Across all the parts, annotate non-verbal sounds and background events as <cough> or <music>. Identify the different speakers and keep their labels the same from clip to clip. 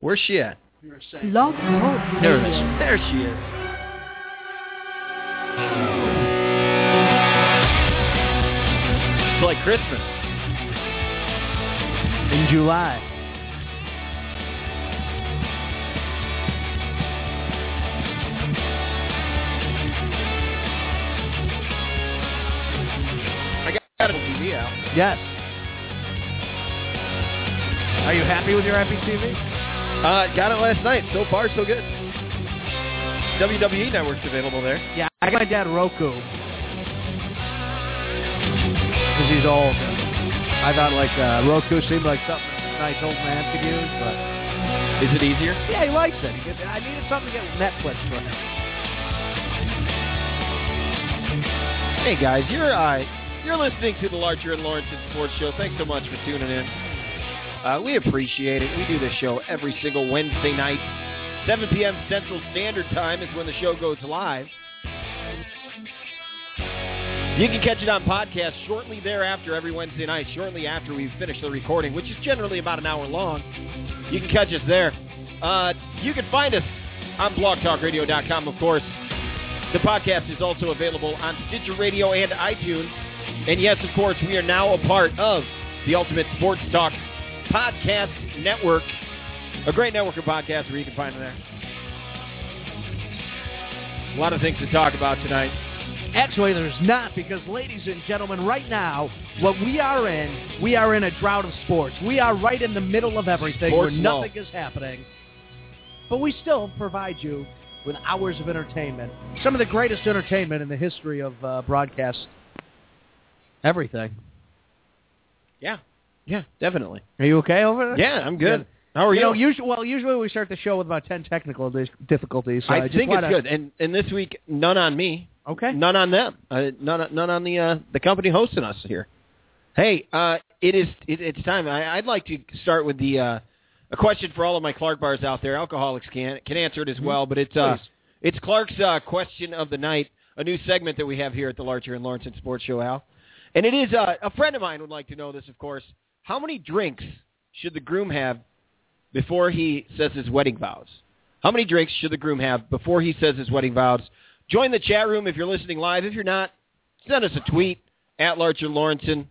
Speaker 1: Where's she at?
Speaker 2: Love Talk
Speaker 1: There it
Speaker 2: Radio.
Speaker 1: is. There she is. It's like Christmas.
Speaker 3: in July.
Speaker 1: I got a TV out.
Speaker 3: Yes. Are you happy with your IPTV?
Speaker 1: Uh, got it last night. So far, so good. WWE Network's available there.
Speaker 3: Yeah, I got my dad Roku. Because he's old. I thought like uh, Roku seemed like something a nice old man could use, but
Speaker 1: Is it easier?
Speaker 3: yeah, he likes it. He gets, I needed something to get Netflix for him.
Speaker 1: Hey guys, you're uh, you're listening to the Larcher and Lawrence Sports Show. Thanks so much for tuning in. Uh, we appreciate it. We do this show every single Wednesday night, 7 p.m. Central Standard Time is when the show goes live. You can catch it on podcast shortly thereafter, every Wednesday night, shortly after we finish the recording, which is generally about an hour long. You can catch us there. Uh, you can find us on blogtalkradio.com, of course. The podcast is also available on Stitcher Radio and iTunes. And yes, of course, we are now a part of the Ultimate Sports Talk Podcast Network, a great network of podcasts where you can find them there. A lot of things to talk about tonight.
Speaker 3: Actually, there's not because, ladies and gentlemen, right now, what we are in, we are in a drought of sports. We are right in the middle of everything
Speaker 1: Sports
Speaker 3: where
Speaker 1: lull.
Speaker 3: nothing is happening. But we still provide you with hours of entertainment. Some of the greatest entertainment in the history of uh, broadcast everything.
Speaker 1: Yeah, yeah, definitely.
Speaker 3: Are you okay over there?
Speaker 1: Yeah, I'm good. How are
Speaker 3: You
Speaker 1: you?
Speaker 3: know, usually, well, usually we start the show with about 10 technical dis- difficulties. So I,
Speaker 1: I
Speaker 3: just
Speaker 1: think
Speaker 3: wanna-
Speaker 1: it's good. And and this week, none on me,
Speaker 3: Okay.
Speaker 1: none on them, uh, none none on the uh, the company hosting us here. Hey, uh, it is it, it's time. I, I'd like to start with the uh, a question for all of my Clark bars out there. Alcoholics can can answer it as well, but it's uh,
Speaker 3: Mm-hmm. Please.
Speaker 1: it's Clark's uh, question of the night, a new segment that we have here at the Larcher and Lawrence Sports Show, Al. And it is uh, a friend of mine would like to know this, of course. How many drinks should the groom have before he says his wedding vows? How many drinks should the groom have before he says his wedding vows? Join the chat room if you're listening live. If you're not, send us a tweet at Larcher Lawrenson.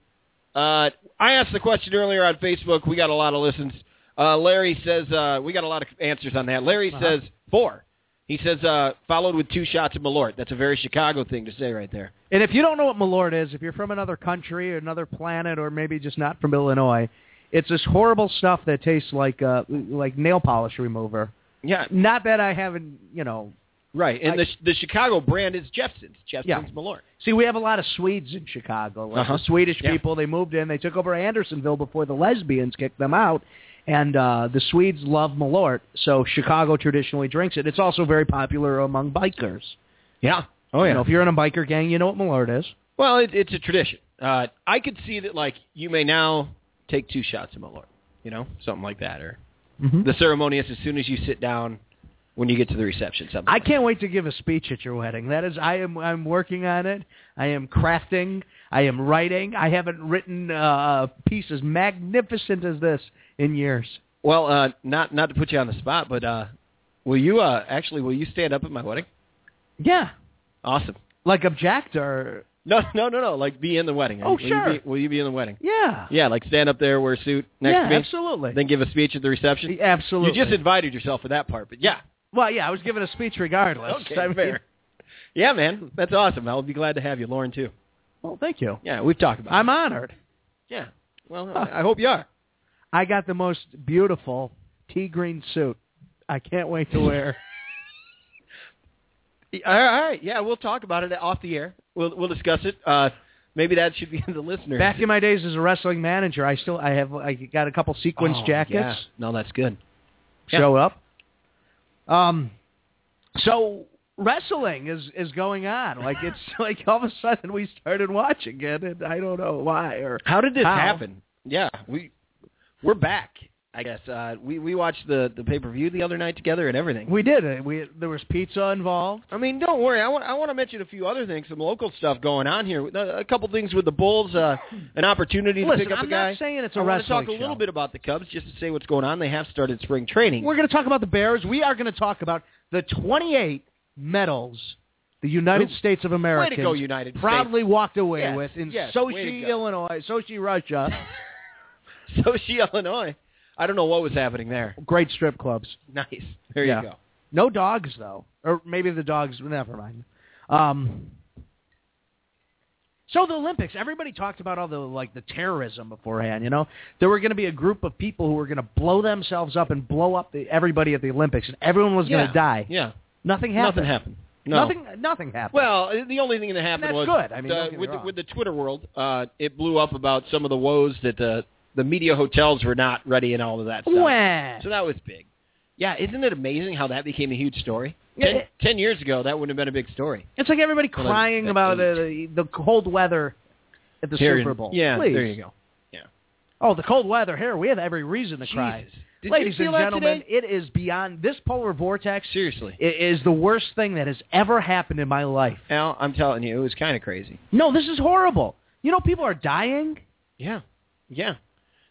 Speaker 1: Uh, I asked the question earlier on Facebook. We got a lot of listens. Uh, Larry says uh, we got a lot of answers on that. Larry says four. He says uh, followed with two shots of Malort. That's a very Chicago thing to say right there.
Speaker 3: And if you don't know what Malort is, if you're from another country or another planet, or maybe just not from Illinois, it's this horrible stuff that tastes like uh, like nail polish remover.
Speaker 1: Yeah,
Speaker 3: Not that I haven't, you know.
Speaker 1: right. And
Speaker 3: I-
Speaker 1: the the Chicago brand is Jefferson's. Jefferson's
Speaker 3: Yeah.
Speaker 1: Malort.
Speaker 3: See, we have a lot of Swedes in Chicago. Like
Speaker 1: Uh-huh.
Speaker 3: The Swedish
Speaker 1: Yeah.
Speaker 3: people, they moved in, they took over Andersonville before the lesbians kicked them out, and uh, the Swedes love Malort, so Chicago traditionally drinks it. It's also very popular among bikers.
Speaker 1: Oh, Yeah.
Speaker 3: You know, if you're in a biker gang, you know what Malort is.
Speaker 1: Well, it, it's a tradition. Uh, I could see that, like, you may now take two shots of Malort, you know, something like that, or
Speaker 3: Mhm.
Speaker 1: the ceremonious as soon as you sit down when you get to the reception. Something.
Speaker 3: I
Speaker 1: like
Speaker 3: can't wait to give a speech at your wedding. That is, I am. I'm working on it. I am crafting. I am writing. I haven't written uh, a piece as magnificent as this in years.
Speaker 1: that. Well, uh, not not to put you on the spot, but uh, will you uh, actually will you stand up at my wedding?
Speaker 3: Yeah,
Speaker 1: Awesome.
Speaker 3: like object or
Speaker 1: No, <laughs> no, no, no. Like, be in the wedding.
Speaker 3: Oh,
Speaker 1: Will you
Speaker 3: sure.
Speaker 1: be- will you be in the wedding?
Speaker 3: yeah,
Speaker 1: Yeah, like stand up there, wear a suit next
Speaker 3: yeah,
Speaker 1: to me,
Speaker 3: absolutely,
Speaker 1: then give a speech at the reception.
Speaker 3: absolutely.
Speaker 1: You just invited yourself for that part, but yeah.
Speaker 3: well, yeah, I was giving a speech regardless.
Speaker 1: <laughs>
Speaker 3: I mean-
Speaker 1: Yeah, man, that's awesome. I'll be glad to have you, Lauren, too.
Speaker 3: Well, thank you.
Speaker 1: Yeah, we've talked about.
Speaker 3: I'm honored.
Speaker 1: it. Yeah. Well,
Speaker 3: Huh.
Speaker 1: I I hope you are.
Speaker 3: I got the most beautiful tea green suit. I can't wait to
Speaker 1: <laughs>
Speaker 3: wear.
Speaker 1: All right. Yeah, we'll talk about it off the air. We'll we'll discuss it. Uh, maybe that should be <laughs> in the listener.
Speaker 3: Back in my days as a wrestling manager, I still I have I got a couple sequins
Speaker 1: Oh,
Speaker 3: jackets.
Speaker 1: yeah. No, that's good. Yeah.
Speaker 3: Show up. Um, so wrestling is is going on. Like it's <laughs> like all of a sudden we started watching it, and I don't know
Speaker 1: <laughs>
Speaker 3: why or
Speaker 1: How did this
Speaker 3: How?
Speaker 1: happen? Yeah, we we're back. I guess uh, we we watched the the pay per view the other night together and everything.
Speaker 3: we did. it. We there was pizza involved.
Speaker 1: I mean, don't worry. I want I want to mention a few other things, some local stuff going on here. Uh, A a couple things with the Bulls, uh, an opportunity to
Speaker 3: Listen,
Speaker 1: pick up
Speaker 3: I'm
Speaker 1: a guy.
Speaker 3: not saying it's a
Speaker 1: I want to
Speaker 3: wrestling
Speaker 1: talk a little
Speaker 3: show.
Speaker 1: bit about the Cubs just to say what's going on. They have started spring training.
Speaker 3: We're going to talk about the Bears. We are going to talk about the 28 medals the United
Speaker 1: Ooh.
Speaker 3: States of America
Speaker 1: Way to go, United
Speaker 3: proudly walked away
Speaker 1: Yes,
Speaker 3: with in
Speaker 1: yes, way to
Speaker 3: Sochi,
Speaker 1: go.
Speaker 3: Illinois, Sochi, Russia.
Speaker 1: <laughs> States. Sochi, Illinois. I don't know what was happening
Speaker 3: <laughs>
Speaker 1: there.
Speaker 3: Great strip clubs.
Speaker 1: Nice. There
Speaker 3: Yeah.
Speaker 1: you go.
Speaker 3: No dogs though, or maybe the dogs. Never mind. Um, so the Olympics. Everybody talked about all the like the terrorism beforehand. You know, there were going to be a group of people who were going to blow themselves up and blow up the, everybody at the Olympics, and everyone was going
Speaker 1: Yeah.
Speaker 3: to die.
Speaker 1: Yeah.
Speaker 3: Nothing happened.
Speaker 1: Nothing happened. No.
Speaker 3: Nothing. Nothing happened.
Speaker 1: Well, uh, the only thing that happened
Speaker 3: that's
Speaker 1: was
Speaker 3: good. I mean,
Speaker 1: uh,
Speaker 3: don't get me
Speaker 1: with, the,
Speaker 3: wrong.
Speaker 1: with the Twitter world, uh, it blew up about some of the woes that the the media hotels were not ready and all of that stuff.
Speaker 3: Wah.
Speaker 1: So that was big. Yeah, isn't it amazing how that became a huge story?
Speaker 3: Yeah,
Speaker 1: Ten,
Speaker 3: it-
Speaker 1: ten years ago, that wouldn't have been a big story.
Speaker 3: it's like everybody
Speaker 1: Well,
Speaker 3: crying
Speaker 1: that's
Speaker 3: about uh, the,
Speaker 1: elite.
Speaker 3: the cold weather at the
Speaker 1: Here-
Speaker 3: Super Bowl.
Speaker 1: Yeah,
Speaker 3: Please.
Speaker 1: there you go.
Speaker 3: Oh, the cold weather here. We have every reason to cry.
Speaker 1: Jesus. Did you
Speaker 3: Ladies
Speaker 1: feel
Speaker 3: and
Speaker 1: that
Speaker 3: gentlemen,
Speaker 1: today?
Speaker 3: it is beyond this polar vortex.
Speaker 1: Seriously.
Speaker 3: i- is the worst thing that has ever happened in my life.
Speaker 1: Al, I'm telling you, it was kind of crazy.
Speaker 3: No, this is horrible. You know, people are dying.
Speaker 1: Yeah, yeah.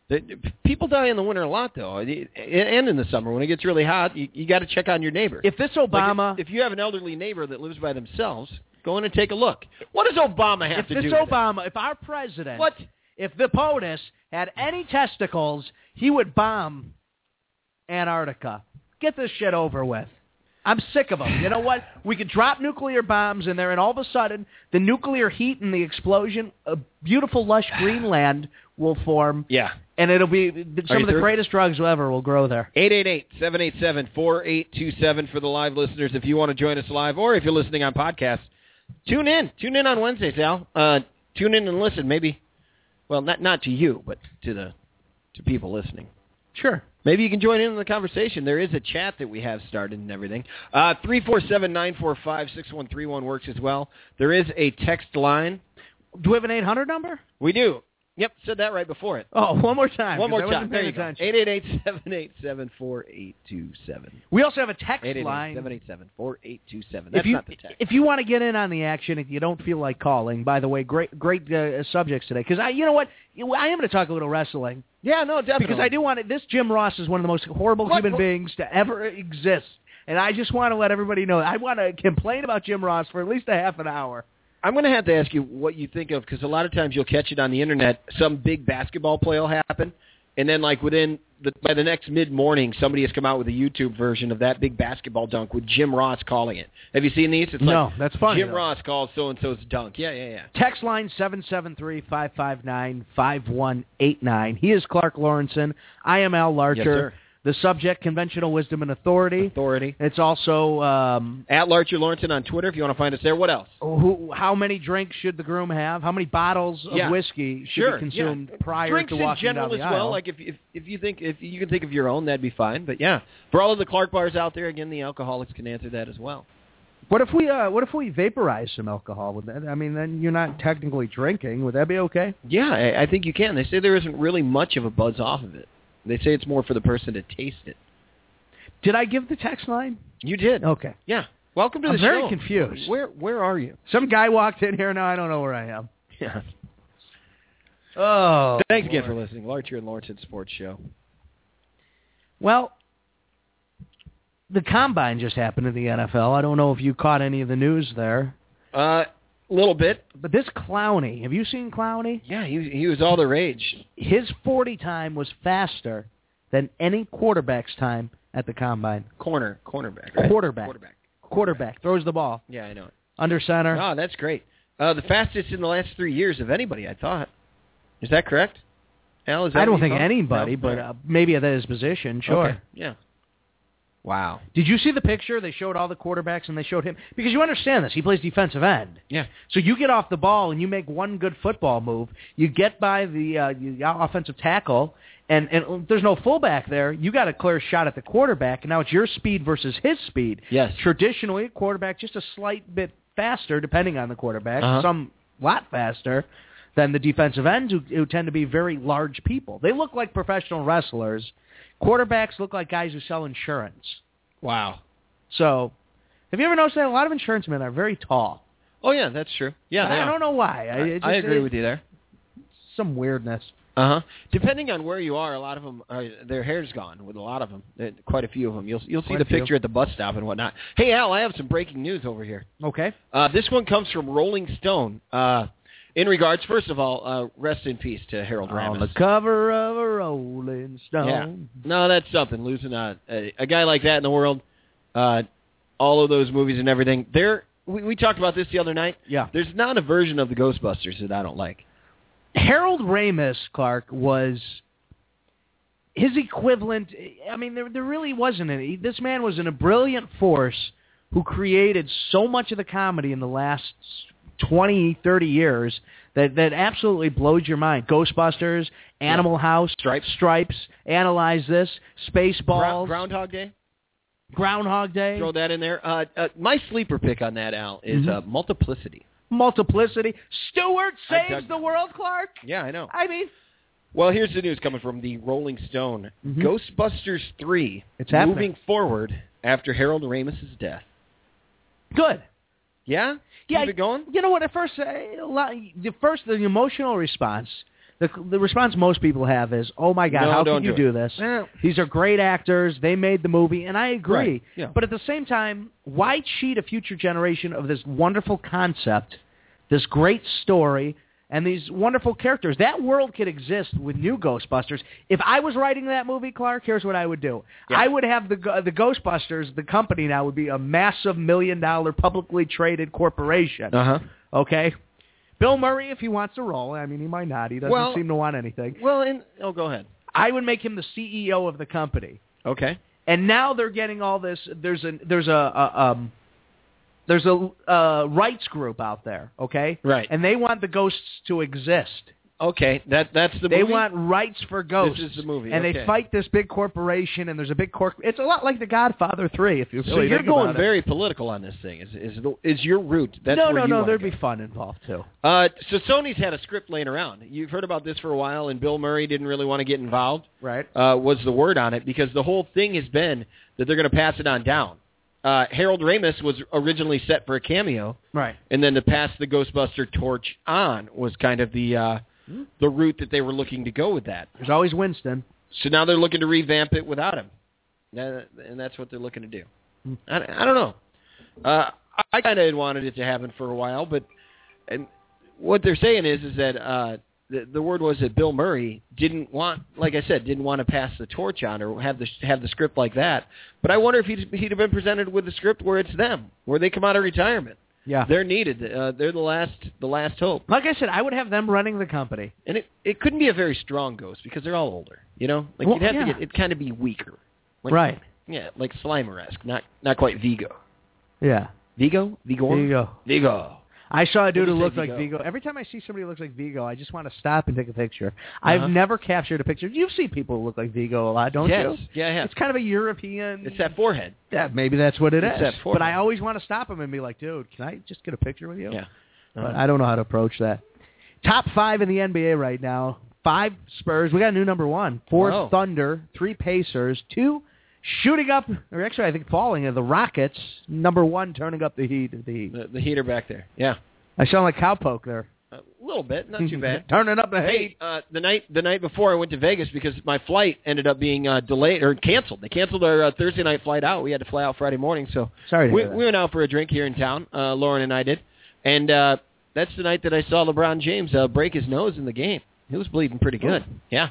Speaker 1: The, people die in the winter a lot, though, and and in the summer when it gets really hot. You, you got to check on your neighbor.
Speaker 3: If this
Speaker 1: Like,
Speaker 3: Obama,
Speaker 1: if you have an elderly neighbor that lives by themselves, go in and take a look. What does Obama have
Speaker 3: if,
Speaker 1: to do?
Speaker 3: this
Speaker 1: with it?
Speaker 3: Obama, if our president,
Speaker 1: What?
Speaker 3: if the POTUS had any testicles, he would bomb Antarctica. Get this shit over with. I'm sick of them. You know what? We could drop nuclear bombs in there, and all of a sudden, the nuclear heat and the explosion, a beautiful, lush Greenland will form,
Speaker 1: Yeah.
Speaker 3: and it'll be some
Speaker 1: you
Speaker 3: of the
Speaker 1: through?
Speaker 3: greatest drugs ever will grow there.
Speaker 1: 888-787-4827 for the live listeners if you want to join us live or if you're listening on podcast. Tune in. Tune in on Wednesdays, Al. Uh, tune in and listen maybe. Well, not not to you, but to the to people listening.
Speaker 3: Sure.
Speaker 1: Maybe you can join in on the conversation. There is a chat that we have started and everything. Uh, 347-945-6131 works as well. There is a text line.
Speaker 3: Do we have an 800 number?
Speaker 1: We do. Yep, said that right before it.
Speaker 3: Oh, <laughs> one more time.
Speaker 1: One
Speaker 3: 'cause
Speaker 1: more
Speaker 3: I wasn't
Speaker 1: time. There
Speaker 3: paying
Speaker 1: you go.
Speaker 3: attention.
Speaker 1: 888-787-4827.
Speaker 3: We also have a text line.
Speaker 1: 888-787-4827. That's
Speaker 3: If you,
Speaker 1: not the text.
Speaker 3: if you want to get in on the action, if you don't feel like calling, by the way, great great uh, subjects today. Because I, you know what, You- I am going to talk a little wrestling
Speaker 1: Yeah, no, definitely.
Speaker 3: because I do want to. This Jim Ross is one of the most horrible
Speaker 1: What-
Speaker 3: human
Speaker 1: what-
Speaker 3: beings to ever exist, and I just want to let everybody know. I want to complain about Jim Ross for at least a half an hour.
Speaker 1: I'm going to have to ask you what you think of because a lot of times you'll catch it on the internet. Some big basketball play will happen, and then like within the, by the next mid morning, somebody has come out with a YouTube version of that big basketball dunk with Jim Ross calling it. Have you seen these? It's
Speaker 3: No,
Speaker 1: like
Speaker 3: that's funny,
Speaker 1: Jim
Speaker 3: though.
Speaker 1: Ross calls so and so's dunk. Yeah, yeah, yeah.
Speaker 3: Text line 773-559-5189. He is Clark Lawrenson. I am Al Larcher.
Speaker 1: sir.
Speaker 3: the subject, conventional wisdom and authority.
Speaker 1: Authority.
Speaker 3: It's also um,
Speaker 1: At Larcher Lawrenson on Twitter if you want to find us there. What else?
Speaker 3: who, how many drinks should the groom have? How many bottles of
Speaker 1: Yeah.
Speaker 3: whiskey should
Speaker 1: Sure,
Speaker 3: be consumed
Speaker 1: yeah.
Speaker 3: prior
Speaker 1: Drinks
Speaker 3: to walking
Speaker 1: in general
Speaker 3: down the
Speaker 1: as well.
Speaker 3: aisle?
Speaker 1: Like if, if if you think if you can think of your own, that'd be fine. But yeah, for all of the Clark bars out there, again, the alcoholics can answer that as well.
Speaker 3: what if we uh, what if we vaporize some alcohol with that? I mean, then you're not technically drinking. Would that be okay?
Speaker 1: Yeah, I, I think you can. They say there isn't really much of a buzz off of it. They say it's more for the person to taste it.
Speaker 3: Did I give the text line?
Speaker 1: You did.
Speaker 3: Okay.
Speaker 1: Yeah. Welcome to
Speaker 3: Oh. I'm
Speaker 1: the
Speaker 3: very
Speaker 1: show.
Speaker 3: confused.
Speaker 1: Where where are
Speaker 3: <laughs>
Speaker 1: you?
Speaker 3: Some guy walked in here. Now I don't know where I am.
Speaker 1: Yeah.
Speaker 3: Oh.
Speaker 1: Thanks again for listening. Larcher and Lawrence Sports Show.
Speaker 3: Well, the combine just happened in the NFL. I don't know if you caught any of the news there,
Speaker 1: A uh, little bit.
Speaker 3: but this Clowney. Have you seen Clowney?
Speaker 1: Yeah, he he was all the rage.
Speaker 3: His forty time was faster than any quarterback's time at the combine.
Speaker 1: Corner, cornerback.
Speaker 3: Quarterback.
Speaker 1: Quarterback.
Speaker 3: Quarterback throws the ball
Speaker 1: Yeah, I know. it.
Speaker 3: under center.
Speaker 1: Oh, that's great. Uh, the fastest in the last three years of anybody, I thought. Is that correct? Al, is that
Speaker 3: I don't
Speaker 1: what you
Speaker 3: think
Speaker 1: thought?
Speaker 3: anybody,
Speaker 1: No?
Speaker 3: but
Speaker 1: All right.
Speaker 3: uh, maybe at his position. Sure.
Speaker 1: Okay. Yeah. Wow.
Speaker 3: Did you see the picture? They showed all the quarterbacks and they showed him because you understand this. He plays defensive end.
Speaker 1: Yeah.
Speaker 3: So you get off the ball and you make one good football move. You get by the, uh, the offensive tackle, And and there's no fullback there. You got a clear shot at the quarterback, and now it's your speed versus his speed.
Speaker 1: Yes.
Speaker 3: Traditionally, a quarterback just a slight bit faster, depending on the quarterback,
Speaker 1: Uh-huh.
Speaker 3: some lot faster than the defensive ends, who, who tend to be very large people. They look like professional wrestlers. Quarterbacks look like guys who sell insurance.
Speaker 1: Wow.
Speaker 3: So, have you ever noticed that a lot of insurance men are very tall?
Speaker 1: Oh yeah, that's true. Yeah, they
Speaker 3: I
Speaker 1: are.
Speaker 3: don't know why. I, it just,
Speaker 1: I agree
Speaker 3: it-
Speaker 1: with you there.
Speaker 3: Some weirdness.
Speaker 1: Uh huh. Depending on where you are, a lot of them, are, their hair's gone. With a lot of them, Uh, quite a few of them, you'll you'll see
Speaker 3: Quite
Speaker 1: the
Speaker 3: a few.
Speaker 1: picture at the bus stop and whatnot. Hey Al, I have some breaking news over here.
Speaker 3: Okay.
Speaker 1: Uh, this one comes from Rolling Stone. Uh, in regards, first of all, uh, rest in peace to Harold
Speaker 3: On
Speaker 1: Ramis.
Speaker 3: the cover of a Rolling
Speaker 1: yeah.
Speaker 3: Stone.
Speaker 1: No, that's something. Losing a, a a guy like that in the world, uh, all of those movies and everything. There, we, we talked about this the other night.
Speaker 3: Yeah.
Speaker 1: There's not a version of the Ghostbusters that I don't like.
Speaker 3: Harold Ramis Clark was his equivalent. I mean, there there really wasn't any. This man was in a brilliant force who created so much of the comedy in the last 20, 30 years that that absolutely blows your mind. Ghostbusters, Animal House,
Speaker 1: Stripes.
Speaker 3: Stripes, Analyze This, Spaceballs,
Speaker 1: Ground, Groundhog Day.
Speaker 3: Groundhog Day,
Speaker 1: Throw that in there. Uh, uh, my sleeper pick on that Al is uh, Multiplicity.
Speaker 3: Multiplicity, Stewart
Speaker 1: I
Speaker 3: Saves
Speaker 1: dug-
Speaker 3: the World, Clark.
Speaker 1: Yeah, I know.
Speaker 3: I mean,
Speaker 1: Well, here's the news coming from the Rolling Stone.
Speaker 3: Mhm.
Speaker 1: Ghostbusters three.
Speaker 3: It's happening.
Speaker 1: moving forward after Harold Ramis' death.
Speaker 3: good.
Speaker 1: Yeah.
Speaker 3: Yeah,
Speaker 1: Keep it going.
Speaker 3: You know what? At first, uh, a lot, the first the emotional response, the the response most people have is, "Oh my God,
Speaker 1: No,
Speaker 3: how
Speaker 1: don't
Speaker 3: can you
Speaker 1: do it."
Speaker 3: do this?
Speaker 1: Yeah.
Speaker 3: These are great actors. They made the movie, and I agree.
Speaker 1: Right, yeah.
Speaker 3: But at the same time, why cheat a future generation of this wonderful concept, this great story, and these wonderful characters? That world could exist with new Ghostbusters. If I was writing that movie, Clark, here's what I would do.
Speaker 1: Yeah.
Speaker 3: I would have the Go- the Ghostbusters, the company now would be a massive million dollar publicly traded corporation.
Speaker 1: Uh huh.
Speaker 3: Okay. Bill Murray, if he wants to roll, I mean, he might not. He doesn't
Speaker 1: Well-
Speaker 3: seem to want anything.
Speaker 1: Well, and oh, go ahead.
Speaker 3: I would make him the CEO of the company.
Speaker 1: Okay.
Speaker 3: And now they're getting all this. There's a there's a, a um there's a uh, rights group out there, okay?
Speaker 1: Right.
Speaker 3: And they want the ghosts to exist.
Speaker 1: Okay. That that's the.
Speaker 3: they
Speaker 1: movie?
Speaker 3: want rights for ghosts.
Speaker 1: This is the movie,
Speaker 3: And
Speaker 1: okay.
Speaker 3: they fight this big corporation, and there's a big corp. It's a lot like The Godfather Three, if you really
Speaker 1: So you're
Speaker 3: think
Speaker 1: going
Speaker 3: about it.
Speaker 1: very political on this thing. Is is the, is your route? That's
Speaker 3: no,
Speaker 1: where
Speaker 3: no,
Speaker 1: you
Speaker 3: no.
Speaker 1: wanna
Speaker 3: There'd
Speaker 1: go.
Speaker 3: be fun involved too.
Speaker 1: Uh, so Sony's had a script laying around. You've heard about this for a while, and Bill Murray didn't really want to get involved.
Speaker 3: Right.
Speaker 1: Uh, was the word on it because the whole thing has been that they're going to pass it on down. Uh, Harold Ramis was originally set for a cameo,
Speaker 3: Right.
Speaker 1: and then to pass the Ghostbuster torch on was kind of the uh,
Speaker 3: Hmm.
Speaker 1: the route that they were looking to go with that.
Speaker 3: There's always Winston.
Speaker 1: So now they're looking to revamp it without him, Uh, and that's what they're looking to do. I, I don't know. Uh, I kind of wanted it to happen for a while, but and what they're saying is is that uh, the the word was that Bill Murray didn't want, like I said, didn't want to pass the torch on or have the have the script like that. But I wonder if he'd he'd have been presented with a script where it's them, where they come out of retirement.
Speaker 3: Yeah.
Speaker 1: They're needed. Uh, they're the last the last hope.
Speaker 3: Like I said, I would have them running the company.
Speaker 1: And it, it couldn't be a very strong ghost because they're all older, you know. Like
Speaker 3: Well,
Speaker 1: you'd have
Speaker 3: yeah.
Speaker 1: to get it kind of be weaker, like,
Speaker 3: Right.
Speaker 1: Yeah, like Slimer esque, not not quite Vigo.
Speaker 3: Yeah.
Speaker 1: Vigo, Vigor,
Speaker 3: Vigo.
Speaker 1: Vigo.
Speaker 3: I saw a dude
Speaker 1: do
Speaker 3: who
Speaker 1: you
Speaker 3: looked
Speaker 1: say,
Speaker 3: like
Speaker 1: Vigo?
Speaker 3: Vigo. Every time I see somebody who looks like Vigo, I just want to stop and take a picture.
Speaker 1: Uh-huh.
Speaker 3: I've never captured a picture. You've seen people who look like Vigo a lot, don't
Speaker 1: yes,
Speaker 3: you?
Speaker 1: yeah, yeah.
Speaker 3: It's kind of a European.
Speaker 1: It's that forehead.
Speaker 3: Yeah, maybe that's what it
Speaker 1: It's
Speaker 3: is.
Speaker 1: that form.
Speaker 3: But I always want to stop him and be like, dude, can I just get a picture with you?
Speaker 1: Yeah. Uh-huh.
Speaker 3: But I don't know how to approach that. Top five in the NBA right now. Five Spurs. We got a new number one. Four
Speaker 1: Whoa.
Speaker 3: Thunder. Three Pacers. Two shooting up, or actually I think falling, are the Rockets. Number one turning up the heat of the heat.
Speaker 1: The, the heater back there. Yeah,
Speaker 3: I sound like cowpoke there.
Speaker 1: a little bit, not too
Speaker 3: <laughs>
Speaker 1: bad.
Speaker 3: Turning up the
Speaker 1: Hey,
Speaker 3: heat.
Speaker 1: uh, the night the night before I went to Vegas because my flight ended up being uh, delayed or canceled. They canceled our uh, Thursday night flight out. We had to fly out Friday morning, so
Speaker 3: Sorry to
Speaker 1: we,
Speaker 3: hear that.
Speaker 1: we went out for a drink here in town. Uh, Lauren and I did, and uh, that's the night that I saw LeBron James uh, break his nose in the game. He was bleeding pretty
Speaker 3: Oh.
Speaker 1: good. Yeah,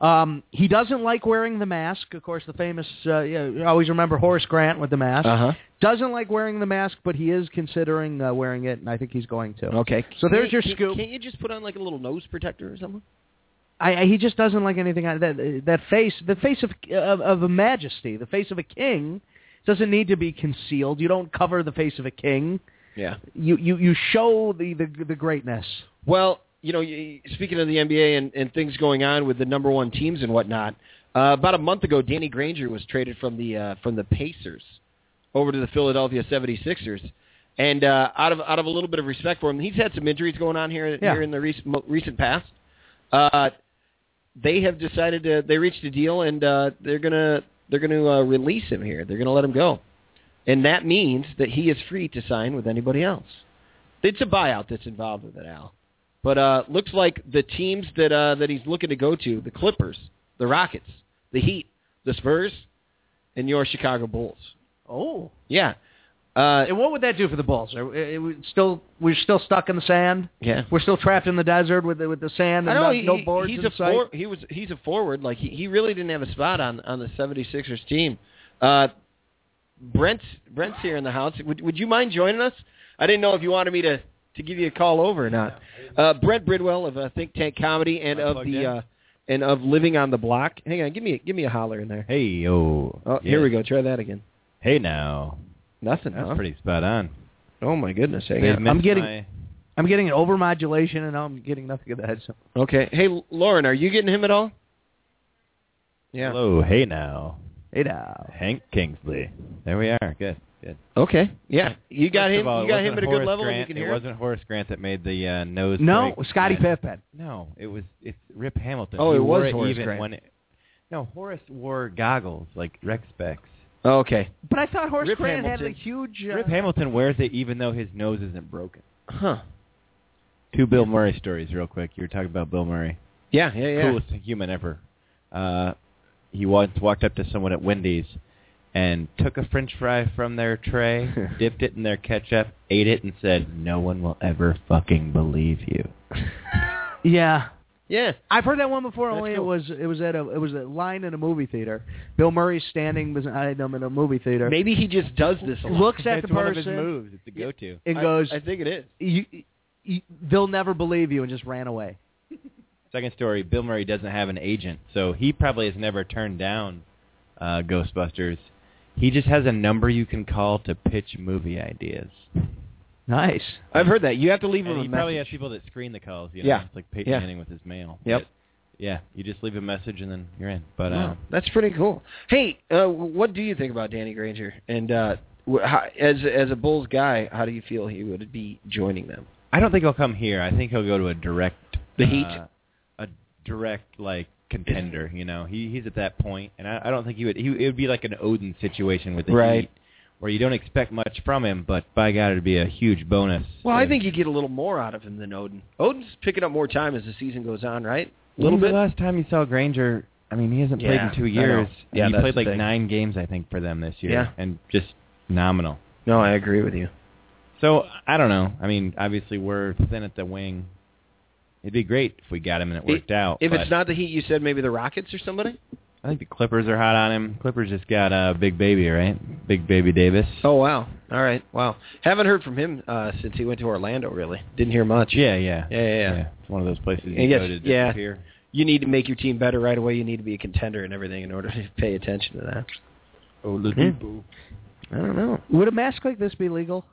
Speaker 3: Um, he doesn't like wearing the mask. Of course, the famous, uh, you know, you always remember Horace Grant with the mask.
Speaker 1: Uh-huh.
Speaker 3: Doesn't like wearing the mask, but he is considering uh, wearing it, and I think he's going to.
Speaker 1: Okay.
Speaker 3: So there's
Speaker 1: Can't-
Speaker 3: your
Speaker 1: can't-
Speaker 3: scoop.
Speaker 1: Can't you just put on like a little nose protector or something?
Speaker 3: I, I, he just doesn't like anything. on- That that face, the face of, of of a majesty, the face of a king, doesn't need to be concealed. You don't cover the face of a king.
Speaker 1: Yeah.
Speaker 3: You you you show the the, the greatness.
Speaker 1: Well, you know, y- speaking of the NBA and, and things going on with the number one teams and whatnot, uh, about a month ago, Danny Granger was traded from the uh, from the Pacers over to the Philadelphia 76ers. And uh, out of out of a little bit of respect for him, he's had some injuries going on here
Speaker 3: Yeah.
Speaker 1: here in the rec- mo- recent past. Uh, they have decided to they reached a deal and uh, they're gonna they're gonna uh, release him here. They're gonna let him go, and that means that he is free to sign with anybody else. It's a buyout that's involved with it, Al. But uh, looks like the teams that uh, that he's looking to go to: the Clippers, the Rockets, the Heat, the Spurs, and your Chicago Bulls.
Speaker 3: Oh.
Speaker 1: Yeah, uh,
Speaker 3: And what would that do for the Bulls? Are, it, it, still, we're still stuck in the sand.
Speaker 1: yeah.
Speaker 3: We're still trapped in the desert with the, with the sand and
Speaker 1: I know
Speaker 3: no,
Speaker 1: he,
Speaker 3: no
Speaker 1: he-
Speaker 3: boards
Speaker 1: he's
Speaker 3: in
Speaker 1: a
Speaker 3: sight.
Speaker 1: for, he was he's a forward. Like he, he really didn't have a spot on on the 76ers team. Uh, Brent's Brent's here in the house. Would would you mind joining us? I didn't know if you wanted me to to give you a call over or not. Uh, Brent Bridwell of uh, Think Tank Comedy and
Speaker 4: Am I
Speaker 1: of
Speaker 4: plugged
Speaker 1: the
Speaker 4: in?
Speaker 1: uh, and of Living on the Block. Hang on, give me a, give me a holler in there.
Speaker 4: Hey yo.
Speaker 1: Oh, here we go. Uh-huh. Try that again.
Speaker 4: Hey now.
Speaker 1: Nothing.
Speaker 4: That's
Speaker 1: huh?
Speaker 4: pretty spot on.
Speaker 1: Oh my goodness. Hang
Speaker 4: They've
Speaker 1: on.
Speaker 4: missed
Speaker 3: I'm getting-
Speaker 4: my-
Speaker 3: I'm getting an overmodulation, and now I'm getting nothing of that. So.
Speaker 1: Okay. Hey Lauren, are you getting him at all? Yeah.
Speaker 4: Hello. Hey now.
Speaker 3: Hey now.
Speaker 4: Hank Kingsley. There we are. Good. Good.
Speaker 1: Okay. Yeah. You got
Speaker 4: First of
Speaker 1: him.
Speaker 4: all, it
Speaker 1: you got
Speaker 4: wasn't
Speaker 1: him at a good
Speaker 4: Horace
Speaker 1: level. and
Speaker 4: Grant,
Speaker 1: you can
Speaker 4: it
Speaker 1: hear. him?
Speaker 4: wasn't Horace Grant that made the uh, nose.
Speaker 3: No,
Speaker 4: break.
Speaker 3: Scotty
Speaker 4: Yeah.
Speaker 3: Pippen.
Speaker 4: No, it was it's Rip Hamilton.
Speaker 1: Oh,
Speaker 4: He
Speaker 1: it was
Speaker 4: wore
Speaker 1: Horace
Speaker 4: even
Speaker 1: Grant.
Speaker 4: when it, No, Horace wore goggles like Rex Specs.
Speaker 1: Oh, okay.
Speaker 3: But I thought Horace
Speaker 1: Rip
Speaker 3: Grant had
Speaker 1: Hamilton.
Speaker 3: a huge. Uh,
Speaker 4: Rip Hamilton wears it even though his nose isn't broken.
Speaker 1: Huh.
Speaker 4: Two Bill Murray stories, real quick. You were talking about Bill Murray,
Speaker 1: Yeah, yeah, yeah.
Speaker 4: coolest human ever. Uh, he once walked up to someone at Wendy's and took a French fry from
Speaker 1: <laughs>
Speaker 4: their tray, dipped it in their ketchup, ate it, and said, "No one will ever fucking believe you."
Speaker 3: Yeah.
Speaker 1: Yeah.
Speaker 3: I've heard that one before.
Speaker 1: That's
Speaker 3: only
Speaker 1: cool.
Speaker 3: it was it was at a it was a line in a movie theater. Bill Murray standing beside them in a movie theater.
Speaker 1: Maybe he just does this a lot.
Speaker 3: Looks at
Speaker 4: It's
Speaker 3: the
Speaker 4: one of his
Speaker 3: person.
Speaker 4: moves. It's a go-to.
Speaker 3: and
Speaker 1: I-
Speaker 3: goes,
Speaker 1: I, think it is.
Speaker 3: you, you, "They'll never believe you," and just ran away.
Speaker 4: Second story, Bill Murray doesn't have an agent, so he probably has never turned down uh, Ghostbusters. He just has a number you can call to pitch movie ideas.
Speaker 3: Nice.
Speaker 1: I've heard that. You have to leave him
Speaker 4: And
Speaker 1: a
Speaker 4: he probably
Speaker 1: message.
Speaker 4: has people that screen the calls. You know?
Speaker 1: Yeah.
Speaker 4: It's like Peyton
Speaker 1: Yeah.
Speaker 4: Manning with his mail.
Speaker 1: Yep.
Speaker 4: But, yeah, you just leave a message and then you're in. But
Speaker 1: Wow,
Speaker 4: um,
Speaker 1: that's pretty cool. Hey, uh, what do you think about Danny Granger? And uh, wh- how, as as a Bulls guy, how do you feel he would be joining them?
Speaker 4: I don't think he'll come here. I think he'll go to a direct
Speaker 1: The Heat?
Speaker 4: uh, a direct like contender. You know, he he's at that point, and I, I don't think he would. He it would be like an Odin situation with the
Speaker 1: Right.
Speaker 4: Heat, where you don't expect much from him, but by God, it'd be a huge bonus.
Speaker 1: Well, I
Speaker 4: And
Speaker 1: think you get a little more out of him than Odin. Odin's picking up more time as the season goes on, right? A
Speaker 4: when
Speaker 1: little
Speaker 4: was
Speaker 1: bit.
Speaker 4: The last time you saw Granger, I mean, he hasn't played
Speaker 1: Yeah,
Speaker 4: in two
Speaker 1: I know.
Speaker 4: years. and
Speaker 1: Yeah,
Speaker 4: he
Speaker 1: that's
Speaker 4: played
Speaker 1: the
Speaker 4: like
Speaker 1: thing.
Speaker 4: nine games, I think, for them this year.
Speaker 1: Yeah.
Speaker 4: and just nominal.
Speaker 1: No, I agree with you.
Speaker 4: So I don't know. I mean, obviously we're thin at the wing. It'd be great if we got him and it
Speaker 1: If-
Speaker 4: worked out.
Speaker 1: If
Speaker 4: but-
Speaker 1: it's not the Heat, you said maybe the Rockets or somebody.
Speaker 4: I think the Clippers are hot on him. Clippers just got a uh, big baby, right? Big baby Davis.
Speaker 1: Oh wow! All right, wow. Haven't heard from him uh, since he went to Orlando. Really, didn't hear much.
Speaker 4: yeah, yeah,
Speaker 1: Yeah, yeah, yeah.
Speaker 4: It's one of those places
Speaker 1: I
Speaker 4: you
Speaker 1: guess-
Speaker 4: go to
Speaker 1: yeah.
Speaker 4: disappear.
Speaker 1: You need to make your team better right away. You need to be a contender and everything in order to <laughs> pay attention to that.
Speaker 4: Oh,
Speaker 1: Oladipo. I don't know.
Speaker 3: Would a mask like this be legal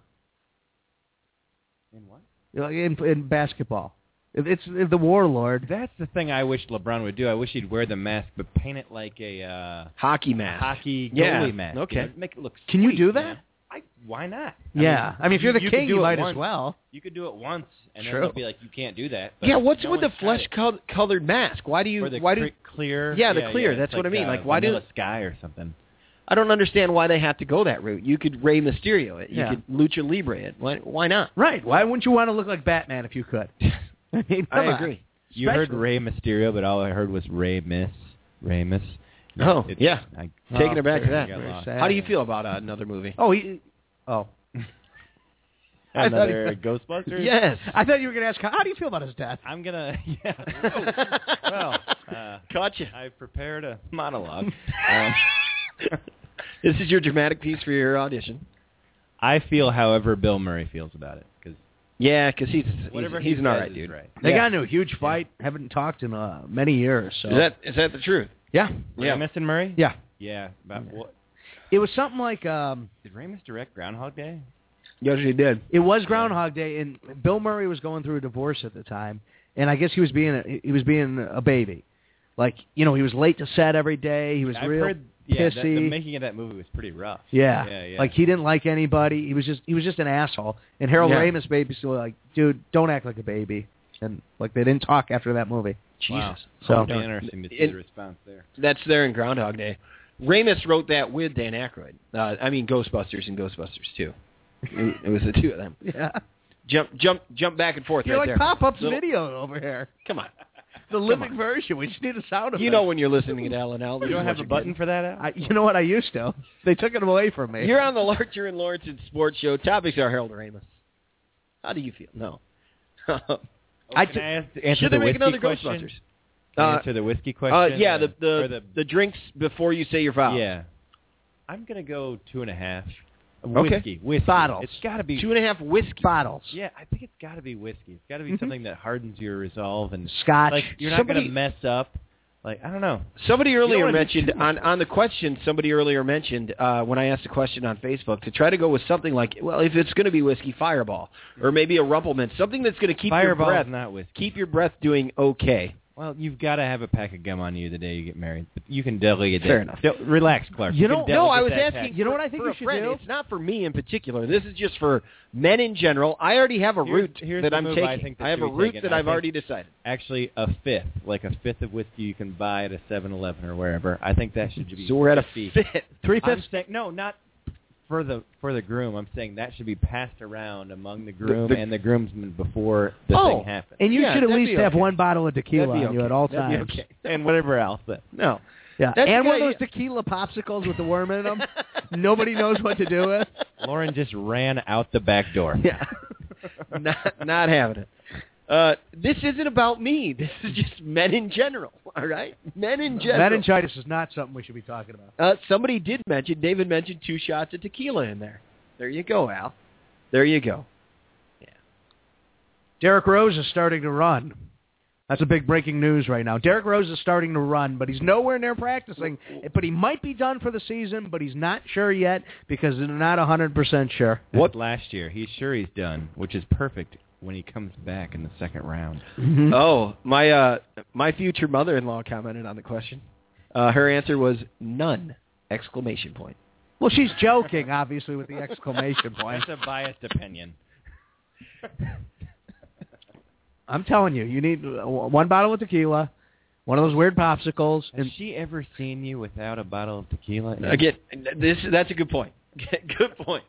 Speaker 4: In what?
Speaker 3: Like, in, in basketball? If it's if the warlord.
Speaker 4: That's the thing I wish LeBron would do. I wish he'd wear the mask, but paint it like a uh,
Speaker 1: Hockey mask.
Speaker 4: hockey goalie
Speaker 1: Yeah, <laughs>
Speaker 4: mask.
Speaker 1: okay.
Speaker 4: You know, make it look.
Speaker 3: Can you
Speaker 4: sweet,
Speaker 3: do
Speaker 4: know?
Speaker 3: that?
Speaker 4: I, why not?
Speaker 3: yeah, I mean, if you're the
Speaker 4: you could
Speaker 3: king,
Speaker 4: do
Speaker 3: you
Speaker 4: it
Speaker 3: might as
Speaker 4: once.
Speaker 3: well.
Speaker 4: You could do it once, and
Speaker 3: True.
Speaker 4: then they'll be like, you can't do that. But
Speaker 1: yeah, what's
Speaker 4: no
Speaker 1: with the
Speaker 4: one's tried
Speaker 1: flesh
Speaker 4: it.
Speaker 1: col- colored mask? Why do you?
Speaker 4: Or the
Speaker 1: why
Speaker 4: cre-
Speaker 1: do?
Speaker 4: clear?
Speaker 1: Yeah, the clear,
Speaker 4: it's
Speaker 1: that's what I mean.
Speaker 4: uh,
Speaker 1: Like, why do-
Speaker 4: Vanilla sky or something?
Speaker 1: I don't understand why they have to go that route. You could Rey Mysterio it. You
Speaker 3: Yeah.
Speaker 1: could Lucha Libre it. Why? Why not?
Speaker 3: Right? Why wouldn't you want to look like Batman if you
Speaker 4: <laughs>
Speaker 3: could? I, mean, come
Speaker 1: I
Speaker 3: on.
Speaker 1: agree.
Speaker 4: You heard
Speaker 3: Especially-
Speaker 4: Ray Mysterio, but all I heard was Ray Miss. Ray Miss.
Speaker 1: Oh,
Speaker 4: it's-
Speaker 1: yeah.
Speaker 4: I,
Speaker 1: Taking it back to
Speaker 4: I
Speaker 1: that.
Speaker 4: got
Speaker 3: Very
Speaker 4: lost.
Speaker 3: sad.
Speaker 1: How do you feel about uh, another movie? <laughs>
Speaker 3: Oh, he. Oh, I thought
Speaker 1: <laughs>
Speaker 3: he-
Speaker 4: Another Ghostbusters?
Speaker 1: Yes.
Speaker 3: I thought you were going to ask. How do you feel about his death?
Speaker 4: I'm
Speaker 1: <laughs>
Speaker 4: going to, yeah. <laughs> well, uh,
Speaker 1: Gotcha.
Speaker 4: I've prepared a
Speaker 1: <laughs>
Speaker 4: monologue. um,
Speaker 1: This is your dramatic piece for your audition.
Speaker 4: I feel however Bill Murray feels about it. Because
Speaker 1: Yeah, because he's he's,
Speaker 4: whatever
Speaker 1: he's
Speaker 4: he
Speaker 1: an all
Speaker 4: says
Speaker 1: right
Speaker 4: is
Speaker 1: dude.
Speaker 4: Right.
Speaker 3: They
Speaker 1: Yeah.
Speaker 3: got into a huge fight. Haven't talked in uh, many years. So
Speaker 1: Is that is that the truth?
Speaker 3: yeah,
Speaker 4: Ray Miss and Murray?
Speaker 3: yeah.
Speaker 4: Yeah. About what?
Speaker 3: It was something like um,
Speaker 4: Did Ray Miss direct Groundhog Day?
Speaker 1: Yes, he did.
Speaker 3: it was Groundhog Day, and Bill Murray was going through a divorce at the time, and I guess he was being a, he was being a baby. Like you know, he was late to set every day. He was
Speaker 4: I've
Speaker 3: real
Speaker 4: heard, yeah, that-
Speaker 3: pissy.
Speaker 4: the making of that movie was pretty rough.
Speaker 3: Yeah.
Speaker 4: yeah, yeah.
Speaker 3: Like he didn't like anybody. He was just he was just an asshole. And Harold
Speaker 1: Yeah.
Speaker 3: Ramis basically like, dude, don't act like a baby. And like they didn't talk after that movie.
Speaker 4: Wow.
Speaker 3: So
Speaker 4: It'd be interesting to see
Speaker 1: It-
Speaker 4: the response there.
Speaker 1: That's there in Groundhog Day. Ramus wrote that with Dan Aykroyd. Uh, I mean Ghostbusters and Ghostbusters too. It, it was the two of them.
Speaker 3: <laughs> yeah.
Speaker 1: Jump, jump, jump back and forth
Speaker 3: You're
Speaker 1: right
Speaker 3: like
Speaker 1: there.
Speaker 3: pop ups
Speaker 1: Little-
Speaker 3: video over here.
Speaker 1: Come on.
Speaker 3: The <laughs> living version. We just need a sound effect.
Speaker 1: You know when you're listening to L and L.
Speaker 4: You don't have a button for that, Al?
Speaker 3: I, you know what I used to. They took it away from me.
Speaker 1: You're on the Larcher and Lawrence and Sports Show. Topics are Harold Ramis. How do you feel? No. <laughs> Uh,
Speaker 3: I
Speaker 4: Can
Speaker 3: ju-
Speaker 4: I ask- answer
Speaker 1: Should they
Speaker 4: the
Speaker 1: make
Speaker 4: whiskey
Speaker 1: another
Speaker 4: question?
Speaker 1: Ghostbusters?
Speaker 4: Can I
Speaker 1: Uh,
Speaker 4: answer the whiskey question.
Speaker 1: Uh, yeah, the
Speaker 4: or-
Speaker 1: the,
Speaker 4: or
Speaker 1: the drinks before you say your vows.
Speaker 4: yeah. I'm gonna go two and a half.
Speaker 1: Okay.
Speaker 4: Whiskey, whiskey.
Speaker 3: Bottles.
Speaker 4: It's got to be.
Speaker 1: Two and a half whiskey.
Speaker 3: bottles.
Speaker 4: yeah, I think it's got to be whiskey. It's got to be something that hardens your resolve and
Speaker 3: Scotch.
Speaker 4: like you're not
Speaker 1: Mm-hmm. Somebody-
Speaker 4: gonna mess up. Like I don't know.
Speaker 1: Somebody earlier
Speaker 4: wanna do
Speaker 1: mentioned on, on the question. Somebody earlier mentioned uh, when I asked a question on Facebook to try to go with something like, well, if it's going to be whiskey, Fireball, or maybe a Rumplemint, something that's going to keep
Speaker 4: Fireball
Speaker 1: your breath
Speaker 4: is not whiskey.
Speaker 1: keep your breath doing okay.
Speaker 4: Well, you've got to have a pack of gum on you the day you get married. But you can delegate
Speaker 1: Fair
Speaker 4: that.
Speaker 1: enough.
Speaker 4: Del- relax, Clark.
Speaker 3: You
Speaker 4: can
Speaker 3: don't-
Speaker 1: No,
Speaker 4: delegate
Speaker 1: I was
Speaker 4: that
Speaker 1: asking.
Speaker 4: task.
Speaker 3: You know
Speaker 1: for-
Speaker 3: what I think
Speaker 1: for
Speaker 3: you
Speaker 1: a
Speaker 3: should
Speaker 1: friend.
Speaker 3: do?
Speaker 1: It's not for me in particular. This is just for men in general. I already have a
Speaker 4: Here's-
Speaker 1: route
Speaker 4: here's
Speaker 1: that
Speaker 4: the
Speaker 1: I'm
Speaker 4: move
Speaker 1: taking.
Speaker 4: I think that
Speaker 1: have
Speaker 4: should
Speaker 1: a
Speaker 4: be
Speaker 1: route
Speaker 4: taken.
Speaker 1: that
Speaker 4: I
Speaker 1: I've
Speaker 4: think-
Speaker 1: already decided.
Speaker 4: Actually, a fifth, like a fifth of whiskey you can buy at a 7-Eleven or wherever. I think that should be.
Speaker 1: So we're at a
Speaker 4: fifty.
Speaker 1: fifth.
Speaker 3: Three
Speaker 4: I'm
Speaker 3: fifths.
Speaker 4: saying no, not for the for the groom. I'm saying that should be passed around among the groom
Speaker 1: the-
Speaker 4: and the groomsmen before the
Speaker 3: oh,
Speaker 4: thing happens,
Speaker 3: and you
Speaker 1: Yeah,
Speaker 3: should at
Speaker 1: that'd
Speaker 3: least
Speaker 1: be
Speaker 3: have
Speaker 1: okay.
Speaker 3: one bottle of tequila
Speaker 1: That'd be
Speaker 3: on you
Speaker 1: okay.
Speaker 3: at all
Speaker 1: That'd be
Speaker 3: times.
Speaker 1: okay.
Speaker 4: <laughs> and whatever else. But
Speaker 1: No.
Speaker 3: Yeah,
Speaker 1: That's a
Speaker 3: and
Speaker 1: good
Speaker 3: one of
Speaker 1: idea.
Speaker 3: those tequila popsicles with the worm in them. <laughs> Nobody knows what to do with.
Speaker 4: Lauren just ran out the back door.
Speaker 1: <laughs> Yeah. <laughs> not not having it. Uh, this isn't about me. <laughs> This is just men in general. All right, men in general.
Speaker 3: Meningitis is not something we should be talking about.
Speaker 1: Uh, somebody did mention. David mentioned two shots of tequila in there. There you go, Al. There you go.
Speaker 3: Derek Rose is starting to run. That's a big breaking news right now. Derek Rose is starting to run, but he's nowhere near practicing. But he might be done for the season, but he's not sure yet because they're not 100% sure.
Speaker 4: What last year? He's sure he's done, which is perfect when he comes back in the second round.
Speaker 1: Oh, my uh, my future mother-in-law commented on the question. Uh, her answer was none! Exclamation point.
Speaker 3: Well, she's joking, obviously, with the exclamation point.
Speaker 4: That's a biased opinion.
Speaker 3: I'm telling you, you need uh, one bottle of tequila, one of those weird popsicles,
Speaker 4: Has
Speaker 3: and
Speaker 4: she ever seen you without a bottle of tequila?
Speaker 1: Again, this that's a good point. <laughs> good point.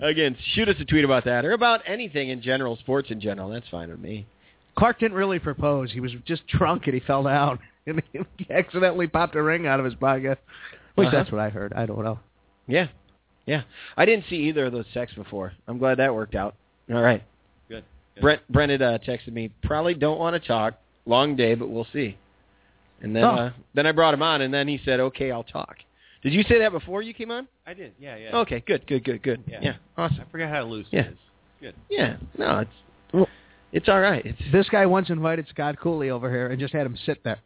Speaker 1: Again, shoot us a tweet about that or about anything in general, sports in general. That's fine with me.
Speaker 3: Clark didn't really propose. He was just <laughs> drunk and he fell down <laughs> and he accidentally popped a ring out of his pocket. At least
Speaker 1: Uh-huh.
Speaker 3: that's what I heard. I don't know.
Speaker 1: Yeah. Yeah. I didn't see either of those texts before. I'm glad that worked out. All right.
Speaker 4: Good. Good.
Speaker 1: Brent Brent had uh, texted me, probably don't want to talk. Long day, but we'll see. And then
Speaker 3: Oh.
Speaker 1: uh, then I brought him on and then he said, Okay, I'll talk. Did you say that before you came on?
Speaker 4: I did. Yeah, yeah.
Speaker 1: Okay, good, good, good, good.
Speaker 4: Yeah.
Speaker 1: Awesome.
Speaker 4: forgot how loose
Speaker 1: Yeah.
Speaker 4: is.
Speaker 1: Yeah. No, it's it's all right. It's
Speaker 3: This guy once invited Scott Cooley over here and just had him sit there.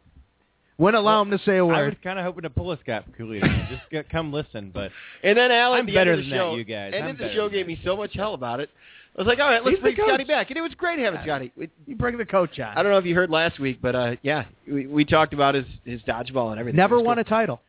Speaker 3: Wouldn't allow him to say a
Speaker 4: I
Speaker 3: word.
Speaker 4: was kind of hoping to pull a Scott Cooley. tonight. <laughs> Just go- come listen, but
Speaker 1: And then Al, at
Speaker 4: I'm
Speaker 1: the
Speaker 4: better
Speaker 1: end of the
Speaker 4: than that,
Speaker 1: show,
Speaker 4: you guys.
Speaker 1: End
Speaker 4: I'm
Speaker 1: of the
Speaker 4: better
Speaker 1: show
Speaker 4: than
Speaker 1: gave
Speaker 4: that.
Speaker 1: me so much hell about it. I was like, all right, let's
Speaker 3: He's the
Speaker 1: bring Scotty
Speaker 3: coach.
Speaker 1: back, and it was great having Scotty. It-
Speaker 3: you bring the coach on.
Speaker 1: I don't know if you heard last week, but uh, yeah, we, we talked about his his dodgeball and everything.
Speaker 3: never
Speaker 1: It was
Speaker 3: won
Speaker 1: cool.
Speaker 3: a title.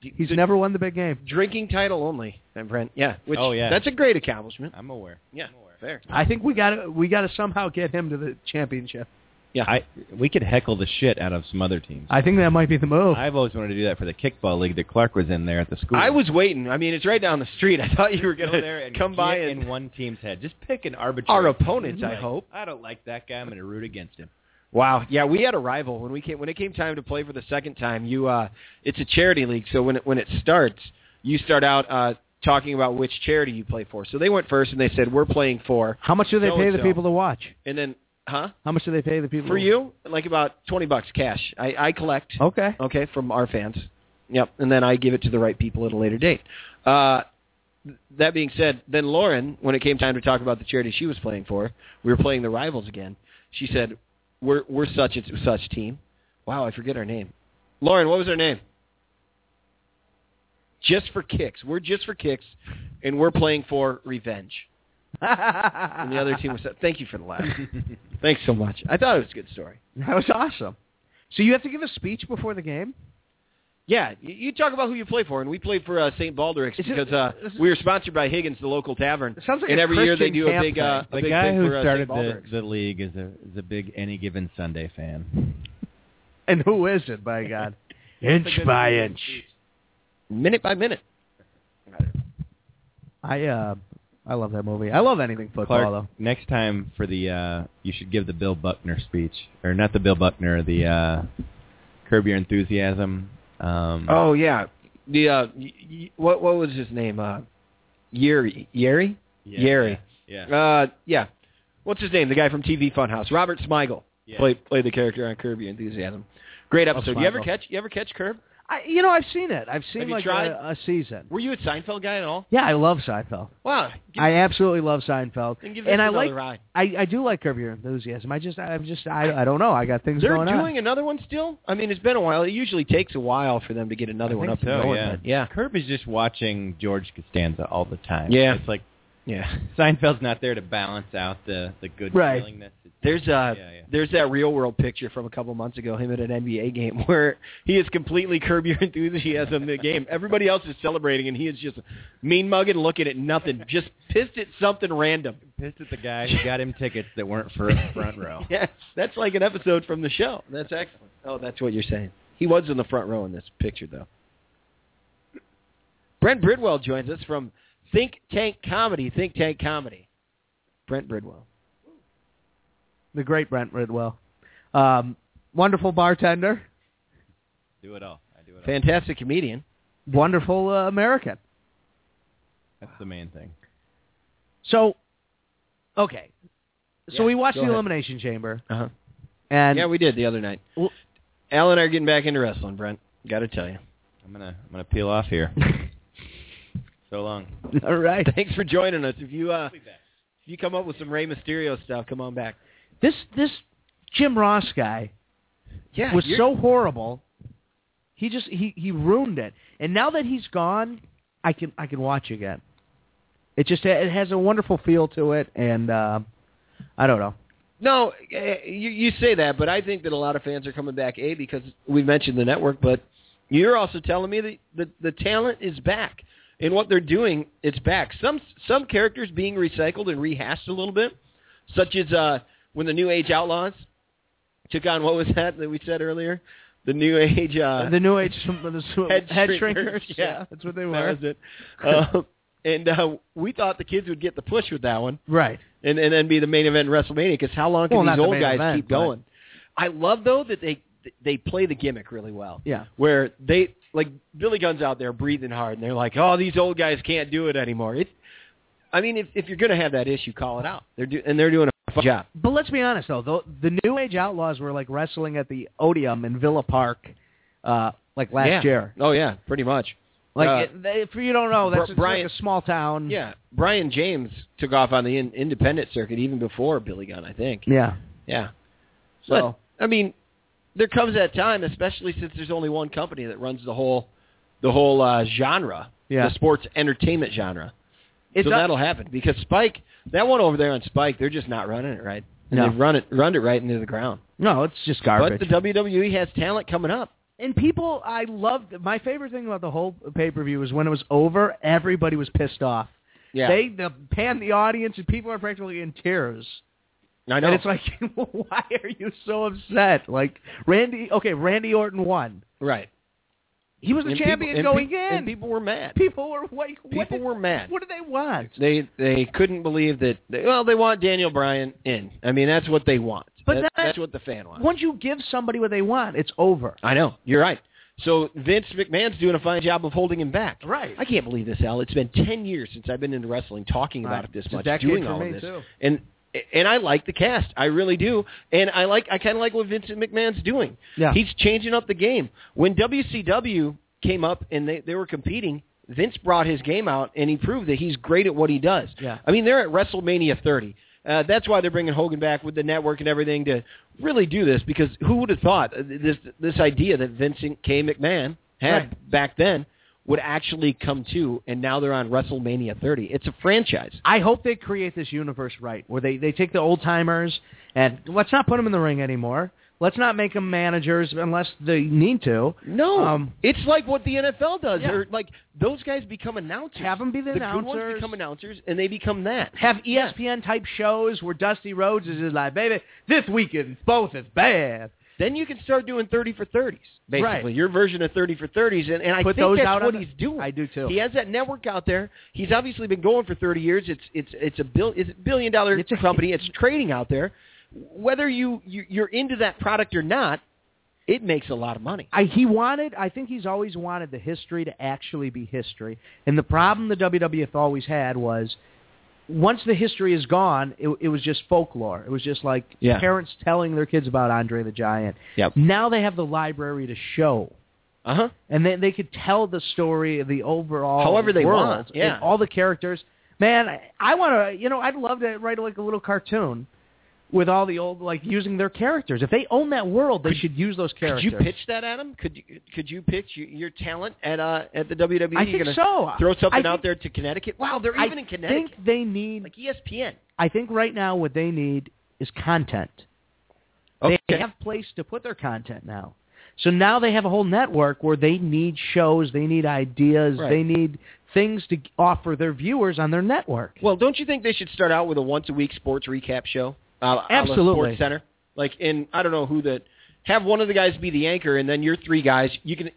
Speaker 3: He's
Speaker 1: The
Speaker 3: never won the big game.
Speaker 1: drinking title only, and Brent. Yeah, which
Speaker 4: Oh, yeah.
Speaker 1: that's a great accomplishment.
Speaker 4: I'm aware.
Speaker 1: Yeah,
Speaker 4: I'm aware.
Speaker 1: fair.
Speaker 3: I think we got to we got to somehow get him to the championship.
Speaker 1: Yeah,
Speaker 4: I we could heckle the shit out of some other teams.
Speaker 3: I think that might be the move.
Speaker 4: I've always wanted to do that for the kickball league that Clark was in there at the school.
Speaker 1: I
Speaker 4: <laughs>
Speaker 1: was waiting. I mean, it's right down the street. I thought you were
Speaker 4: Go
Speaker 1: gonna
Speaker 4: there and
Speaker 1: come
Speaker 4: get
Speaker 1: by and
Speaker 4: in one team's head. Just pick an arbitrary.
Speaker 1: our opponents. I
Speaker 4: Like,
Speaker 1: hope.
Speaker 4: I don't like that guy. I'm going to root against him.
Speaker 1: Wow. Yeah, we had a rival when we came when it came time to play for the second time. You, uh, it's a charity league, so when it, when it starts, you start out uh, talking about which charity you play for. So they went first and they said we're playing for,
Speaker 3: How much do they pay the
Speaker 1: So-and-so.
Speaker 3: people to watch?
Speaker 1: and then huh
Speaker 3: How much do they pay the people
Speaker 1: for
Speaker 3: to-
Speaker 1: you like about twenty bucks cash. I, I collect
Speaker 3: <laughs> Okay.
Speaker 1: okay from our fans. Yep, and then I give it to the right people at a later date. Uh, th- that being said, then Lauren, when it came time to talk about the charity she was playing for, we were playing the rivals again. She said, "We're we're such and such team." Wow, I forget her name. Lauren, what was her name? Just for kicks. We're just for kicks, and we're playing for revenge. and the other team was. Thank you for the <laughs> laugh. Thanks so much. I thought it was a good story.
Speaker 3: <laughs> That was awesome. So you have to give a speech before the game?
Speaker 1: Yeah, you, you talk about who you play for, and we played for uh, St. Baldrick's
Speaker 3: Is it-
Speaker 1: because uh,
Speaker 3: this is-
Speaker 1: we were sponsored by Higgins, the local tavern.
Speaker 3: It sounds like
Speaker 1: and
Speaker 3: a
Speaker 1: every year they
Speaker 3: Christian
Speaker 1: do a
Speaker 3: camp
Speaker 1: big, uh,
Speaker 3: thing.
Speaker 1: a
Speaker 4: The
Speaker 1: big
Speaker 4: guy
Speaker 1: thing
Speaker 4: who
Speaker 1: for, uh, St.
Speaker 4: started the,
Speaker 1: Baldrick's.
Speaker 4: the league is a is a big any given Sunday fan.
Speaker 3: And who is it, by God? <laughs> inch by inch.
Speaker 1: minute by minute.
Speaker 3: I uh, I love that movie. I love anything football
Speaker 4: Clark,
Speaker 3: though.
Speaker 4: next time for the uh, you should give the Bill Buckner speech, or not the Bill Buckner, the uh, Curb Your Enthusiasm. Um,
Speaker 1: Oh yeah, the uh, y- y- what what was his name? Uh, Yeri Yeri
Speaker 4: yeah,
Speaker 1: Yeri.
Speaker 4: Yeah, yeah,
Speaker 1: Uh, yeah. What's his name? The guy from TV Funhouse, Robert Smigel,
Speaker 4: yeah.
Speaker 1: played played the character on Curb Your Enthusiasm. Great episode. You ever
Speaker 3: Smigel.
Speaker 1: catch you ever catch Curb?
Speaker 3: I, you know, I've seen it. I've seen
Speaker 1: Have you
Speaker 3: like
Speaker 1: tried?
Speaker 3: A, a season.
Speaker 1: Were you a Seinfeld guy at all?
Speaker 3: Yeah, I love Seinfeld.
Speaker 1: Wow. Give,
Speaker 3: I absolutely love Seinfeld,
Speaker 1: then give this
Speaker 3: and I
Speaker 1: another
Speaker 3: like.
Speaker 1: ride.
Speaker 3: I, I do like Curb Your Enthusiasm. I just, I'm just, I, I don't know. I got things
Speaker 1: They're
Speaker 3: going on.
Speaker 1: doing another one still. I mean, it's been a while. It usually takes a while for them to get another
Speaker 4: I
Speaker 1: one
Speaker 4: think
Speaker 1: up
Speaker 4: so,
Speaker 1: and going.
Speaker 4: yeah.
Speaker 1: But yeah,
Speaker 4: Curb is just watching George Costanza all the time.
Speaker 1: Yeah.
Speaker 4: it's like
Speaker 1: yeah.
Speaker 4: Seinfeld's not there to balance out the the good
Speaker 3: Right.
Speaker 4: feelingness. It's-
Speaker 1: There's uh,
Speaker 4: yeah, yeah.
Speaker 1: there's that real world picture from a couple months ago, him at an NBA game <laughs> where he is completely curb your enthusiasm in the game. Everybody else is celebrating and he is just mean mugging, looking at nothing, just pissed at something random.
Speaker 4: Pissed at the guy who got him tickets that weren't for
Speaker 1: <laughs>
Speaker 4: front row.
Speaker 1: Yes, that's like an episode from the show. That's excellent. Oh, that's what you're saying. He was in the front row in this picture, though. Brent Bridwell joins us from Think Tank Comedy. Think Tank Comedy. Brent Bridwell.
Speaker 3: The great Brent Ridwell, um, wonderful bartender,
Speaker 4: Do it all. I do it all.
Speaker 1: Fantastic comedian.
Speaker 3: wonderful uh, American.
Speaker 4: That's the main thing.
Speaker 3: So, okay, so
Speaker 1: Yeah,
Speaker 3: we watched
Speaker 1: go
Speaker 3: the
Speaker 1: ahead.
Speaker 3: Elimination Chamber,
Speaker 1: Uh-huh.
Speaker 3: and
Speaker 1: Yeah, we did the other night.
Speaker 3: Well-
Speaker 1: Al and I are getting back into wrestling, Brent. Got to tell you.
Speaker 4: I'm gonna I'm gonna peel
Speaker 1: <laughs>
Speaker 4: off here. so long.
Speaker 3: <laughs> all right.
Speaker 1: Thanks for joining us. If you uh, if you come up with some Rey Mysterio stuff, come on back.
Speaker 3: This this Jim Ross guy
Speaker 1: Yeah,
Speaker 3: was
Speaker 1: you're-
Speaker 3: so horrible. He just he he ruined it. And now that he's gone, I can I can watch again. It just it has a wonderful feel to it, and uh, I don't know.
Speaker 1: no. eh, You you say that, but I think that a lot of fans are coming back. A because we mentioned the network, but you're also telling me that the the talent is back and what they're doing. It's back. Some some characters being recycled and rehashed a little bit, such as uh, when the New Age Outlaws took on what was that that we said earlier. The new age, uh,
Speaker 3: the new age <laughs> the sw-
Speaker 1: head
Speaker 3: head,
Speaker 1: shrinkers,
Speaker 3: shrinkers.
Speaker 1: yeah.
Speaker 3: that's what they
Speaker 1: That
Speaker 3: were.
Speaker 1: was it. Uh, and uh, we thought the kids would get the push with that one,
Speaker 3: Right.
Speaker 1: and, and then be the main event in WrestleMania. Because how long can
Speaker 3: Well, not
Speaker 1: these
Speaker 3: the
Speaker 1: old
Speaker 3: main
Speaker 1: guys
Speaker 3: event,
Speaker 1: keep
Speaker 3: but-
Speaker 1: going? I love though that they they play the gimmick really well.
Speaker 3: Yeah.
Speaker 1: Where they like Billy Gunn's out there breathing hard, and they're like, "Oh, these old guys can't do it anymore." It, I mean, if if you're going to have that issue, call it out. They're do, and they're doing a
Speaker 3: <laughs>
Speaker 1: fine job.
Speaker 3: But let's be honest though, the, the new age outlaws were like wrestling at the Odeum in Villa Park, uh, like last
Speaker 1: yeah.
Speaker 3: year.
Speaker 1: Oh yeah, pretty much.
Speaker 3: Like
Speaker 1: Uh,
Speaker 3: it, they, if you don't know, that's
Speaker 1: Bri-
Speaker 3: it's
Speaker 1: Brian-
Speaker 3: like a small town.
Speaker 1: Yeah, Brian James took off on the in, independent circuit even before Billy Gunn, I think.
Speaker 3: Yeah.
Speaker 1: Yeah.
Speaker 3: So-
Speaker 1: But, I mean, there comes that time, especially since there's only one company that runs the whole the whole uh, genre,
Speaker 3: Yeah.
Speaker 1: the sports entertainment genre.
Speaker 3: It's
Speaker 1: so
Speaker 3: not-
Speaker 1: that'll happen because Spike, that one over there on Spike, they're just not running it right. And
Speaker 3: No.
Speaker 1: They've run it run it right into the ground.
Speaker 3: no, it's just garbage.
Speaker 1: But the WWE has talent coming up.
Speaker 3: And people, I loved my favorite thing about the whole pay per view was when it was over, everybody was pissed off.
Speaker 1: Yeah,
Speaker 3: They the, panned the audience, and people are practically in tears.
Speaker 1: I know.
Speaker 3: And it's like, <laughs> why are you so upset? Like Randy, okay, Randy Orton won.
Speaker 1: right.
Speaker 3: He was the
Speaker 1: And
Speaker 3: champion
Speaker 1: people,
Speaker 3: going
Speaker 1: and, pe-
Speaker 3: in.
Speaker 1: and people were mad.
Speaker 3: <laughs> people were like, what
Speaker 1: people
Speaker 3: did,
Speaker 1: were mad.
Speaker 3: What do they want?
Speaker 1: They they couldn't believe that. They, well, they want Daniel Bryan in. I mean, that's what they want.
Speaker 3: But
Speaker 1: That-
Speaker 3: that-
Speaker 1: that's what the fan wants.
Speaker 3: Once you give somebody what they want, it's over.
Speaker 1: I know. You're right. So Vince McMahon's doing a fine job of holding him back.
Speaker 3: Right.
Speaker 1: I can't believe this, Al. It's been ten years since I've been into wrestling, talking about
Speaker 3: Right.
Speaker 1: it this
Speaker 3: Uh, It's a
Speaker 1: much,
Speaker 3: decade
Speaker 1: doing
Speaker 3: for
Speaker 1: all
Speaker 3: me,
Speaker 1: of this,
Speaker 3: too.
Speaker 1: and and I like the cast. I really do, and I like I kind of like what Vincent McMahon's doing.
Speaker 3: Yeah.
Speaker 1: He's changing up the game. When WCW came up and they they were competing. Vince brought his game out and he proved that he's great at what he does.
Speaker 3: Yeah.
Speaker 1: I mean, they're at WrestleMania 30. Uh, that's why they're bringing Hogan back with the network and everything to really do this because who would have thought uh, this this idea that Vincent K. McMahon had
Speaker 3: Right.
Speaker 1: back then would actually come to, and now they're on WrestleMania 30. It's a franchise.
Speaker 3: I hope they create this universe right, where they, they take the old timers and let's not put them in the ring anymore. Let's not make them managers unless they need to.
Speaker 1: No,
Speaker 3: Um,
Speaker 1: it's like what the NFL does.
Speaker 3: Yeah.
Speaker 1: They're like those guys become announcers.
Speaker 3: Have 'em be the
Speaker 1: good ones
Speaker 3: announcers.
Speaker 1: become announcers, and they become that.
Speaker 3: Have E ESPN type shows where Dusty Rhodes is just like, baby, this weekend both is bad.
Speaker 1: Then you can start doing thirty for thirties, basically
Speaker 3: Right.
Speaker 1: your version of thirty for thirties, and, and I
Speaker 3: Put
Speaker 1: think
Speaker 3: those
Speaker 1: that's
Speaker 3: out on
Speaker 1: what
Speaker 3: the-
Speaker 1: he's doing.
Speaker 3: I do too.
Speaker 1: He has that network out there. He's obviously been going for thirty years. It's it's it's a bill it's a billion dollar
Speaker 3: It's a-
Speaker 1: company. It's trading out there. Whether you, you you're into that product or not, it makes a lot of money.
Speaker 3: I, he wanted, I think he's always wanted the history to actually be history. And the problem the WWF always had was once the history is gone, it, it was just folklore. It was just like
Speaker 4: Yeah.
Speaker 3: parents telling their kids about Andre the Giant.
Speaker 4: Yep.
Speaker 3: Now they have the library to show.
Speaker 1: Uh huh.
Speaker 3: And they, they could tell the story of the overall
Speaker 1: However they
Speaker 3: world
Speaker 1: want, yeah.
Speaker 3: and all the characters. Man, I, I want to, you know, I'd love to write like a little cartoon with all the old, like using their characters. If they own that world, they should use those
Speaker 1: Could
Speaker 3: characters.
Speaker 1: you pitch that, Adam? Could you could you pitch your, your talent at uh at the WWE?
Speaker 3: I
Speaker 1: You're gonna
Speaker 3: think so.
Speaker 1: Throw
Speaker 3: I
Speaker 1: something
Speaker 3: think-
Speaker 1: out there to Connecticut. Wow, they're even
Speaker 3: I
Speaker 1: in Connecticut,
Speaker 3: think they need.
Speaker 1: like E ESPN.
Speaker 3: I think right now what they need is content. They
Speaker 1: Okay.
Speaker 3: have place to put their content now. So now they have a whole network where they need shows, they need ideas,
Speaker 1: Right.
Speaker 3: they need things to offer their viewers on their network.
Speaker 1: Well, don't you think they should start out with a once a week sports recap show? Uh, a la
Speaker 3: Absolutely.
Speaker 1: Sports Center. Like in I don't know who the have one of the guys be the anchor, and then your three guys. You can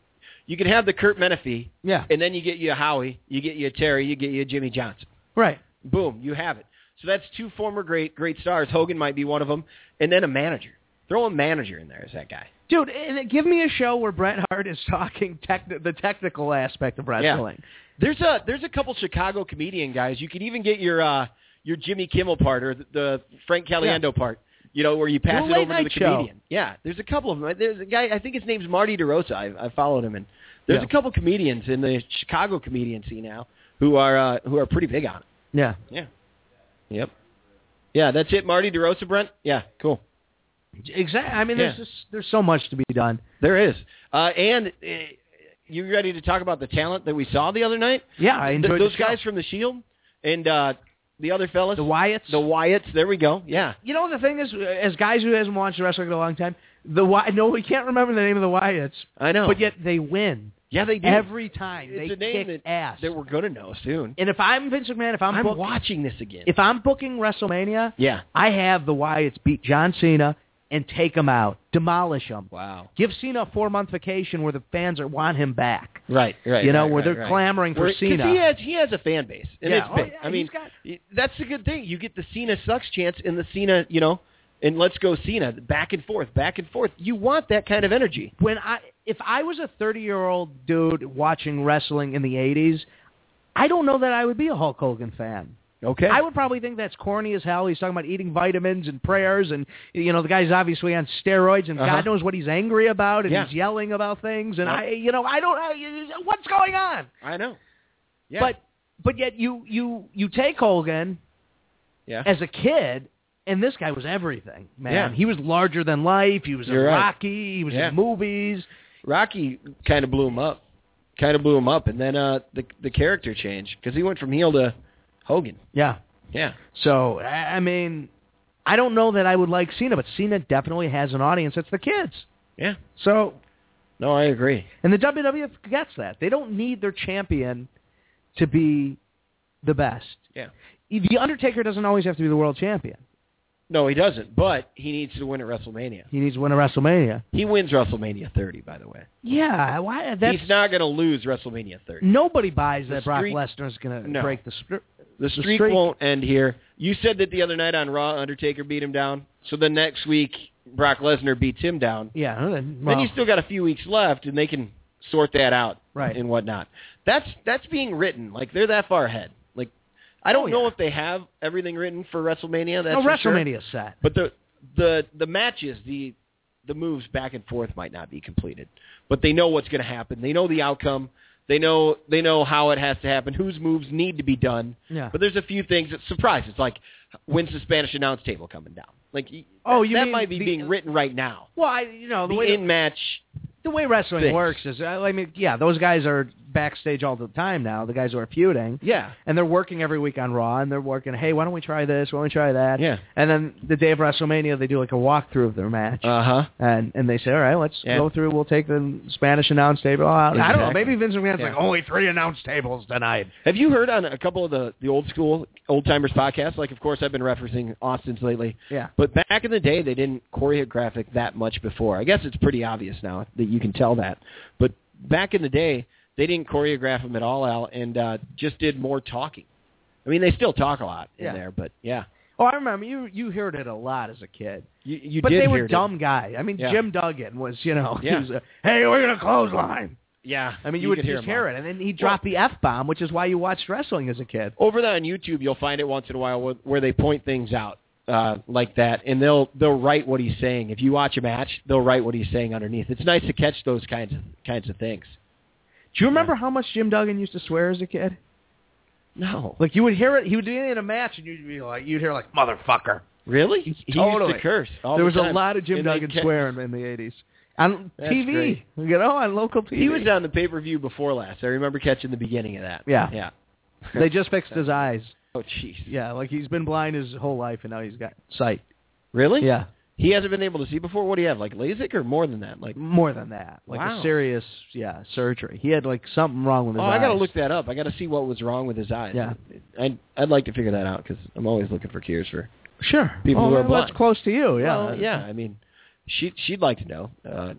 Speaker 1: you can have the Kurt Menefee,
Speaker 3: yeah,
Speaker 1: and then you get you a Howie, you get you a Terry, you get you a Jimmy Johnson.
Speaker 3: right.
Speaker 1: Boom, you have it. So that's two former great great stars. Hogan might be one of them, and then a manager. Throw a manager in there as that guy.
Speaker 3: Dude, and give me a show where Bret Hart is <laughs> talking tech- the technical aspect of wrestling.
Speaker 1: There's a there's a couple Chicago comedian guys. You could even get your uh your Jimmy Kimmel part or the, the Frank Caliendo part. You know where you pass
Speaker 3: Well,
Speaker 1: it
Speaker 3: late
Speaker 1: over to the
Speaker 3: night show.
Speaker 1: comedian. Yeah, there's a couple of them. There's a guy I think his name's Marty DeRosa. I, I followed him and there's
Speaker 3: Yeah.
Speaker 1: a couple comedians in the Chicago comedian scene now who are uh, who are pretty big on it.
Speaker 3: Yeah.
Speaker 1: Yeah. Yep. Yeah, that's it. Marty DeRosa, Brent. Yeah, cool.
Speaker 3: Exactly. I mean, there's
Speaker 1: Yeah.
Speaker 3: just, there's so much to be done.
Speaker 1: There is. Uh, and uh, you ready to talk about the talent that we saw the other night?
Speaker 3: Yeah, I
Speaker 1: Th-
Speaker 3: enjoyed
Speaker 1: those
Speaker 3: the show.
Speaker 1: guys from the Shield and uh, the other fellas,
Speaker 3: the Wyatts.
Speaker 1: the Wyatts. There we go. Yeah,
Speaker 3: You know the thing is, as guys who hasn't watched wrestling in a long time, the Wy- no, we can't remember the name of the Wyatts,
Speaker 1: I know.
Speaker 3: but yet they win
Speaker 1: yeah, they did.
Speaker 3: every time.
Speaker 1: it's
Speaker 3: they
Speaker 1: a name
Speaker 3: kick
Speaker 1: that,
Speaker 3: ass.
Speaker 1: that we're gonna know soon.
Speaker 3: and if I'm Vince McMahon, if I'm,
Speaker 1: I'm
Speaker 3: booking,
Speaker 1: watching this again.
Speaker 3: if I'm booking WrestleMania,
Speaker 1: yeah.
Speaker 3: I have the Wyatts beat John Cena and take him out, demolish him,
Speaker 1: Wow.
Speaker 3: give Cena a four month vacation where the fans are, want him back.
Speaker 1: Right, right.
Speaker 3: You know,
Speaker 1: right,
Speaker 3: where
Speaker 1: right,
Speaker 3: they're
Speaker 1: right.
Speaker 3: clamoring for
Speaker 1: Where- 'cause
Speaker 3: Cena.
Speaker 1: He has he has a fan base, and
Speaker 3: Yeah.
Speaker 1: it's
Speaker 3: Oh,
Speaker 1: big.
Speaker 3: yeah,
Speaker 1: I mean,
Speaker 3: he's got-
Speaker 1: y- that's the good thing. You get the Cena sucks chance and the Cena, you know, and let's go Cena back and forth, back and forth. You want that kind of energy.
Speaker 3: when I if I was a 30 year old dude watching wrestling in the 80s, I don't know that I would be a Hulk Hogan fan.
Speaker 1: Okay.
Speaker 3: I would probably think that's corny as hell. He's talking about eating vitamins and prayers, and you know the guy's obviously on steroids, and
Speaker 1: Uh-huh.
Speaker 3: God knows what he's angry about, and
Speaker 1: Yeah.
Speaker 3: he's yelling about things, and
Speaker 1: Yep.
Speaker 3: I, you know, I don't, I, what's going on?
Speaker 1: I know. Yeah.
Speaker 3: But but yet you you you take Hogan
Speaker 1: yeah.
Speaker 3: as a kid, and this guy was everything, man.
Speaker 1: Yeah.
Speaker 3: He was larger than life. He was in
Speaker 1: You're right.
Speaker 3: Rocky. He was
Speaker 1: Yeah.
Speaker 3: in movies.
Speaker 1: Rocky kind of blew him up, kind of blew him up, and then uh, the the character changed because he went from heel to Hogan.
Speaker 3: Yeah.
Speaker 1: Yeah,
Speaker 3: So I I mean, I don't know that I would like Cena, but Cena definitely has an audience. It's the kids.
Speaker 1: yeah.
Speaker 3: So
Speaker 1: No, I agree.
Speaker 3: and the WWF gets that. They don't need their champion to be the best.
Speaker 1: Yeah.
Speaker 3: The Undertaker doesn't always have to be the world champion.
Speaker 1: No, he doesn't, but he needs to win at WrestleMania.
Speaker 3: He needs to win a WrestleMania.
Speaker 1: He wins WrestleMania 30, by the way.
Speaker 3: Yeah, why? That's
Speaker 1: He's not going to lose WrestleMania 30.
Speaker 3: nobody buys
Speaker 1: The
Speaker 3: that Brock
Speaker 1: streak-
Speaker 3: Lesnar's going to
Speaker 1: No.
Speaker 3: break the streak.
Speaker 1: The
Speaker 3: the
Speaker 1: streak,
Speaker 3: streak-
Speaker 1: won't end here. You said that the other night on Raw, Undertaker beat him down. So the next week, Brock Lesnar beats him down.
Speaker 3: Yeah, then,
Speaker 1: then
Speaker 3: well,
Speaker 1: you still got a few weeks left, and they can sort that out
Speaker 3: Right.
Speaker 1: and whatnot. That's that's being written. Like they're that far ahead. Like I don't
Speaker 3: Oh,
Speaker 1: know
Speaker 3: yeah.
Speaker 1: if they have everything written for WrestleMania. That's
Speaker 3: no
Speaker 1: for sure.
Speaker 3: WrestleMania set.
Speaker 1: But the the the matches, the the moves back and forth might not be completed, but they know what's going to happen. They know the outcome. They know they know how it has to happen. Whose moves need to be done.
Speaker 3: Yeah.
Speaker 1: But there's a few things that surprise. It's like when's the Spanish announce table coming down? Like y-
Speaker 3: Oh,
Speaker 1: that,
Speaker 3: you
Speaker 1: that
Speaker 3: mean
Speaker 1: might be
Speaker 3: the-
Speaker 1: being written right now.
Speaker 3: Well, I, you know the,
Speaker 1: The
Speaker 3: way
Speaker 1: in match
Speaker 3: the way wrestling
Speaker 1: Things.
Speaker 3: works is, I I mean, yeah, those guys are backstage all the time now. The guys who are feuding,
Speaker 1: Yeah.
Speaker 3: and they're working every week on Raw, and they're working. Hey, why don't we try this? Why don't we try that?
Speaker 1: Yeah.
Speaker 3: And then the day of WrestleMania, they do like a walkthrough of their match,
Speaker 1: Uh huh.
Speaker 3: and and they say, all right, let's
Speaker 1: Yeah.
Speaker 3: go through. We'll take the Spanish announce table out. I don't know.
Speaker 1: Exactly.
Speaker 3: Maybe Vince McMahon's
Speaker 1: Yeah.
Speaker 3: like only three announce tables tonight.
Speaker 1: Have you heard on a couple of the, the old school old timers podcasts? Like, of course, I've been referencing Austin's lately.
Speaker 3: Yeah.
Speaker 1: But back in the day, they didn't choreograph it that much before. I guess it's pretty obvious now that you can tell that. But back in the day, they didn't choreograph them at all, Al, and uh, just did more talking. I mean, they still talk a lot in
Speaker 3: Yeah.
Speaker 1: there, but yeah,
Speaker 3: Oh, I remember you. You heard it a lot as a kid.
Speaker 1: you, you
Speaker 3: but
Speaker 1: did
Speaker 3: they
Speaker 1: hear
Speaker 3: were
Speaker 1: it.
Speaker 3: dumb guys. I mean,
Speaker 1: Yeah.
Speaker 3: Jim Duggan was, you know,
Speaker 1: Yeah.
Speaker 3: he was a, hey, we're gonna close line.
Speaker 1: Yeah,
Speaker 3: I mean, you, would
Speaker 1: could hear,
Speaker 3: just hear,
Speaker 1: 'em all.
Speaker 3: it, and then he dropped the f bomb, which is why you watched wrestling as a kid.
Speaker 1: Over there on YouTube, you'll find it once in a while where- where they point things out uh, like that, and they'll they'll write what he's saying. If you watch a match, they'll write what he's saying underneath. It's nice to catch those kinds of kinds of things.
Speaker 3: Do you remember how much Jim Duggan used to swear as a kid?
Speaker 1: No,
Speaker 3: Like you would hear it, he would be in a match, and you'd be like, you'd hear like motherfucker.
Speaker 1: really? He used
Speaker 3: Totally.
Speaker 1: to curse. all
Speaker 3: there
Speaker 1: the
Speaker 3: was a
Speaker 1: time.
Speaker 3: lot of Jim
Speaker 1: And they
Speaker 3: Duggan
Speaker 1: kept- <laughs>
Speaker 3: swearing in the eighties on
Speaker 1: That's
Speaker 3: TV,
Speaker 1: great.
Speaker 3: you know, on local TV.
Speaker 1: He was on the pay per view before last. I remember catching the beginning of that.
Speaker 3: Yeah.
Speaker 1: yeah.
Speaker 3: they just fixed his eyes.
Speaker 1: <laughs> oh, jeez.
Speaker 3: Yeah, like he's been blind his whole life, and now he's got sight.
Speaker 1: Really?
Speaker 3: Yeah,
Speaker 1: He hasn't been able to see before. What do you have? Like LASIK or more than that? Like,
Speaker 3: more than that, like
Speaker 1: Wow.
Speaker 3: a serious yeah surgery. He had like something wrong with
Speaker 1: oh,
Speaker 3: his
Speaker 1: I gotta
Speaker 3: eyes.
Speaker 1: look that up. I gotta see what was wrong with his eyes.
Speaker 3: Yeah.
Speaker 1: I'd I'd like to figure that out because I'm always looking for cures for
Speaker 3: Sure.
Speaker 1: People
Speaker 3: Well,
Speaker 1: who are
Speaker 3: well,
Speaker 1: blind.
Speaker 3: That's close to you. Oh, Yeah.
Speaker 1: Well, yeah. I mean, she she'd like to know. Uh,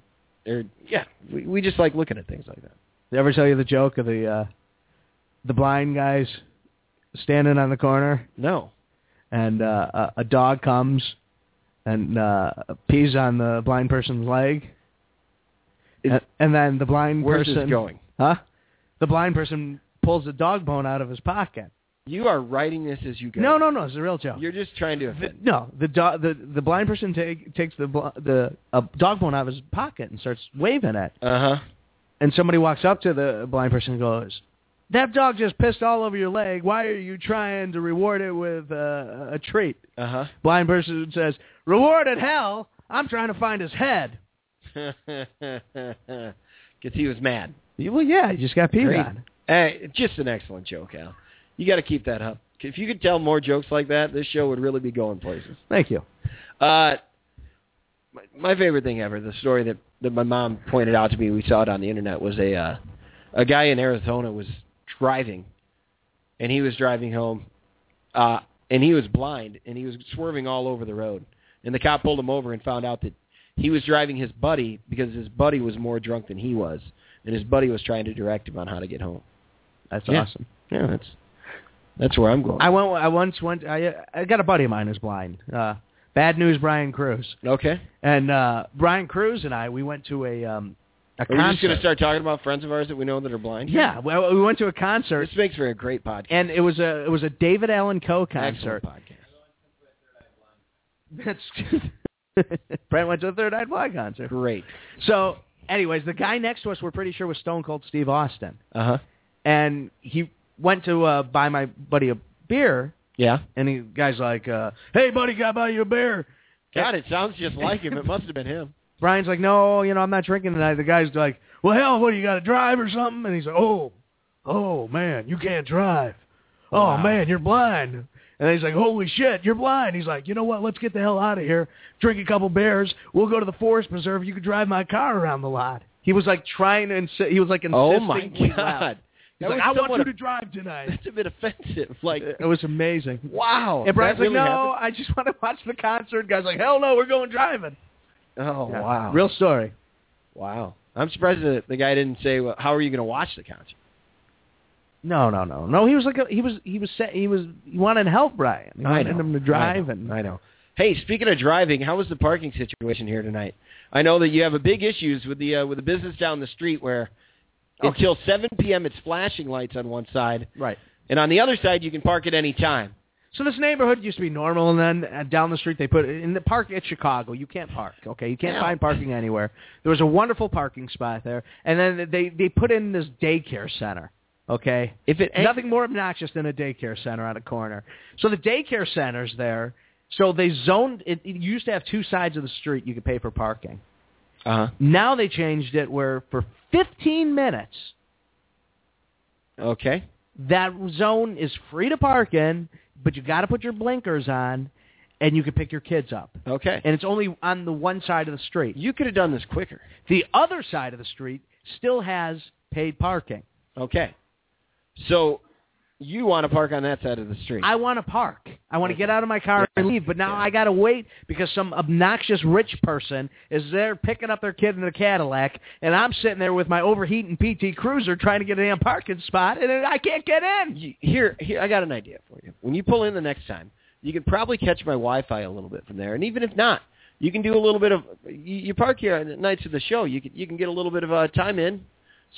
Speaker 1: or yeah, we, we just like looking at things like that.
Speaker 3: Did I ever tell you the joke of the uh, the blind guys standing on the corner
Speaker 1: No.
Speaker 3: and uh, a, a dog comes and uh, pees on the blind person's leg,
Speaker 1: Is-
Speaker 3: and, and then the blind
Speaker 1: Where's
Speaker 3: person
Speaker 1: this going?
Speaker 3: Huh? The blind person pulls a dog bone out of his pocket.
Speaker 1: You are writing this as you go.
Speaker 3: No, no, no. It's a real joke.
Speaker 1: You're just trying to
Speaker 3: The-
Speaker 1: offend.
Speaker 3: no, the dog, the the blind person take, takes the bl- the a dog bone out of his pocket and starts waving it.
Speaker 1: Uh huh.
Speaker 3: and somebody walks up to the blind person and goes, "That dog just pissed all over your leg. Why are you trying to reward it with uh, a treat?"
Speaker 1: <laughs> Uh
Speaker 3: Blind person says, "Reward at hell. I'm trying to find his head."
Speaker 1: huh. Because he was mad.
Speaker 3: Well, yeah, you just got peed
Speaker 1: Great.
Speaker 3: on.
Speaker 1: Hey, just an excellent joke, Al. You got to keep that up. If you could tell more jokes like that, this show would really be going places.
Speaker 3: Thank you.
Speaker 1: Uh, my, my favorite thing ever, the story that, that my mom pointed out to me, we saw it on the internet, was a uh, a guy in Arizona was driving, and he was driving home, uh, and he was blind, and he was swerving all over the road, and the cop pulled him over and found out that he was driving his buddy because his buddy was more drunk than he was, and his buddy was trying to direct him on how to get home.
Speaker 3: That's
Speaker 1: Yeah.
Speaker 3: awesome.
Speaker 1: Yeah, that's that's where I'm going.
Speaker 3: I went. I once went. I I got a buddy of mine who's blind. Uh, bad news, Brian Cruz.
Speaker 1: okay,
Speaker 3: And uh, Brian Cruz and I, we went to a um, a
Speaker 1: are we
Speaker 3: concert.
Speaker 1: just going to start talking about friends of ours that we know that are blind? here?
Speaker 3: yeah, well, we went to a concert.
Speaker 1: This makes for a great podcast.
Speaker 3: and it was a it was a David Allen Coe concert.
Speaker 1: Excellent podcast.
Speaker 3: <laughs> That's Brent went to the Third Eye Blind concert.
Speaker 1: Great.
Speaker 3: So, anyways, the guy next to us we're pretty sure was Stone Cold Steve Austin,
Speaker 1: Uh huh.
Speaker 3: and he went to uh, buy my buddy a beer,
Speaker 1: Yeah.
Speaker 3: and the guy's like, uh, "Hey, buddy, can I buy you a beer?"
Speaker 1: God, it sounds <laughs> just like him. It must have been him.
Speaker 3: Brian's like, "No, you know, I'm not drinking tonight." The guy's like, "Well, hell, what do you got to drive or something?" And he's like, "Oh, oh man, you can't drive. Oh
Speaker 1: Wow.
Speaker 3: man, you're blind." And he's like, "Holy shit, you're blind." He's like, "You know what? Let's get the hell out of here. Drink a couple beers. We'll go to the forest preserve. You can drive my car around the lot." He was like trying to insist. He was like insisting.
Speaker 1: Oh my
Speaker 3: we
Speaker 1: God.
Speaker 3: left. He's
Speaker 1: That
Speaker 3: like,
Speaker 1: was
Speaker 3: "I want
Speaker 1: somewhat
Speaker 3: you
Speaker 1: of-
Speaker 3: to drive tonight."
Speaker 1: That's a <laughs> bit offensive. Like,
Speaker 3: it was amazing.
Speaker 1: wow.
Speaker 3: And Brian's
Speaker 1: that really
Speaker 3: like,
Speaker 1: happened?
Speaker 3: "No, I just <laughs> want to watch the concert." Guy's like, "Hell no, we're going driving."
Speaker 1: Oh
Speaker 3: Yeah.
Speaker 1: wow.
Speaker 3: Real story.
Speaker 1: Wow. I'm surprised that the guy didn't say, well, "How are you going to watch the concert?"
Speaker 3: No, no, no, no. He was like a, he was he was set, he was he wanted help Brian. He wanted him to drive
Speaker 1: I know.
Speaker 3: and
Speaker 1: I know. Hey, speaking of driving, how was the parking situation here tonight? I know that you have a big issues with the uh, with the business down the street where
Speaker 3: Okay.
Speaker 1: until 7 p.m. it's flashing lights on one side,
Speaker 3: right.
Speaker 1: and on the other side you can park at any time.
Speaker 3: So this neighborhood used to be normal, and then uh, down the street they put in the park at Chicago. You can't park. Okay, you can't
Speaker 1: Yeah.
Speaker 3: find parking anywhere. There was a wonderful parking spot there, and then they they put in this daycare center. Okay,
Speaker 1: If it ain't-
Speaker 3: nothing more obnoxious than a daycare center on a corner. So the daycare center's there. So they zoned. It, it used to have two sides of the street you could pay for parking.
Speaker 1: Uh
Speaker 3: Now they changed it where for 15 minutes,
Speaker 1: huh. Okay.
Speaker 3: that zone is free to park in, but you got to put your blinkers on, and you can pick your kids up.
Speaker 1: Okay.
Speaker 3: And it's only on the one side of the street.
Speaker 1: you could have done this quicker.
Speaker 3: The other side of the street still has paid parking.
Speaker 1: Okay. So you want to park on that side of the street?
Speaker 3: I want to park. I want to
Speaker 1: Okay.
Speaker 3: get out of my car and leave, but now I got to wait because some obnoxious rich person is there picking up their kid in a Cadillac, and I'm sitting there with my overheating PT Cruiser trying to get a damn parking spot, and I can't get in.
Speaker 1: You- here, here, I got an idea for you. When you pull in the next time, you can probably catch my Wi-Fi a little bit from there, and even if not, you can do a little bit of. You, you park here on the nights of the show. You can you can get a little bit of uh, time in,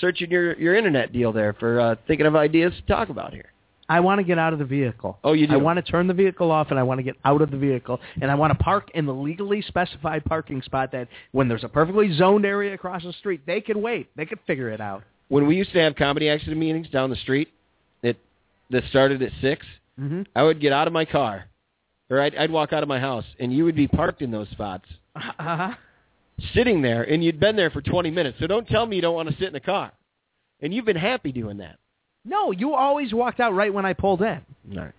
Speaker 1: searching your your internet deal there for uh, thinking of ideas to talk about here.
Speaker 3: I want to get out of the vehicle.
Speaker 1: Oh, you do?
Speaker 3: I want to turn the vehicle off, and I want to get out of the vehicle, and I want to park in the legally specified parking spot that when there's a perfectly zoned area across the street, they can wait. They can figure it out.
Speaker 1: When we used to have comedy accident meetings down the street, it that started at six.
Speaker 3: Mm-hmm.
Speaker 1: I would get out of my car, or I'd, I'd walk out of my house, and you would be parked in those spots,
Speaker 3: Uh-huh.
Speaker 1: sitting there, and you'd been there for 20 minutes. So don't tell me you don't want to sit in the car. And you've been happy doing that.
Speaker 3: No, you always walked out right when I pulled in.
Speaker 1: All right.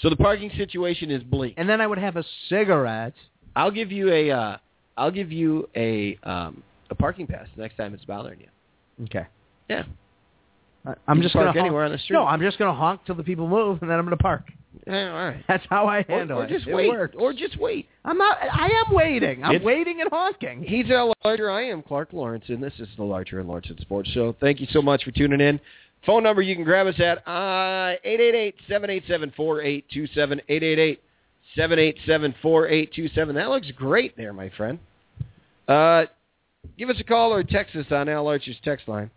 Speaker 1: So the parking situation is bleak.
Speaker 3: and then I would have a cigarette.
Speaker 1: I'll give you a, uh, I'll give you a, um, a parking pass the next time it's bothering you.
Speaker 3: Okay.
Speaker 1: Yeah.
Speaker 3: I'm
Speaker 1: You
Speaker 3: just
Speaker 1: can
Speaker 3: gonna
Speaker 1: park
Speaker 3: honk.
Speaker 1: anywhere on the street.
Speaker 3: No, I'm just gonna honk till the people move, and then I'm gonna park. <laughs>
Speaker 1: Yeah, all right.
Speaker 3: That's how I
Speaker 1: Or,
Speaker 3: handle
Speaker 1: or
Speaker 3: it.
Speaker 1: just
Speaker 3: It
Speaker 1: wait.
Speaker 3: works.
Speaker 1: Or just wait.
Speaker 3: I'm not. I am waiting. I'm
Speaker 1: It's-
Speaker 3: waiting and honking.
Speaker 1: He's Al Larger. I am Clark Lawrence, and this is the Larger and Lawrence Sports Show. Thank you so much for tuning in. Phone number you can grab us at uh, 888-787-4827, 888-787-4827. That looks great there, my friend. Uh, give us a call or text us on Al Archer's text line.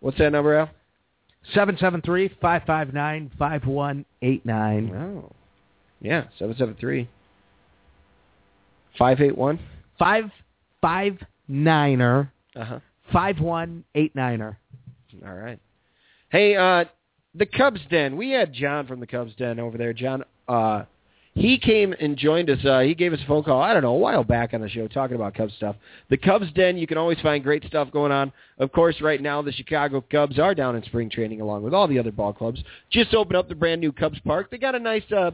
Speaker 1: What's that number, Al?
Speaker 3: Seven seven three five five nine five one eight nine
Speaker 1: Oh. Yeah, 773. 581?
Speaker 3: five five niner
Speaker 1: Uh-huh.
Speaker 3: five one eight niner.
Speaker 1: All right. Hey, uh, the Cubs Den. We had John from the Cubs Den over there. John, uh, he came and joined us. Uh, he gave us a phone call. I don't know a while back on the show talking about Cubs stuff. The Cubs Den. You can always find great stuff going on. Of course, right now the Chicago Cubs are down in spring training along with all the other ball clubs. Just opened up the brand new Cubs Park. They got a nice uh,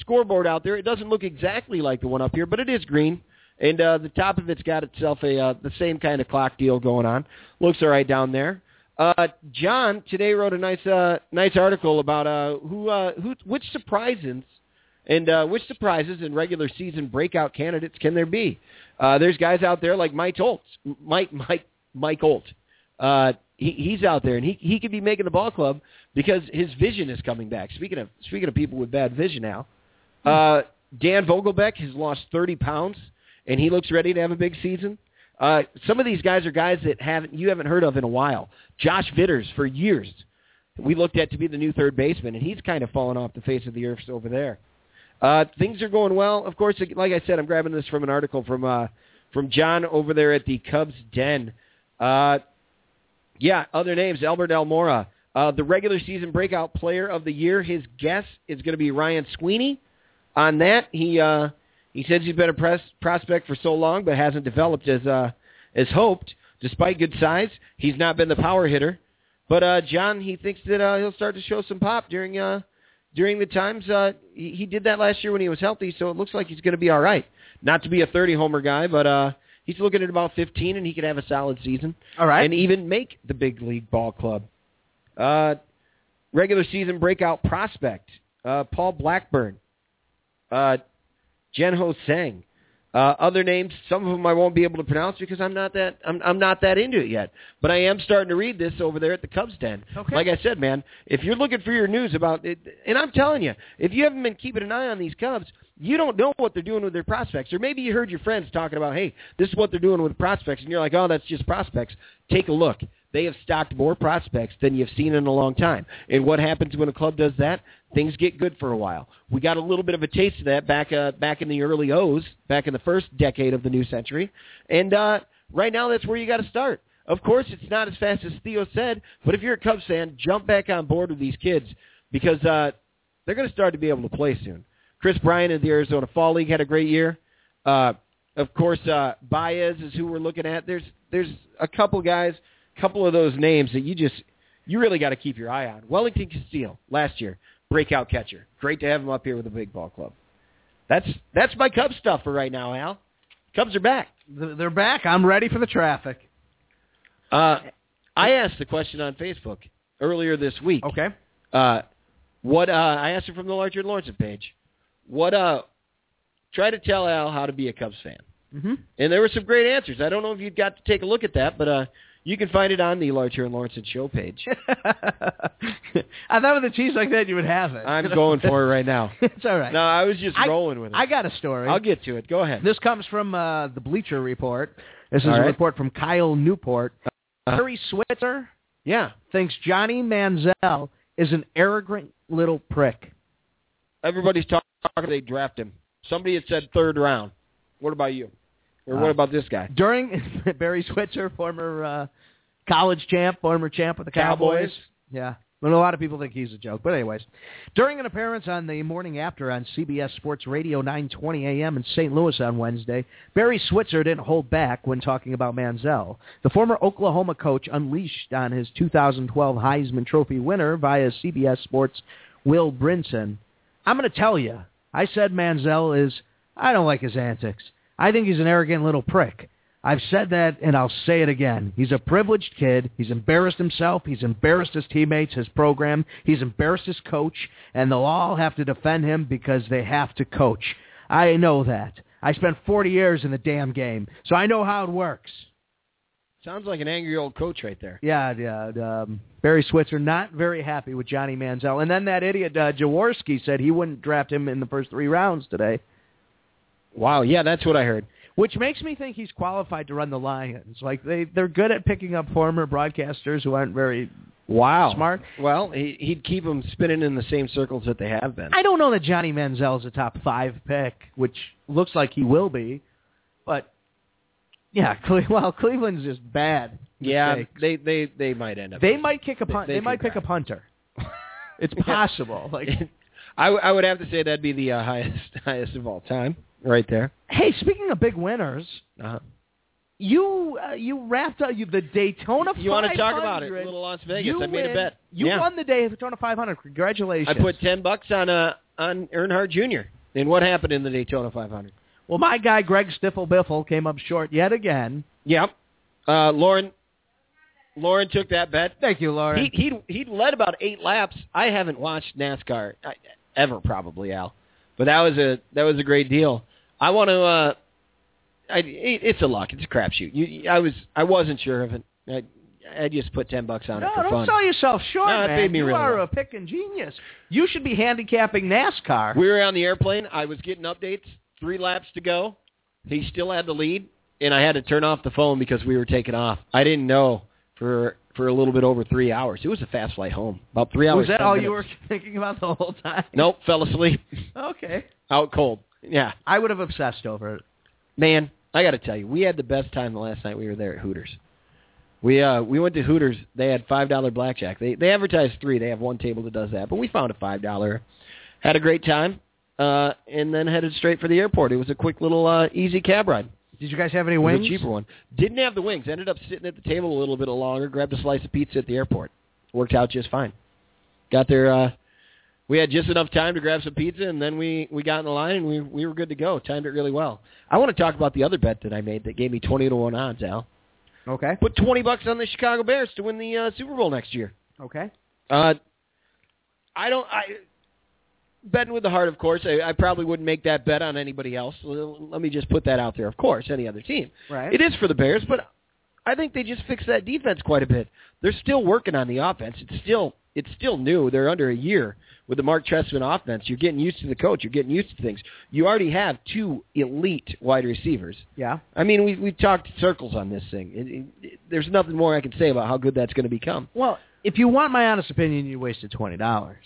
Speaker 1: scoreboard out there. It doesn't look exactly like the one up here, but it is green. And uh, the top of it's got itself a uh, the same kind of clock deal going on. Looks all right down there. Uh, John today wrote a nice uh, nice article about uh, who uh, who which surprises and uh, which surprises and regular season breakout candidates can there be? Uh, there's guys out there like Mike Holt, Mike Mike Mike Holt. Uh, he, he's out there and he he could be making the ball club because his vision is coming back. Speaking of speaking of people with bad vision, now uh, Dan Vogelbeck has lost 30 pounds, and he looks ready to have a big season. Uh, some of these guys are guys that haven't you haven't heard of in a while. Josh Vitters for years, we looked at to be the new third baseman, and he's kind of fallen off the face of the earth over there. Uh, things are going well. Of course, like I said, I'm grabbing this from an article from uh, from John over there at the Cubs Den. Uh, yeah, other names: Albert Almora, uh, the regular season breakout player of the year. His guess is going to be Ryan Sweeney on that. He uh, he says he's been a pres- prospect for so long, but hasn't developed as uh, as hoped. Despite good size, he's not been the power hitter. But uh, John, he thinks that uh, he'll start to show some pop during uh, during the times. Uh, he, he did that last year when he was healthy, so it looks like he's going to be all right. Not to be a 30 homer guy, but uh, he's looking at about 15, and he could have a solid season
Speaker 3: All right.
Speaker 1: and even make the big league ball club. Uh, regular season breakout prospect uh, Paul Blackburn, uh, Jen Ho Sang. Uh, other names, some of them I won't be able to pronounce because I'm not that I'm, I'm not that into it yet. But I am starting to read this over there at the Cubs Den.
Speaker 3: Okay.
Speaker 1: Like I said, man, if you're looking for your news about it, and I'm telling you, if you haven't been keeping an eye on these Cubs, you don't know what they're doing with their prospects. Or maybe you heard your friends talking about, hey, this is what they're doing with prospects, and you're like, oh, that's just prospects. Take a look. They have stocked more prospects than you've seen in a long time. And what happens when a club does that? Things get good for a while. We got a little bit of a taste of that back uh, back in the early O's, back in the first decade of the new century. And uh, right now, that's where you got to start. Of course, it's not as fast as Theo said, but if you're a Cubs fan, jump back on board with these kids because uh, they're going to start to be able to play soon. Chris Bryant of the Arizona Fall League had a great year. Uh, Of course, uh, Baez is who we're looking at. There's there's a couple guys, couple of those names that you just you really got to keep your eye on. Wellington Castillo last year, breakout catcher. Great to have him up here with the big ball club. That's that's my Cubs stuff for right now, Al. Cubs are back.
Speaker 3: Th- They're back. I'm ready for the traffic.
Speaker 1: Uh, I asked the question on Facebook earlier this week.
Speaker 3: Okay.
Speaker 1: Uh, what uh, I asked it from the Larger and Lawrence page. What uh, try to tell Al how to be a Cubs fan.
Speaker 3: Mm-hmm.
Speaker 1: And there were some great answers. I don't know if you'd got to take a look at that, but uh, you can find it on the Larcher and Lawrence show page.
Speaker 3: <laughs> <laughs> I thought with a cheese like that you would have it.
Speaker 1: I'm going
Speaker 3: <laughs>
Speaker 1: for it right now.
Speaker 3: it's all right.
Speaker 1: No, I was just
Speaker 3: I-
Speaker 1: rolling with it.
Speaker 3: I got a story.
Speaker 1: I'll get to it. Go ahead.
Speaker 3: This comes from uh, the Bleacher Report. This is
Speaker 1: All
Speaker 3: a
Speaker 1: right.
Speaker 3: report from Kyle Newport.
Speaker 1: Uh,
Speaker 3: Terry Switzer
Speaker 1: yeah,
Speaker 3: thinks Johnny Manziel is an arrogant little prick.
Speaker 1: everybody's talking. They draft him. Somebody had said third round. What about you? Or what
Speaker 3: Uh,
Speaker 1: about this guy?
Speaker 3: During <laughs> Barry Switzer, former uh, college champ, former champ with the Cowboys.
Speaker 1: Cowboys.
Speaker 3: Yeah. Well, a lot of people think he's a joke. But anyways, during an appearance on the morning after on CBS Sports Radio 9:20 a.m. in St. Louis on Wednesday, Barry Switzer didn't hold back when talking about Manziel. The former Oklahoma coach unleashed on his 2012 Heisman Trophy winner via CBS Sports Will Brinson. I'm going to tell you, I said Manziel is. I don't like his antics. I think he's an arrogant little prick. I've said that and I'll say it again. He's a privileged kid. He's embarrassed himself. He's embarrassed his teammates, his program. He's embarrassed his coach, and they'll all have to defend him because they have to coach. I know that. I spent 40 years in the damn game, so I know how it works.
Speaker 1: Sounds like an angry old coach right there.
Speaker 3: Yeah, yeah. Um, Barry Switzer not very happy with Johnny Manziel. And then that idiot uh, Jaworski said he wouldn't draft him in the first three rounds today.
Speaker 1: Wow. Yeah, that's what I heard.
Speaker 3: Which makes me think he's qualified to run the Lions. Like they, they're good at picking up former broadcasters who aren't very
Speaker 1: Wow.
Speaker 3: smart.
Speaker 1: Well, he, he'd keep them spinning in the same circles that they have been.
Speaker 3: I don't know that Johnny Manziel is a top five pick, which looks like he will be, but yeah, <laughs> Cle- well, Cleveland's just bad.
Speaker 1: yeah,
Speaker 3: Mistakes.
Speaker 1: they, they they might end up.
Speaker 3: they might kick a punt.
Speaker 1: they
Speaker 3: They, might
Speaker 1: could
Speaker 3: pick up Hunter.
Speaker 1: <laughs>
Speaker 3: It's possible. Like,
Speaker 1: I, w- I would have to say that'd be the uh, highest <laughs> highest of all time, right there.
Speaker 3: hey, speaking of big winners,
Speaker 1: Uh-huh.
Speaker 3: you uh, you wrapped up you, the Daytona.
Speaker 1: You want to talk about it?
Speaker 3: 500.
Speaker 1: Little Las Vegas.
Speaker 3: You
Speaker 1: I made
Speaker 3: win-
Speaker 1: a bet.
Speaker 3: You
Speaker 1: yeah.
Speaker 3: won the Daytona 500. Congratulations.
Speaker 1: I put ten bucks on uh on Earnhardt Jr. And what happened in the Daytona 500?
Speaker 3: Well, my guy Greg Stiffle Biffle came up short yet again.
Speaker 1: Yep. Uh, Lauren. Lauren took that bet.
Speaker 3: Thank you, Lauren.
Speaker 1: He he he led about eight laps. I haven't watched NASCAR uh, ever, probably Al, but that was a that was a great deal. I want to. Uh, I it, it's a luck. It's a crapshoot. You, I was I wasn't sure of it. I, I just put ten bucks on
Speaker 3: No,
Speaker 1: it for
Speaker 3: don't
Speaker 1: fun.
Speaker 3: sell yourself short,
Speaker 1: No, it
Speaker 3: man.
Speaker 1: paid me
Speaker 3: you
Speaker 1: really
Speaker 3: are
Speaker 1: well.
Speaker 3: a picking genius. You should be handicapping NASCAR.
Speaker 1: We were on the airplane. I was getting updates. Three laps to go. He still had the lead, and I had to turn off the phone because we were taking off. I didn't know for for a little bit over three hours. It was a fast flight home, about three hours.
Speaker 3: Was that
Speaker 1: 10
Speaker 3: all
Speaker 1: minutes.
Speaker 3: you were <laughs> thinking about the whole time?
Speaker 1: Nope, fell asleep, <laughs>
Speaker 3: Okay.
Speaker 1: out cold. Yeah,
Speaker 3: I would have obsessed over it.
Speaker 1: man, I got to tell you, we had the best time the last night we were there at Hooters. We uh we went to Hooters. They had five dollar blackjack. They they advertise three. They have one table that does that, but we found a five dollar. Had a great time, uh, and then headed straight for the airport. It was a quick little uh, easy cab ride.
Speaker 3: Did you guys have any
Speaker 1: It was
Speaker 3: wings?
Speaker 1: a cheaper one. Didn't have the wings. Ended up sitting at the table a little bit longer. Grabbed a slice of pizza at the airport. Worked out just fine. Got there. Uh, we had just enough time to grab some pizza, and then we we got in the line and we we were good to go. Timed it really well. I want to talk about the other bet that I made that gave me twenty to one odds. Al
Speaker 3: Okay.
Speaker 1: put twenty bucks on the Chicago Bears to win the uh, Super Bowl next year.
Speaker 3: Okay.
Speaker 1: Uh, I don't. I betting with the heart, of course. I, I probably wouldn't make that bet on anybody else. L- Let me just put that out there. Of course, any other team.
Speaker 3: Right.
Speaker 1: It is for the Bears, but I think they just fixed that defense quite a bit. They're still working on the offense. It's still it's still new. They're under a year with the Mark Trestman offense. You're getting used to the coach. You're getting used to things. You already have two elite wide receivers.
Speaker 3: Yeah.
Speaker 1: I mean, we we talked circles on this thing. It, it, there's nothing more I can say about how good that's going to become.
Speaker 3: Well, if you want my honest opinion, you wasted twenty dollars.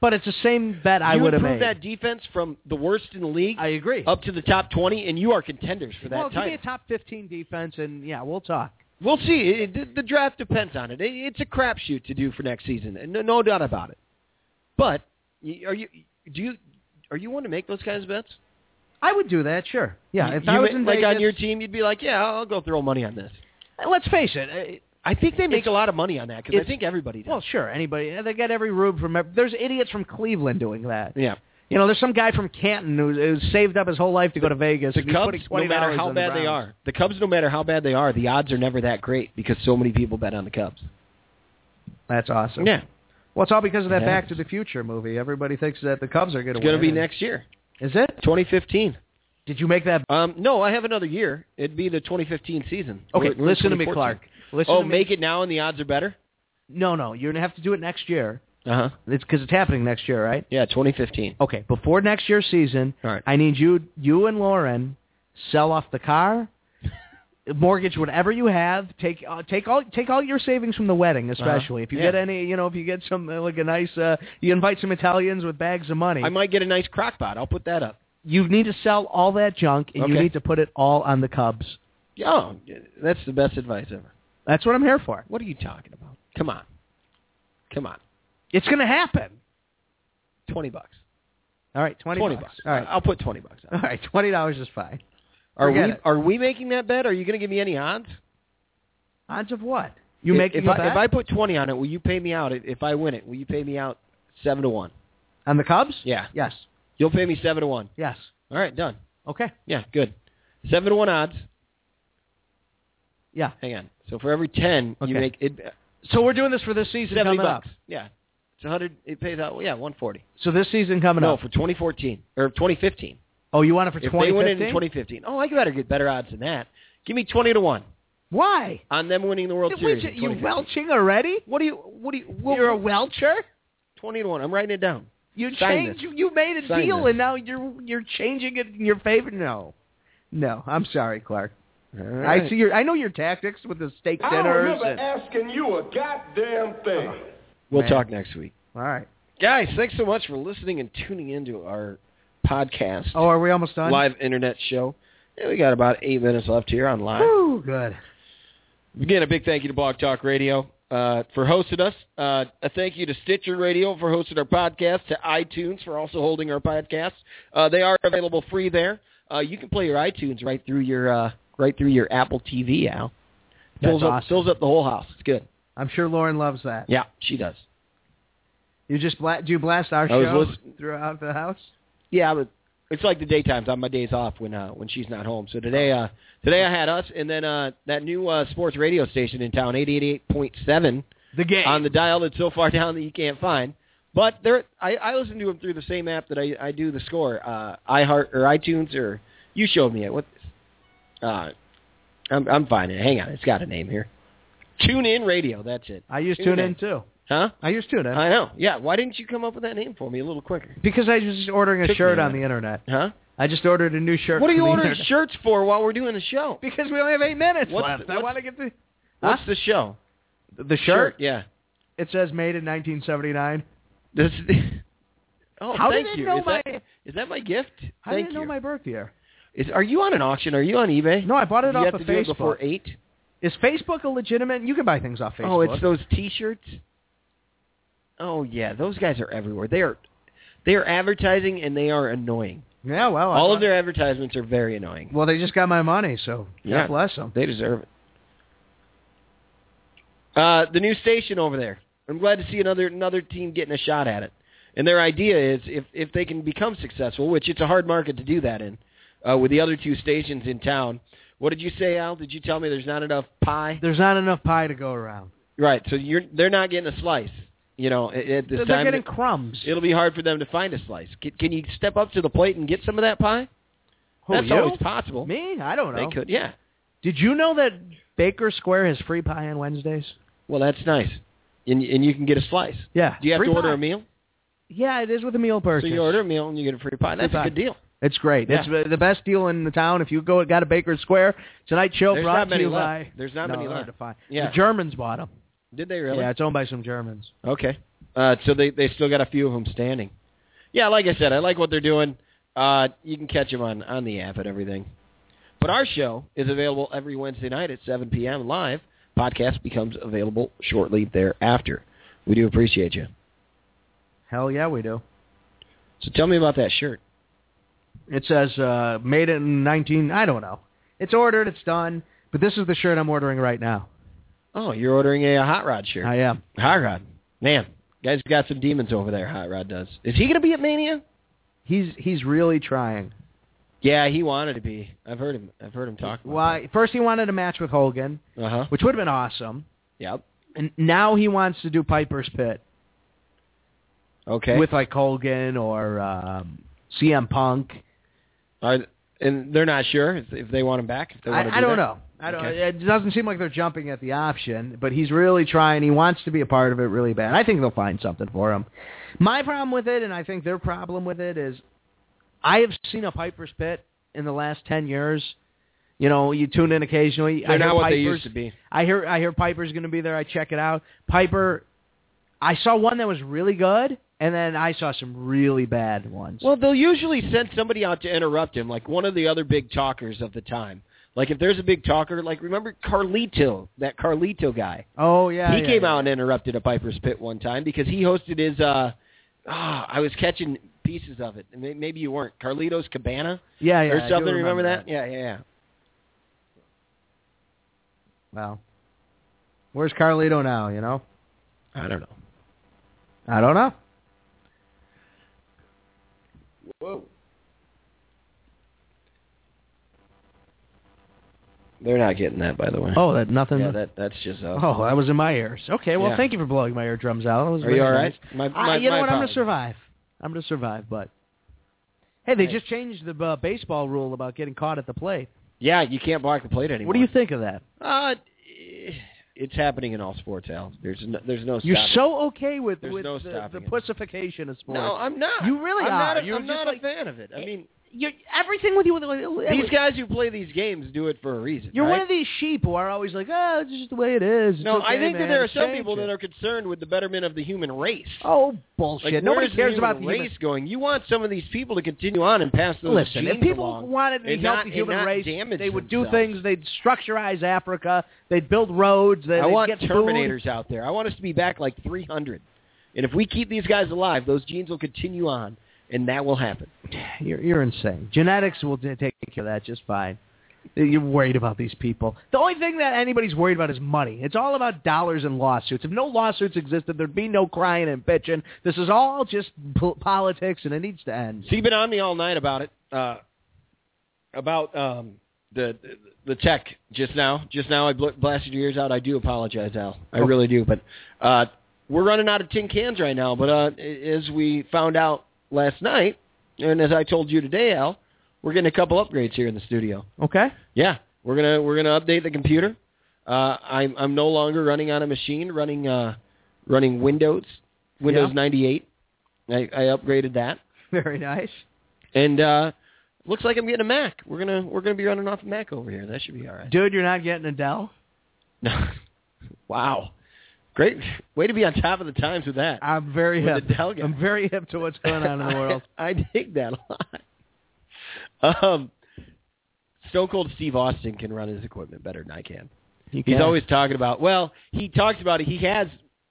Speaker 3: But it's the same bet I
Speaker 1: you
Speaker 3: would have
Speaker 1: improve
Speaker 3: made.
Speaker 1: that defense from the worst in the league
Speaker 3: I agree.
Speaker 1: up to the top 20, and you are contenders for that
Speaker 3: well, give me
Speaker 1: title.
Speaker 3: a top fifteen defense, and yeah, we'll talk.
Speaker 1: We'll see. It, it, the draft depends on it. it. It's a crapshoot to do for next season, and no, no doubt about it. But y- are you do you are you one to make those kinds of bets?
Speaker 3: I would do that, sure. Yeah,
Speaker 1: You-
Speaker 3: if
Speaker 1: you
Speaker 3: I was
Speaker 1: would-
Speaker 3: in
Speaker 1: like
Speaker 3: Vegas,
Speaker 1: on your team, you'd be like, yeah, I'll go throw money on this.
Speaker 3: let's face it, uh,
Speaker 1: I think they make
Speaker 3: It's-
Speaker 1: a lot of money on that because I
Speaker 3: it's-
Speaker 1: think everybody does.
Speaker 3: well, sure, anybody uh, they got every rube from ev- there's idiots from Cleveland doing that.
Speaker 1: yeah,
Speaker 3: You know, there's some guy from Canton who, who saved up his whole life to go to Vegas.
Speaker 1: the
Speaker 3: and he's
Speaker 1: Cubs, no
Speaker 3: putting $20
Speaker 1: matter how
Speaker 3: on the
Speaker 1: bad they
Speaker 3: Browns.
Speaker 1: are, the Cubs, no matter how bad they are, the odds are never that great because so many people bet on the Cubs.
Speaker 3: that's awesome.
Speaker 1: Yeah,
Speaker 3: Well, it's all because of that
Speaker 1: It
Speaker 3: Back to
Speaker 1: happens.
Speaker 3: the Future movie. Everybody thinks that the Cubs are going to
Speaker 1: it's
Speaker 3: win.
Speaker 1: going to be
Speaker 3: and-
Speaker 1: next year,
Speaker 3: Is it?
Speaker 1: 2015.
Speaker 3: Did you make that?
Speaker 1: Um, no, I have another year. It'd be the 2015 season.
Speaker 3: Okay,
Speaker 1: We're- we're in
Speaker 3: listen to me,
Speaker 1: 2014.
Speaker 3: Clark. Listen
Speaker 1: Oh,
Speaker 3: to me.
Speaker 1: make it now and the odds are better.
Speaker 3: No, no, you're going to have to do it next year.
Speaker 1: Uh huh.
Speaker 3: It's because it's happening next year, right?
Speaker 1: Yeah, 2015.
Speaker 3: Okay, before next year's season,
Speaker 1: All right.
Speaker 3: I need you, you and Lauren, sell off the car, <laughs> mortgage whatever you have, take uh, take all take all your savings from the wedding, especially if you
Speaker 1: Uh-huh. Yeah.
Speaker 3: get any, you know, if you get some uh, like a nice, uh, you invite some Italians with bags of money.
Speaker 1: I might get a nice crock pot. I'll put that up.
Speaker 3: you need to sell all that junk, and you
Speaker 1: Okay.
Speaker 3: need to put it all on the Cubs.
Speaker 1: Yeah, Oh, that's the best advice ever.
Speaker 3: That's what I'm here for.
Speaker 1: What are you talking about? Come on. Come on.
Speaker 3: It's going to happen.
Speaker 1: 20 bucks.
Speaker 3: All right, twenty,
Speaker 1: 20
Speaker 3: bucks.
Speaker 1: bucks.
Speaker 3: All right,
Speaker 1: I'll put 20 bucks
Speaker 3: all <laughs>
Speaker 1: on.
Speaker 3: right, twenty dollars is fine.
Speaker 1: Are we
Speaker 3: forget it.
Speaker 1: are we making that bet? Are you going to give me any odds?
Speaker 3: Odds of what? You
Speaker 1: If-
Speaker 3: making
Speaker 1: if
Speaker 3: a
Speaker 1: I,
Speaker 3: bet
Speaker 1: if I put 20 on it, will you pay me out if I win it? Will you pay me out 7 to 1?
Speaker 3: on the Cubs?
Speaker 1: Yeah.
Speaker 3: Yes.
Speaker 1: You'll pay me 7 to 1.
Speaker 3: Yes.
Speaker 1: All right, done.
Speaker 3: Okay.
Speaker 1: Yeah, good. 7 to 1 odds.
Speaker 3: Yeah.
Speaker 1: Hang on. So for every 10,
Speaker 3: Okay.
Speaker 1: you make it
Speaker 3: So we're doing this for this season
Speaker 1: 70
Speaker 3: coming
Speaker 1: bucks.
Speaker 3: up.
Speaker 1: Yeah. It's 100 it pays out yeah, 140.
Speaker 3: So this season coming
Speaker 1: no,
Speaker 3: up.
Speaker 1: for 2014 or 2015.
Speaker 3: Oh, you want it for
Speaker 1: If
Speaker 3: twenty?
Speaker 1: they win it in 2015. Oh, I better get better odds than that. Give me 20 to 1
Speaker 3: Why?
Speaker 1: on them winning the World
Speaker 3: Did we
Speaker 1: Series.
Speaker 3: ju-
Speaker 1: in
Speaker 3: you
Speaker 1: 2015.
Speaker 3: welching already?
Speaker 1: What do you? What do you? Well,
Speaker 3: You're a welcher.
Speaker 1: 20 to 1. I'm writing it down.
Speaker 3: You
Speaker 1: Sign
Speaker 3: changed.
Speaker 1: this.
Speaker 3: You, you made a
Speaker 1: Sign
Speaker 3: deal,
Speaker 1: this.
Speaker 3: and now you're you're changing it in your favor. No, no. I'm sorry, Clark. I see your. I know your tactics with the steak
Speaker 5: I don't
Speaker 3: dinners.
Speaker 5: remember
Speaker 3: and- Uh-huh.
Speaker 5: asking you a goddamn thing.
Speaker 1: We'll
Speaker 3: Man.
Speaker 1: talk next week,
Speaker 3: all right.
Speaker 1: guys. Thanks so much for listening and tuning into our podcast
Speaker 3: Oh, are we almost done?
Speaker 1: live internet show. Yeah, we got about eight minutes left here on live.
Speaker 3: Woo, good.
Speaker 1: Again, a big thank you to Blog Talk Radio uh, for hosting us. Uh, a thank you to Stitcher Radio for hosting our podcast, to iTunes for also holding our podcast. Uh, they are available free there. Uh, you can play your iTunes right through your uh, right through your Apple TV. Al
Speaker 3: That's
Speaker 1: fills up
Speaker 3: awesome.
Speaker 1: fills up the whole house. It's good.
Speaker 3: I'm sure Lauren loves that.
Speaker 1: Yeah, she does.
Speaker 3: You just bla- do you blast our
Speaker 1: I was
Speaker 3: show
Speaker 1: listen-
Speaker 3: throughout the house.
Speaker 1: Yeah, but it's like the daytimes on my days off when uh, when she's not home. So today uh, today I had us, and then uh, that new uh, sports radio station in town, eighty eight point seven.
Speaker 3: The game.
Speaker 1: on the dial that's so far <laughs> down that you can't find. But there, I, I listen to them through the same app that I, I do the score, uh, iHeart or iTunes or you showed me it. What? Uh, I'm I'm finding it. Hang on, it's got a name here. Tune in radio. That's it.
Speaker 3: I use
Speaker 1: Tune
Speaker 3: tune
Speaker 1: in.
Speaker 3: in too.
Speaker 1: Huh?
Speaker 3: I use tune in
Speaker 1: I know. Yeah. Why didn't you come up with that name for me a little quicker?
Speaker 3: because I was just ordering a
Speaker 1: Took me
Speaker 3: shirt
Speaker 1: a
Speaker 3: on the
Speaker 1: minute.
Speaker 3: internet.
Speaker 1: Huh?
Speaker 3: I just ordered a new shirt.
Speaker 1: What are
Speaker 3: from <laughs>
Speaker 1: you
Speaker 3: the
Speaker 1: ordering
Speaker 3: internet.
Speaker 1: shirts for while we're doing the show?
Speaker 3: Because we only have eight minutes
Speaker 1: What's
Speaker 3: left.
Speaker 1: the-
Speaker 3: I
Speaker 1: what's-
Speaker 3: want to get the
Speaker 1: What's the show?
Speaker 3: the
Speaker 1: Shirt, yeah.
Speaker 3: It says made in 1979.
Speaker 1: This. <laughs> oh,
Speaker 3: How did
Speaker 1: thank
Speaker 3: it
Speaker 1: you.
Speaker 3: know
Speaker 1: is,
Speaker 3: my-
Speaker 1: that, is that my gift?
Speaker 3: How
Speaker 1: thank
Speaker 3: did
Speaker 1: you.
Speaker 3: you know my birth year?
Speaker 1: Is are you on an auction? Are you on eBay?
Speaker 3: No, I bought it
Speaker 1: Do you
Speaker 3: off
Speaker 1: have
Speaker 3: of
Speaker 1: to do it before
Speaker 3: Facebook.
Speaker 1: eight.
Speaker 3: Is Facebook a legitimate? You can buy things off Facebook.
Speaker 1: Oh, it's those T-shirts. Oh yeah, those guys are everywhere. They are, they are advertising and they are annoying.
Speaker 3: yeah. Well, Oh, I
Speaker 1: All
Speaker 3: bought-
Speaker 1: of their advertisements are very annoying.
Speaker 3: Well, they just got my money, so
Speaker 1: Yeah.
Speaker 3: God bless them.
Speaker 1: They deserve it. Uh, the new station over there. I'm glad to see another another team getting a shot at it. And their idea is if if they can become successful, which it's a hard market to do that in, uh, with the other two stations in town. What did you say, Al? Did you tell me there's not enough pie?
Speaker 3: There's not enough pie to go around.
Speaker 1: Right. So you're they're not getting a slice. You know, at, at this
Speaker 3: They're
Speaker 1: time,
Speaker 3: getting crumbs.
Speaker 1: it'll be hard for them to find a slice. Can, can you step up to the plate and get some of that pie?
Speaker 3: Who,
Speaker 1: That's
Speaker 3: you?
Speaker 1: always possible.
Speaker 3: Me? I don't
Speaker 1: They
Speaker 3: know.
Speaker 1: could, yeah.
Speaker 3: Did you know that Baker Square has free pie on Wednesdays?
Speaker 1: Well, that's nice, and and you can get a slice.
Speaker 3: Yeah.
Speaker 1: Do you have
Speaker 3: free
Speaker 1: to order
Speaker 3: pie.
Speaker 1: a meal?
Speaker 3: Yeah, it is with a meal
Speaker 1: So
Speaker 3: purchase.
Speaker 1: you order a meal and you get a free pie. That's
Speaker 3: Free
Speaker 1: a
Speaker 3: pie.
Speaker 1: good deal.
Speaker 3: It's great. It's the best deal in the town. If you go, got a Baker Square tonight. Show
Speaker 1: There's
Speaker 3: brought
Speaker 1: not
Speaker 3: to
Speaker 1: many
Speaker 3: you
Speaker 1: left.
Speaker 3: by-
Speaker 1: There's not
Speaker 3: No,
Speaker 1: many
Speaker 3: they're hard
Speaker 1: left.
Speaker 3: to find.
Speaker 1: Yeah.
Speaker 3: The Germans bought them.
Speaker 1: Did they really?
Speaker 3: Yeah, it's owned by some Germans.
Speaker 1: Okay. Uh, so they they still got a few of them standing. Yeah, like I said, I like what they're doing. Uh, you can catch them on on the app and everything. But our show is available every Wednesday night at 7 p.m. live. Podcast becomes available shortly thereafter. We do appreciate you.
Speaker 3: Hell yeah, we do.
Speaker 1: So tell me about that shirt.
Speaker 3: It says uh, made in 19. I don't know. It's ordered. It's done. But this is the shirt I'm ordering right now.
Speaker 1: Oh, you're ordering a, uh, hot rod shirt.
Speaker 3: I am.
Speaker 1: hot rod, man, guys got some demons over there. Hot rod does. Is he gonna be at Mania?
Speaker 3: He's he's really trying.
Speaker 1: Yeah, he wanted to be. I've heard him. I've heard him talk. About
Speaker 3: Why? First he wanted a match with Hogan,
Speaker 1: Uh huh.
Speaker 3: which would have been awesome.
Speaker 1: Yep.
Speaker 3: And now he wants to do Piper's Pit
Speaker 1: Okay.
Speaker 3: with like Hogan or um, CM Punk.
Speaker 1: Are, and they're not sure if, if they want him back. If they want to
Speaker 3: I, I
Speaker 1: do that.
Speaker 3: don't know. I don't.
Speaker 1: Okay.
Speaker 3: It doesn't seem like they're jumping at the option, but he's really trying. He wants to be a part of it really bad. I think they'll find something for him. My problem with it, and I think their problem with it, is I have seen a Piper's Pit in the last ten years. You know, you tune in occasionally. I
Speaker 1: They're
Speaker 3: hear
Speaker 1: not what
Speaker 3: Piper's,
Speaker 1: they used to be.
Speaker 3: I hear I hear Piper's going to be there. I check it out. Piper, I saw one that was really good, and then I saw some really bad ones.
Speaker 1: Well, they'll usually send somebody out to interrupt him, like one of the other big talkers of the time. Like if there's a big talker, like remember Carlito, that Carlito guy.
Speaker 3: oh yeah,
Speaker 1: he
Speaker 3: yeah,
Speaker 1: came
Speaker 3: yeah.
Speaker 1: out and interrupted a Piper's Pit one time because he hosted his. uh ah, I was catching pieces of it. and may- Maybe you weren't. Carlito's Cabana
Speaker 3: Yeah, yeah.
Speaker 1: or
Speaker 3: I do
Speaker 1: something.
Speaker 3: remember
Speaker 1: that? Yeah, yeah, yeah.
Speaker 3: Well, where's Carlito now? You know,
Speaker 1: I don't know.
Speaker 3: I don't know.
Speaker 1: They're not getting that, by the way.
Speaker 3: Oh, that nothing.
Speaker 1: yeah, that that's just. Uh,
Speaker 3: oh, that was in my ears. Okay, well,
Speaker 1: Yeah.
Speaker 3: thank you for blowing my eardrums out. That was
Speaker 1: are you
Speaker 3: very
Speaker 1: all
Speaker 3: nice.
Speaker 1: right? My,
Speaker 3: I-
Speaker 1: my,
Speaker 3: you know
Speaker 1: my
Speaker 3: what? I'm gonna
Speaker 1: apologies.
Speaker 3: survive. I'm gonna survive, but hey, they
Speaker 1: Hey.
Speaker 3: just changed the uh, baseball rule about getting caught at the plate.
Speaker 1: Yeah, you can't block the plate anymore.
Speaker 3: What do you think of that?
Speaker 1: Uh, it's happening in all sports, Al. There's no, there's no.
Speaker 3: You're
Speaker 1: stopping.
Speaker 3: so okay with
Speaker 1: There's
Speaker 3: with
Speaker 1: no
Speaker 3: the, the
Speaker 1: stopping it.
Speaker 3: pussification of sports.
Speaker 1: No, I'm not.
Speaker 3: You really
Speaker 1: I'm
Speaker 3: are.
Speaker 1: Not a,
Speaker 3: You're
Speaker 1: I'm
Speaker 3: just
Speaker 1: not
Speaker 3: like-
Speaker 1: a fan of it. I mean,
Speaker 3: You're, everything with you.
Speaker 1: these guys who play these games do it for a reason.
Speaker 3: You're
Speaker 1: right?
Speaker 3: one of these sheep who are always like, oh, it's just the way it is. It's
Speaker 1: No, I
Speaker 3: okay,
Speaker 1: think that
Speaker 3: man,
Speaker 1: there are
Speaker 3: let's
Speaker 1: some
Speaker 3: change
Speaker 1: people
Speaker 3: it."
Speaker 1: that are concerned with the betterment of the human race.
Speaker 3: Oh
Speaker 1: Like,
Speaker 3: bullshit!
Speaker 1: where
Speaker 3: Nobody
Speaker 1: is the
Speaker 3: cares
Speaker 1: human
Speaker 3: about the
Speaker 1: race
Speaker 3: human
Speaker 1: going. You want some of these people to continue on and pass those
Speaker 3: Listen, if
Speaker 1: genes
Speaker 3: people
Speaker 1: along
Speaker 3: wanted to
Speaker 1: and
Speaker 3: help
Speaker 1: not-
Speaker 3: the
Speaker 1: and
Speaker 3: human
Speaker 1: not
Speaker 3: race,
Speaker 1: damage
Speaker 3: they would do
Speaker 1: themselves.
Speaker 3: things. They'd structurize Africa. They'd build roads. They,
Speaker 1: I
Speaker 3: would
Speaker 1: want
Speaker 3: get
Speaker 1: Terminators out there. I want us to be back like 300. And if we keep these guys alive, those genes will continue on, and that will happen. <laughs>
Speaker 3: Food. You're, you're insane. Genetics will d- take care of that just fine. You're worried about these people. The only thing that anybody's worried about is money. It's all about dollars and lawsuits. If no lawsuits existed, there'd be no crying and bitching. This is all just po- politics, and it needs to end.
Speaker 1: So you've been on me all night about it, uh, about um, the the tech just now. Just now, I bl- blasted your ears out. I do apologize, Al. I
Speaker 3: Oh.
Speaker 1: really do. But uh, we're running out of tin cans right now. But uh, as we found out last night, and as I told you today, Al, we're getting a couple upgrades here in the studio.
Speaker 3: Okay.
Speaker 1: Yeah, we're gonna we're gonna update the computer. Uh, I'm I'm no longer running on a machine, running uh, running Windows Windows
Speaker 3: Yeah.
Speaker 1: 98. I, I upgraded that
Speaker 3: <laughs> Very nice.
Speaker 1: and uh looks like I'm getting a Mac. We're gonna we're gonna be running off a Mac over here. That should be all right.
Speaker 3: Dude, you're not getting Adele?
Speaker 1: No. <laughs> wow, great way to be on top of the times with that.
Speaker 3: I'm very
Speaker 1: With
Speaker 3: hip.
Speaker 1: Adele guy.
Speaker 3: I'm very hip to what's going on in the world.
Speaker 1: <laughs> I, dig that a lot. Um, Stone Cold Steve Austin can run his equipment better than I can. He's always talking about. Well, he talks about it. He has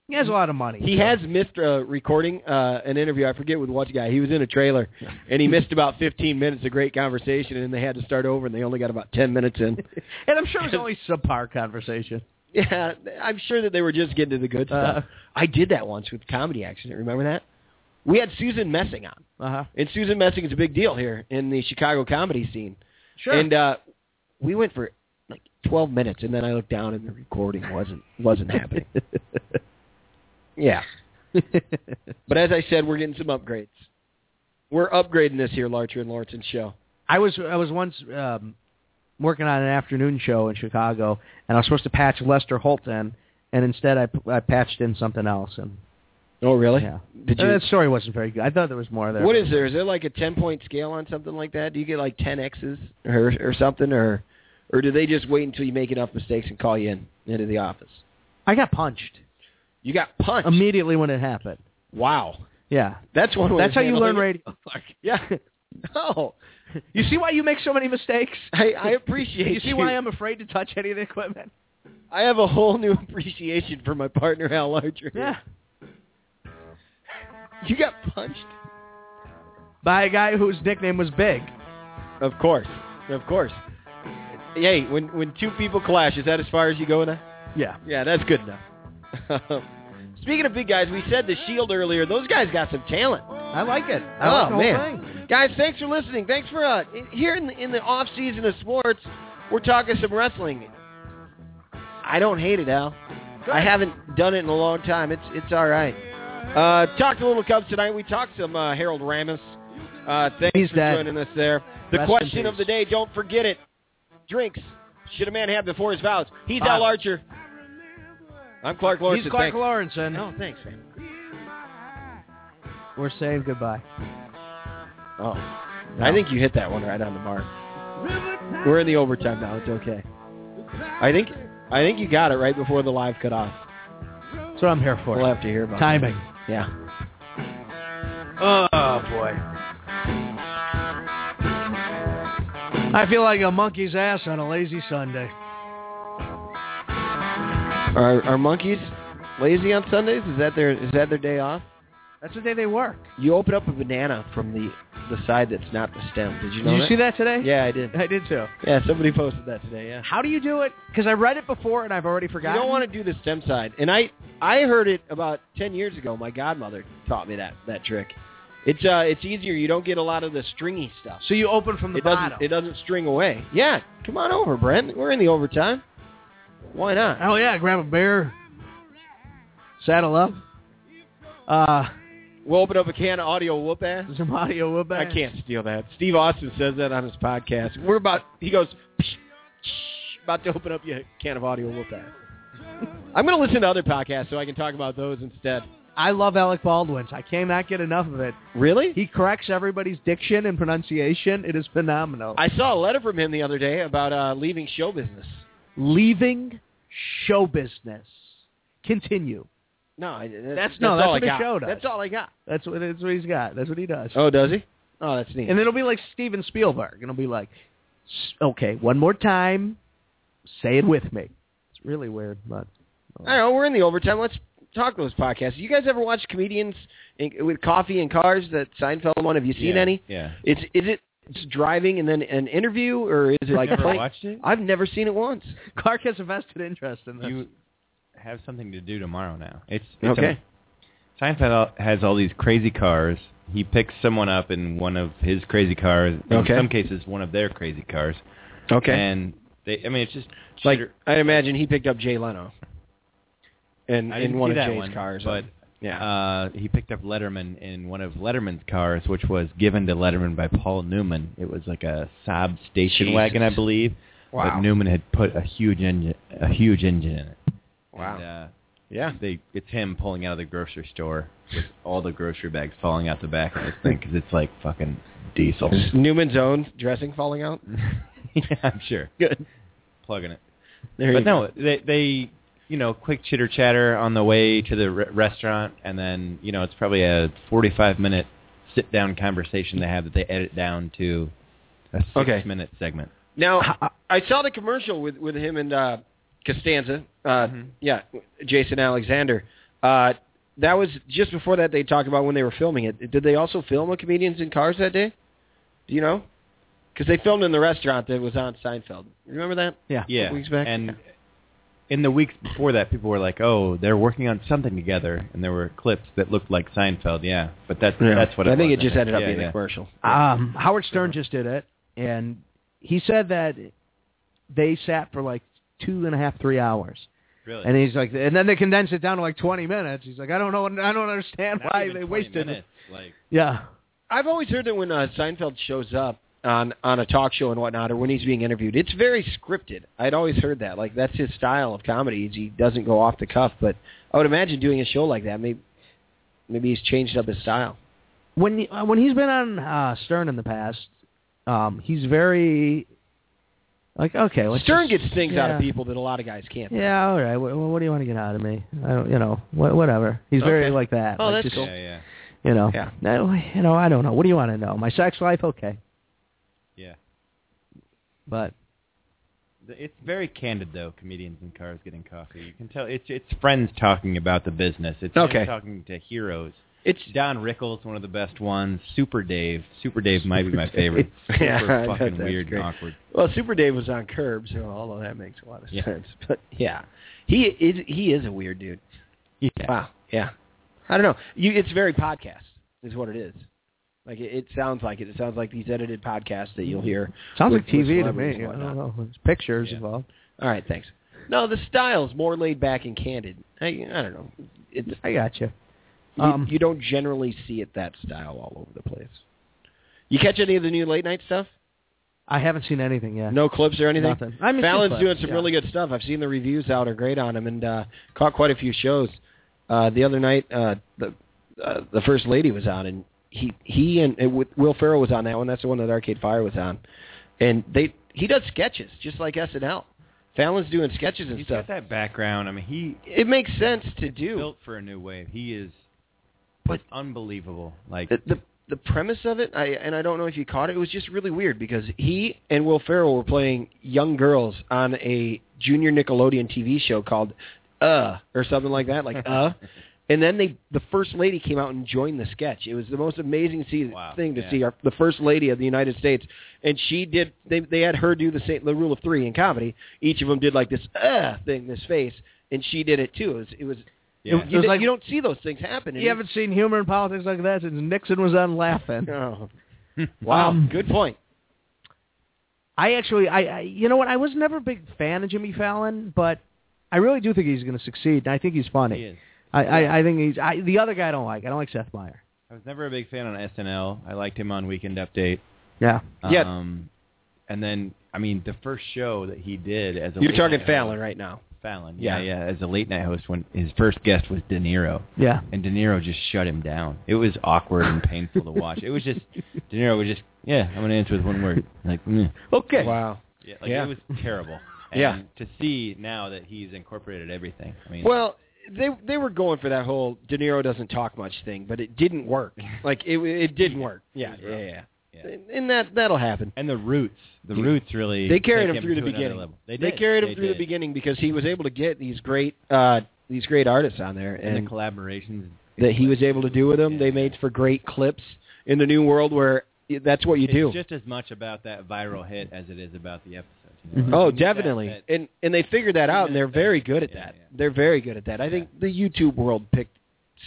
Speaker 3: He has a lot of money.
Speaker 1: He has missed a recording, uh, an interview. I forget with what guy. He was in a trailer, and he missed about 15 minutes of great conversation, and they had to start over, and they only got about 10 minutes in.
Speaker 3: and I'm sure <laughs> it was only subpar conversation.
Speaker 1: Yeah, I'm sure that they were just getting to the good stuff.
Speaker 3: Uh.
Speaker 1: I did that once with Comedy Accident. Remember that? We had Susan Messing on,
Speaker 3: Uh huh.
Speaker 1: and Susan Messing is a big deal here in the Chicago comedy scene.
Speaker 3: Sure.
Speaker 1: And uh, we went for like 12 minutes, and then I looked down, and the recording wasn't wasn't
Speaker 3: <laughs>
Speaker 1: happening. yeah.
Speaker 3: uh,
Speaker 1: But as I said, we're getting some upgrades. We're upgrading this here, Larcher and Lawrence's show.
Speaker 3: I was I was once um, working on an afternoon show in Chicago, and I was supposed to patch Lester Holt in, and instead I, I patched in something else. And
Speaker 1: Oh, really?
Speaker 3: yeah,
Speaker 1: Did you?
Speaker 3: that story wasn't very good. I thought there was more there.
Speaker 1: what is there? Is there like a ten point scale on something like that? Do you get like ten X's or or something, or or do they just wait until you make enough mistakes and call you in into the office?
Speaker 3: I got punched
Speaker 1: You got punched.
Speaker 3: immediately when it happened.
Speaker 1: wow,
Speaker 3: Yeah,
Speaker 1: that's one way.
Speaker 3: that's
Speaker 1: of
Speaker 3: how you
Speaker 1: handling
Speaker 3: learn
Speaker 1: it.
Speaker 3: radio.
Speaker 1: <laughs> Yeah. No,
Speaker 3: You see why you make so many mistakes.
Speaker 1: <laughs> I,
Speaker 3: <laughs>
Speaker 1: I appreciate
Speaker 3: You see why I'm afraid to touch any of the equipment.
Speaker 1: I have a whole new appreciation for my partner Al Larcher.
Speaker 3: Yeah.
Speaker 1: You got punched.
Speaker 3: by a guy whose nickname was Big.
Speaker 1: Of course, of course. Hey, when when two people clash, is that as far as you go in that?
Speaker 3: Yeah.
Speaker 1: Yeah, that's good enough. <laughs> Speaking of big guys, we said the Shield earlier. Those guys got some talent.
Speaker 3: I like it. I
Speaker 1: oh
Speaker 3: like the whole
Speaker 1: man,
Speaker 3: thing.
Speaker 1: guys, thanks for listening. Thanks for uh, here in the, in the off season of sports, we're talking some wrestling. I don't hate it, Al. I haven't done it in a long time. It's it's all right. Uh, talked a little Cubs tonight. We talked some uh, Harold Ramis. Uh, thanks
Speaker 3: He's
Speaker 1: for
Speaker 3: dead.
Speaker 1: joining us there. The
Speaker 3: Rest in
Speaker 1: question of
Speaker 3: peace.
Speaker 1: the day, don't forget it. Drinks should a man have before his vows? He's
Speaker 3: Bottle.
Speaker 1: Al Archer. I'm Clark Lawrence.
Speaker 3: He's Clark
Speaker 1: thanks.
Speaker 3: Lawrence, and
Speaker 1: No, thanks, man.
Speaker 3: we're saying goodbye.
Speaker 1: Oh, I think you hit that one right on the mark. We're in the overtime now. It's okay. I think I think you got it right before the live cut off.
Speaker 3: That's what I'm here for.
Speaker 1: We'll have to hear about
Speaker 3: Timing.
Speaker 1: That. Yeah.
Speaker 3: Oh boy. I feel like a monkey's ass on a lazy Sunday.
Speaker 1: Are are monkeys lazy on Sundays? Is that their is that their day off?
Speaker 3: That's the day they work.
Speaker 1: You open up a banana from the the side that's not the stem. Did you
Speaker 3: Did
Speaker 1: know
Speaker 3: you
Speaker 1: that?
Speaker 3: see that today?
Speaker 1: Yeah, I did.
Speaker 3: I did too.
Speaker 1: Yeah, somebody posted that today. Yeah.
Speaker 3: How do you do it? Because I read it before and I've already forgotten.
Speaker 1: You don't want to do the stem side. And I I heard it about ten years ago. My godmother taught me that that trick. It's uh it's easier. You don't get a lot of the stringy stuff.
Speaker 3: So you open from the
Speaker 1: it
Speaker 3: bottom.
Speaker 1: doesn't it doesn't string away. Yeah, come on over, Brent. We're in the overtime. Why not?
Speaker 3: oh yeah, grab a beer, saddle up. Uh,
Speaker 1: We'll open up a can of audio whoop ass.
Speaker 3: some audio whoop
Speaker 1: I can't steal that. Steve Austin says that on his podcast. We're about he goes "Psh, shh, about to open up your can of audio whoop ass.
Speaker 3: <laughs>
Speaker 1: I'm going to listen to other podcasts so I can talk about those instead.
Speaker 3: I love Alec Baldwin's. I cannot get enough of it.
Speaker 1: Really?
Speaker 3: He corrects everybody's diction and pronunciation. It is phenomenal.
Speaker 1: I saw a letter from him the other day about uh, leaving show business.
Speaker 3: leaving show business. Continue.
Speaker 1: No, I, that's,
Speaker 3: That's- no, that's
Speaker 1: all
Speaker 3: what
Speaker 1: I
Speaker 3: the
Speaker 1: got.
Speaker 3: show does.
Speaker 1: That's all I got.
Speaker 3: That's what that's what he's got. That's what he does.
Speaker 1: Oh, does he? Oh, that's neat.
Speaker 3: And it'll be like Steven Spielberg. It'll be like, "S- okay, one more time, say it with me. It's really weird, but
Speaker 1: I don't know. We're in the overtime. Let's talk those podcasts. You guys ever watch comedians in, with coffee and cars? That Seinfeld one. Have you seen
Speaker 4: Yeah,
Speaker 1: any?
Speaker 4: Yeah.
Speaker 1: It's is it it's driving and then an interview or is it like
Speaker 4: Never
Speaker 1: playing-
Speaker 4: watched it?
Speaker 1: I've never seen it once.
Speaker 3: Clark has a vested interest in this.
Speaker 4: You have something to do tomorrow now. It's, it's
Speaker 1: Okay.
Speaker 4: A, Seinfeld has all these crazy cars. He picks someone up in one of his crazy cars.
Speaker 1: Okay.
Speaker 4: In some cases, one of their crazy cars. And they, I mean, it's just
Speaker 1: like
Speaker 4: shitter-
Speaker 1: I'd imagine he picked up Jay Leno. And
Speaker 4: I
Speaker 1: in
Speaker 4: didn't
Speaker 1: one
Speaker 4: see
Speaker 1: of
Speaker 4: that
Speaker 1: Jay's
Speaker 4: one,
Speaker 1: cars,
Speaker 4: but
Speaker 1: yeah.
Speaker 4: uh, he picked up Letterman in one of Letterman's cars, which was given to Letterman by Paul Newman. It was like a Saab station
Speaker 1: Jesus.
Speaker 4: wagon, I believe.
Speaker 1: Wow.
Speaker 4: But Newman had put a huge engine, a huge engine in it.
Speaker 1: Wow.
Speaker 4: And, uh,
Speaker 1: yeah.
Speaker 4: they it's him pulling out of the grocery store with all the grocery bags falling out the back of this thing because it's like fucking diesel.
Speaker 1: Is Newman's own dressing falling out.
Speaker 4: <laughs> yeah, I'm sure.
Speaker 1: Good.
Speaker 4: Plugging it.
Speaker 1: There you
Speaker 4: but
Speaker 1: go.
Speaker 4: no, they they you know quick chitter chatter on the way to the re- restaurant, and then you know it's probably a 45 minute sit down conversation they have that they edit down to a six
Speaker 1: Okay.
Speaker 4: minute segment.
Speaker 1: Now I saw the commercial with with him and uh, Costanza. Uh, Yeah, Jason Alexander. Uh, that was just before that. They talked about when they were filming it. Did they also film a comedians in cars that day? Do you know? Because they filmed in the restaurant that was on Seinfeld. Remember that?
Speaker 3: yeah.
Speaker 4: Yeah,
Speaker 1: Weeks back?
Speaker 4: and. In the weeks before that, people were like, "Oh, they're working on something together," and there were clips that looked like Seinfeld. Yeah, but that's that's what
Speaker 1: I
Speaker 4: it
Speaker 1: think.
Speaker 4: was,
Speaker 1: It just ended up
Speaker 4: Yeah,
Speaker 1: being
Speaker 4: yeah.
Speaker 1: a commercial.
Speaker 3: Um, Howard Stern just did it, and he said that they sat for like two and a half, three hours.
Speaker 4: Really?
Speaker 3: And he's like, and then they condensed it down to like 20 minutes. He's like, I don't know, I don't understand
Speaker 4: Not
Speaker 3: why
Speaker 4: even
Speaker 3: they
Speaker 4: 20
Speaker 3: wasted it.
Speaker 4: minutes, Like,
Speaker 3: Yeah.
Speaker 1: I've always heard that when uh, Seinfeld shows up on on a talk show and whatnot, or when he's being interviewed, it's very scripted. I'd always heard that. Like that's his style of comedy. Is he doesn't go off the cuff. But I would imagine doing a show like that, maybe maybe he's changed up his style.
Speaker 3: when uh, when he's been on uh, Stern in the past, um, he's very like okay. Let's
Speaker 1: Stern
Speaker 3: just-
Speaker 1: gets things out of
Speaker 3: yeah.
Speaker 1: people that a lot of guys can't.
Speaker 3: Yeah, all right. What, what do you want to get out of me? I don't, you know, wh- whatever. He's very
Speaker 1: Okay.
Speaker 3: like that.
Speaker 1: Oh,
Speaker 3: like,
Speaker 1: that's
Speaker 3: just,
Speaker 1: cool.
Speaker 4: yeah, yeah,
Speaker 3: You know,
Speaker 1: Yeah.
Speaker 3: I- you know, I don't know. What do you want to know? My sex life, okay,
Speaker 4: yeah.
Speaker 3: but
Speaker 4: The- It's very candid though. Comedians in cars getting coffee. You can tell it's it's friends talking about the business. It's them
Speaker 1: Okay.
Speaker 4: talking to heroes. It's Don Rickles, one of the best ones. Super Dave. Super Dave might be my favorite.
Speaker 6: <laughs>
Speaker 1: <laughs>
Speaker 4: Super
Speaker 1: Yeah, I know,
Speaker 4: fucking
Speaker 1: that's
Speaker 4: weird
Speaker 1: great.
Speaker 4: and awkward.
Speaker 1: Well, Super Dave was on Curb, so all of that makes a lot of
Speaker 4: Yeah.
Speaker 1: sense. <laughs> But yeah, he is he is a weird dude.
Speaker 4: Yeah.
Speaker 1: Wow. Yeah. I don't know. You, it's very podcast is what it is. Like it, it sounds like it. It sounds like these edited podcasts that you'll hear.
Speaker 6: Sounds
Speaker 1: with-
Speaker 6: like TV
Speaker 1: with
Speaker 6: to
Speaker 1: celebrities
Speaker 6: me.
Speaker 1: and
Speaker 6: I
Speaker 1: whatnot.
Speaker 6: don't know. There's pictures
Speaker 4: Yeah.
Speaker 6: involved.
Speaker 1: All right, thanks. No, the style's more laid back and candid. I, I don't know. It's
Speaker 6: I got you.
Speaker 1: you,
Speaker 6: Um,
Speaker 1: you don't generally see it that style all over the place. You catch any of the new late night stuff?
Speaker 6: I haven't seen anything yet.
Speaker 1: No clips or anything.
Speaker 6: Nothing. I mean,
Speaker 1: Fallon's
Speaker 6: clips,
Speaker 1: doing some
Speaker 6: yeah.
Speaker 1: really good stuff. I've seen the reviews out are great on him, and uh, caught quite a few shows. Uh, the other night, uh, the uh, the first lady was on, and he he and, and with- Will Ferrell was on that one. That's the one that Arcade Fire was on, and they he does sketches just like SNL. Fallon's doing sketches and
Speaker 4: He's
Speaker 1: stuff.
Speaker 4: got that background. I mean, he
Speaker 1: It makes sense to do.
Speaker 4: built for a new wave. He is
Speaker 1: But-
Speaker 4: it's unbelievable. Like
Speaker 1: the, the the premise of it, I and I don't know if you caught it, it was just really weird because he and Will Ferrell were playing young girls on a junior Nickelodeon TV show called Uh or something like that,
Speaker 4: <laughs>
Speaker 1: like Uh. And then they, the first lady came out and joined the sketch. It was the most amazing se-
Speaker 4: Wow,
Speaker 1: thing to
Speaker 4: yeah.
Speaker 1: see our, the first lady of the United States, and she did. They they had her do the same, the rule of three in comedy. Each of them did like this uh thing, this face, and she did it too. It was it was.
Speaker 4: Yeah.
Speaker 1: you,
Speaker 4: It was
Speaker 1: don't-
Speaker 6: like-
Speaker 1: you don't see those things happen.
Speaker 6: You haven't seen humor and politics like that since Nixon was on Laughing.
Speaker 1: Oh. Wow,
Speaker 6: Um,
Speaker 1: good point.
Speaker 6: I actually, I, I, you know what? I was never a big fan of Jimmy Fallon, but I really do think he's going to succeed, and I think he's funny.
Speaker 4: he is.
Speaker 6: I, I, I think he's. I, the other guy I don't like. I don't like Seth Meyer.
Speaker 4: I was never a big fan on SNL. I liked him on Weekend Update.
Speaker 6: Yeah.
Speaker 1: Yeah.
Speaker 4: Um, and then, I mean, the first show that he did as a
Speaker 1: You're
Speaker 4: late
Speaker 1: talking
Speaker 4: night
Speaker 1: Fallon
Speaker 4: host-
Speaker 1: right now.
Speaker 4: Fallon, yeah,
Speaker 1: Yeah.
Speaker 4: yeah, as a late night host when his first guest was De Niro,
Speaker 6: Yeah.
Speaker 4: and De Niro just shut him down. It was awkward and painful to watch. It was just <laughs> De Niro was just, yeah, I'm gonna answer with one word, like, mm.
Speaker 6: Okay.
Speaker 1: Wow.
Speaker 4: yeah, like
Speaker 1: Oh, Yeah.
Speaker 4: it was terrible. And
Speaker 1: Yeah.
Speaker 4: To see now that he's incorporated everything. I mean,
Speaker 1: Well, they they were going for that whole De Niro doesn't talk much thing, but it didn't
Speaker 4: <laughs>
Speaker 1: work. Like it it didn't work. Yeah,
Speaker 4: It was
Speaker 1: yeah,
Speaker 4: rough.
Speaker 1: yeah.
Speaker 4: Yeah.
Speaker 1: And- And that that'll happen.
Speaker 4: and the roots, the
Speaker 1: Yeah.
Speaker 4: roots really
Speaker 1: They carried
Speaker 4: take
Speaker 1: him through the
Speaker 4: to another
Speaker 1: beginning.
Speaker 4: level. They, did.
Speaker 1: carried him
Speaker 4: They
Speaker 1: through the
Speaker 4: did.
Speaker 1: beginning because he was able to get these great uh these great artists on there
Speaker 4: and,
Speaker 1: and
Speaker 4: the collaborations
Speaker 1: that he was able to do with them.
Speaker 4: Yeah.
Speaker 1: They made for great clips in the new world where that's what you do.
Speaker 4: It's just as much about that viral hit as it is about the episode. you
Speaker 6: Mhm.
Speaker 4: know?
Speaker 1: Oh,
Speaker 4: You need that-
Speaker 1: definitely,
Speaker 4: that-
Speaker 1: and and they figured that out, and they're very good at
Speaker 4: Yeah,
Speaker 1: that.
Speaker 4: yeah.
Speaker 1: They're very good at that. I think the YouTube world picked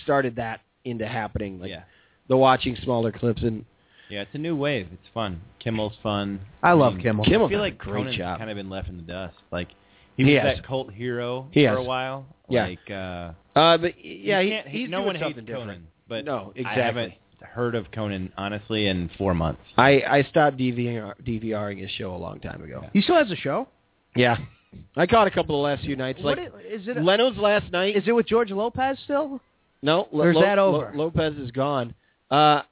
Speaker 1: started that into happening, like
Speaker 4: yeah,
Speaker 1: the watching smaller clips. And
Speaker 4: yeah, it's a new wave. It's fun. Kimmel's fun.
Speaker 6: I love
Speaker 4: mean,
Speaker 6: Kimmel.
Speaker 1: Kimmel
Speaker 4: I
Speaker 1: did
Speaker 4: feel
Speaker 1: a
Speaker 4: like
Speaker 1: great
Speaker 4: Conan's
Speaker 1: job.
Speaker 4: kind of been left in the dust. Like he was
Speaker 1: He has.
Speaker 4: that cult hero
Speaker 1: He
Speaker 4: for a
Speaker 1: has.
Speaker 4: while.
Speaker 1: Yeah.
Speaker 4: Like, uh,
Speaker 1: uh, but
Speaker 4: you
Speaker 1: yeah, he,
Speaker 4: can't-
Speaker 1: he's
Speaker 4: no
Speaker 1: doing
Speaker 4: one hates
Speaker 1: something different.
Speaker 4: Conan, but
Speaker 1: No,
Speaker 4: I haven't
Speaker 1: exactly.
Speaker 4: heard of Conan honestly in
Speaker 1: <laughs>
Speaker 4: four months.
Speaker 1: I I stopped DVR, DVRing his show a long time ago.
Speaker 6: He still has a show.
Speaker 1: Yeah, I caught a couple the last few nights. Like
Speaker 6: What i- is it? a-
Speaker 1: Leno's last night.
Speaker 6: is it with George Lopez still?
Speaker 1: no, Lo-
Speaker 6: or is
Speaker 1: Lo-
Speaker 6: that
Speaker 1: Lo-
Speaker 6: over?
Speaker 1: Lopez is gone. Uh,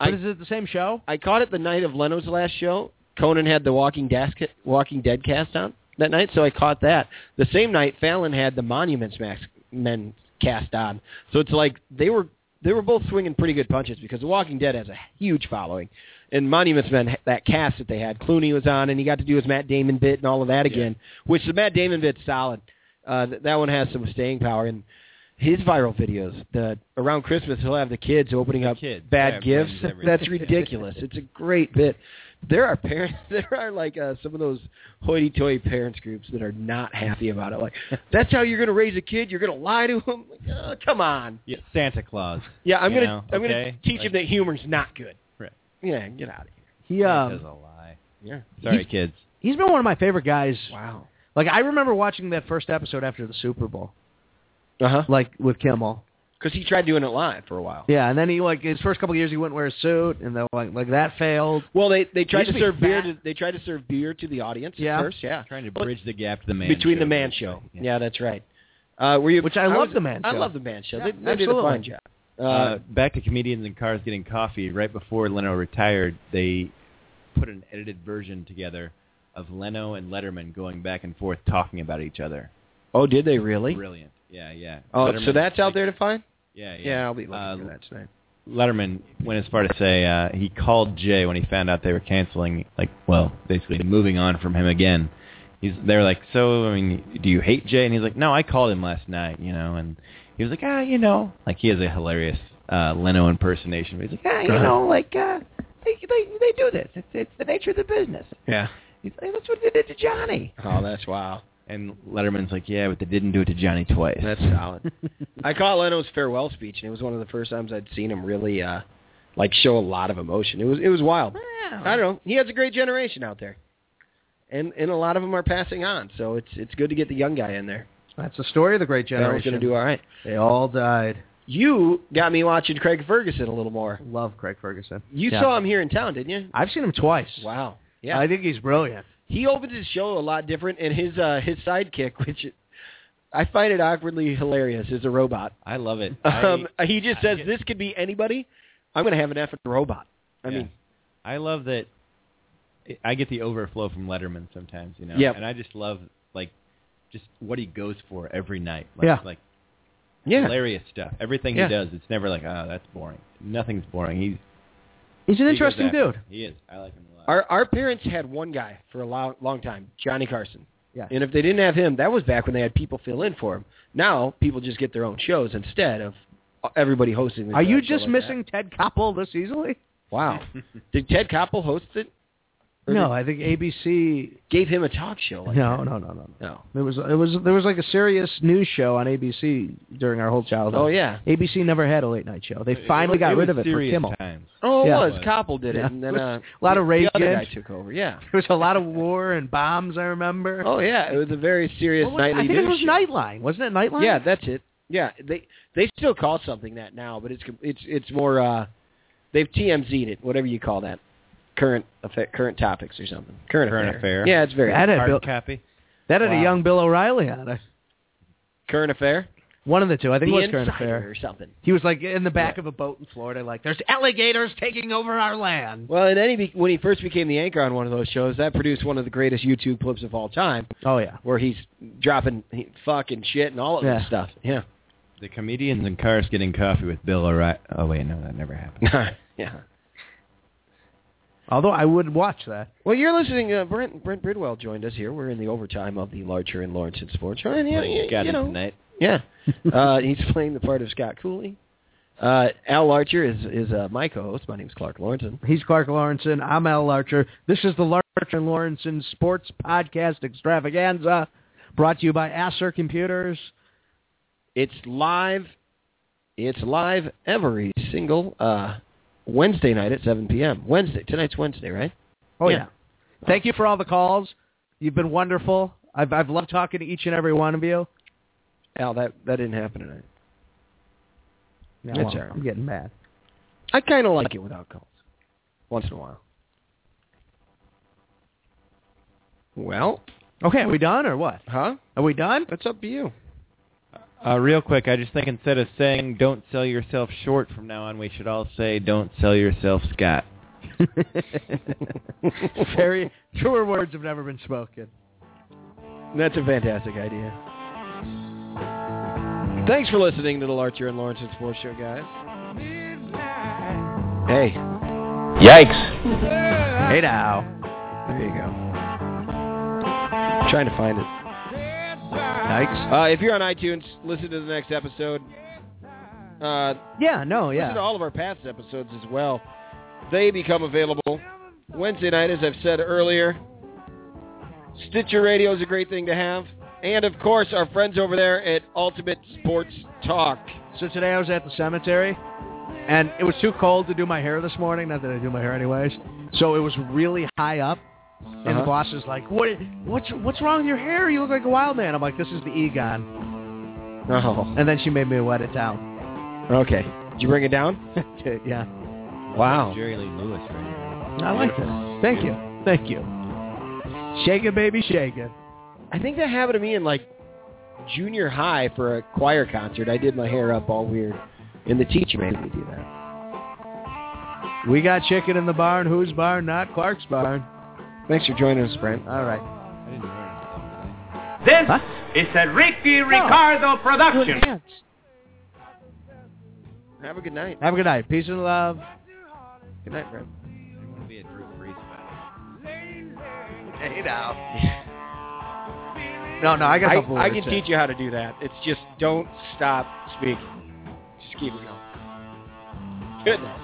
Speaker 1: I-
Speaker 6: But is it the same show?
Speaker 1: I caught it the night of Leno's last show. Conan had the Walking, Desk, Walking Dead cast on that night, so I caught that. The same night, Fallon had the Monuments Max Men cast on. So it's like they were they were both swinging pretty good punches because The Walking Dead has a huge following, and Monuments Men that cast that they had, Clooney was on, and he got to do his Matt Damon bit and all of that again, which the Matt Damon bit's solid. Uh, th- that one has some staying power and. His viral videos, the around Christmas, he'll have the kids opening up
Speaker 4: kids,
Speaker 1: bad
Speaker 4: yeah,
Speaker 1: gifts.
Speaker 4: brings
Speaker 1: <laughs>
Speaker 4: everything.
Speaker 1: That's ridiculous. It's a great bit. There are parents. <laughs> There are like uh, some of those hoity-toity parents groups that are not happy about it. Like, that's how you're going to raise a kid. You're going to lie to him. Like, oh, come on.
Speaker 4: Yeah, Santa Claus.
Speaker 1: Yeah, I'm
Speaker 4: You
Speaker 1: going to
Speaker 4: know,
Speaker 1: I'm going to
Speaker 4: okay?
Speaker 1: teach him
Speaker 4: Like-
Speaker 1: that humor's not good.
Speaker 4: Right.
Speaker 1: Yeah, get out of here.
Speaker 6: He
Speaker 4: Santa's
Speaker 6: um,
Speaker 4: a lie.
Speaker 1: Yeah.
Speaker 4: Sorry,
Speaker 6: He's-
Speaker 4: kids.
Speaker 6: he's been one of my favorite guys.
Speaker 1: Wow.
Speaker 6: Like I remember watching that first episode after the Super Bowl,
Speaker 1: Uh huh.
Speaker 6: like with Kimmel.
Speaker 1: Because he tried doing it live for a while.
Speaker 6: Yeah, and then he like his first couple of years he wouldn't wear a suit, and then like like that failed.
Speaker 1: Well, they they
Speaker 6: He
Speaker 1: tried
Speaker 6: used to
Speaker 1: to
Speaker 6: be
Speaker 1: serve beer.
Speaker 6: fat.
Speaker 1: To, they tried to serve beer to the audience
Speaker 6: Yeah.
Speaker 1: at first. Yeah.
Speaker 4: Trying to
Speaker 1: But-
Speaker 4: bridge the gap to the man
Speaker 1: between
Speaker 4: show.
Speaker 1: the man show. Yeah, that's right. Uh, were you?
Speaker 6: Which I love
Speaker 1: was-
Speaker 6: the man
Speaker 1: I
Speaker 6: show.
Speaker 1: love the man show.
Speaker 6: Yeah,
Speaker 1: they they did a
Speaker 6: absolutely.
Speaker 1: fine job. Uh,
Speaker 4: Uh, back to comedians in cars getting coffee. Right before Leno retired, they put an edited version together of Leno and Letterman going back and forth talking about each other.
Speaker 1: oh, did they really?
Speaker 4: Brilliant. Yeah, yeah.
Speaker 1: Oh,
Speaker 4: Letterman-
Speaker 1: so that's out there to find.
Speaker 4: Yeah, yeah.
Speaker 1: Yeah, I'll be looking
Speaker 4: Uh,
Speaker 1: for that tonight.
Speaker 4: Letterman went as far to say uh, he called Jay when he found out they were canceling, like, well, basically moving on from him again. He's, they were like, so, I mean, do you hate Jay? And he's like, no, I called him last night, you know, and he was like, ah, you know, like he has a hilarious uh, Leno impersonation. He's like, ah, you
Speaker 3: Uh-huh.
Speaker 4: know, like uh, they they they do this. It's it's the nature of the business.
Speaker 1: Yeah.
Speaker 4: He's like, that's what they did to Johnny.
Speaker 1: Oh, that's wow.
Speaker 4: And Letterman's like, yeah, but they didn't do it to Johnny twice.
Speaker 1: <laughs> That's solid. I caught Leno's farewell speech, and it was one of the first times I'd seen him really, uh, like, show a lot of emotion. It was it was wild. I don't know. He has a great generation out there, and and a lot of them are passing on. So it's it's good to get the young guy in there.
Speaker 3: That's the story of the great
Speaker 1: Generation. going to
Speaker 3: generation.
Speaker 1: do all right.
Speaker 3: They all died.
Speaker 1: You got me watching Craig Ferguson a little more.
Speaker 3: Love Craig Ferguson.
Speaker 1: You
Speaker 3: Yeah.
Speaker 1: saw him here in town, didn't you?
Speaker 3: I've seen him twice.
Speaker 1: Wow. Yeah.
Speaker 3: I think he's brilliant.
Speaker 1: he opens his show a lot different, and his uh, his sidekick, <laughs> which I find it awkwardly hilarious, is a robot.
Speaker 4: I love it.
Speaker 1: <laughs> Um, he just
Speaker 4: I
Speaker 1: says,
Speaker 4: get-
Speaker 1: "This could be anybody. I'm going to have an effing robot." I
Speaker 4: Yeah.
Speaker 1: mean,
Speaker 4: I love that. I get the overflow from Letterman sometimes, you know.
Speaker 1: Yep.
Speaker 4: And I just love like just what he goes for every night. Like,
Speaker 3: Yeah.
Speaker 4: Like
Speaker 1: yeah,
Speaker 4: hilarious stuff. Everything
Speaker 1: Yeah.
Speaker 4: he does, it's never like, oh, that's boring. Nothing's boring. He's
Speaker 3: He's an
Speaker 4: he goes
Speaker 3: interesting
Speaker 4: after it.
Speaker 3: dude.
Speaker 4: He is. I like him a lot.
Speaker 1: our our parents had one guy for a long, long time, Johnny Carson.
Speaker 3: Yeah.
Speaker 1: And if they didn't have him, that was back when they had people fill in for him. Now people just get their own shows instead of uh, everybody hosting. this
Speaker 3: Are you
Speaker 1: show
Speaker 3: just
Speaker 1: like
Speaker 3: missing Ted Koppel this easily?
Speaker 1: that. <laughs> Wow.
Speaker 3: <laughs>
Speaker 1: Did Ted Koppel host it? Or
Speaker 3: No, I think ABC.
Speaker 1: Gave him a talk show. Like
Speaker 3: No, no, no, no.
Speaker 1: That? No.
Speaker 3: There was it was there was like a serious news show on ABC during our whole childhood.
Speaker 1: Oh yeah.
Speaker 3: ABC never had a late night show. They
Speaker 4: It
Speaker 3: finally
Speaker 4: was-
Speaker 3: got
Speaker 4: it
Speaker 3: rid
Speaker 4: was
Speaker 3: of it for
Speaker 4: serious
Speaker 3: Kimmel.
Speaker 4: Times.
Speaker 1: Oh, it
Speaker 3: Yeah.
Speaker 1: was. Koppel did it,
Speaker 3: Yeah.
Speaker 1: and then
Speaker 3: It
Speaker 1: uh,
Speaker 3: was <laughs> a lot of rage
Speaker 1: The other guy
Speaker 3: games.
Speaker 1: took over. Yeah.
Speaker 3: <laughs> There was a lot of war and bombs. I remember.
Speaker 1: Oh yeah, it was a very serious
Speaker 3: What was-
Speaker 1: nightly
Speaker 3: I think it
Speaker 1: news
Speaker 3: was
Speaker 1: show.
Speaker 3: Nightline, wasn't it? Nightline.
Speaker 1: Yeah, that's it. Yeah, they they still call something that now, but it's it's it's more uh they've TMZ'd it, whatever you call that. Current affair, current topics or something. Current,
Speaker 4: Current affair.
Speaker 1: Yeah, it's very
Speaker 3: That had
Speaker 4: Hard
Speaker 3: Bill,
Speaker 4: copy.
Speaker 3: that had a
Speaker 1: Wow.
Speaker 3: young Bill O'Reilly on it.
Speaker 1: current affair.
Speaker 3: One of the two. I think
Speaker 1: the
Speaker 3: it was Current
Speaker 1: Insider
Speaker 3: Affair.
Speaker 1: or something.
Speaker 3: He was like in the back of a boat in Florida, like there's alligators taking over our land.
Speaker 1: Well, and then he be- when he first became the anchor on one of those shows, that produced one of the greatest YouTube clips of all time,
Speaker 3: Oh yeah.
Speaker 1: where he's dropping he- fucking shit and all of
Speaker 3: Yeah.
Speaker 1: this stuff.
Speaker 3: <laughs>
Speaker 1: Yeah,
Speaker 4: The comedians in cars getting coffee with Bill O'Reilly. Oh wait, no, that never happened.
Speaker 1: yeah.
Speaker 3: Although I would watch that.
Speaker 1: Well, you're listening. Uh, Brent Brent Bridwell joined us here. We're in the overtime of the Larcher and Lawrence and Sports. Show, And, <laughs> yeah,
Speaker 4: What he's
Speaker 1: yeah,
Speaker 4: got
Speaker 1: you
Speaker 4: in
Speaker 1: know,
Speaker 4: tonight.
Speaker 1: Yeah, uh, he's playing the part of Scott Cooley. Uh, Al Larcher is is uh, my co-host. My name's Clark Lawrence.
Speaker 3: He's Clark Lawrenson. I'm Al Larcher. This is the Larcher and Lawrenson Sports Podcast Extravaganza, brought to you by Acer Computers.
Speaker 1: It's live. It's live every single uh, Wednesday night at 7 p.m. Wednesday tonight's Wednesday, right?
Speaker 3: Oh
Speaker 1: Yeah.
Speaker 3: yeah. Thank you for all the calls. You've been wonderful. I've I've loved talking to each and every one of you.
Speaker 1: Al, that that didn't happen tonight.
Speaker 3: No,
Speaker 1: That's
Speaker 3: I'm-
Speaker 1: all right.
Speaker 3: I'm getting mad.
Speaker 1: I kind of like it without calls, once in a while. Well,
Speaker 3: Okay, are we done or what?
Speaker 1: huh?
Speaker 3: Are we done?
Speaker 1: That's up to you. <laughs>
Speaker 4: Uh, real quick, I just think instead of saying "Don't sell yourself short" from now on, we should all say "Don't sell yourself, Scott."
Speaker 3: Very truer words have never been spoken.
Speaker 1: That's a fantastic idea. Thanks for listening to the Larcher and Lawrence and Sports Show, guys. Hey,
Speaker 4: Yikes!
Speaker 3: Hey now.
Speaker 1: there you go. trying to find it.
Speaker 3: Yikes.
Speaker 1: Uh, if you're on iTunes, listen to the next episode. Uh,
Speaker 3: Yeah, no,
Speaker 1: Listen to
Speaker 3: yeah.
Speaker 1: all of our past episodes as well. They become available Wednesday night, as I've said earlier. Stitcher Radio is a great thing to have. And, of course, our friends over there at Ultimate Sports Talk.
Speaker 3: So today I was at the cemetery, and it was too cold to do my hair this morning. Not that I do my hair anyways. So it was really high up, and
Speaker 1: Uh-huh.
Speaker 3: the boss is like, "What? What's what's wrong with your hair? You look like a wild man." I'm like, "This is the Egon,"
Speaker 1: Oh,
Speaker 3: and then she made me wet it down.
Speaker 1: okay. Did you bring it down? <laughs>
Speaker 3: yeah,
Speaker 1: Wow.
Speaker 4: Jerry Lee Lewis, right?
Speaker 3: I like it. Thank you, thank you. Shake it, baby, shake it.
Speaker 1: I think that happened to me in, like, junior high for a choir concert. I did my hair up all weird, and the teacher made me do that.
Speaker 3: We got chicken in the barn. Whose barn? Not Clark's barn.
Speaker 1: Thanks for joining us, Brent.
Speaker 3: All right.
Speaker 4: I didn't learn anything.
Speaker 7: This
Speaker 3: Huh?
Speaker 7: is a Ricky Ricardo production.
Speaker 1: Have a good night.
Speaker 3: Have a good night. Peace and love.
Speaker 1: Good night, Brent.
Speaker 4: I want to be a Drew Brees fan.
Speaker 3: Hey now. No, no, I got a couple
Speaker 1: I, I
Speaker 3: words
Speaker 1: can
Speaker 3: in.
Speaker 1: teach you how to do that. It's just don't stop speaking. Just keep it going. goodness.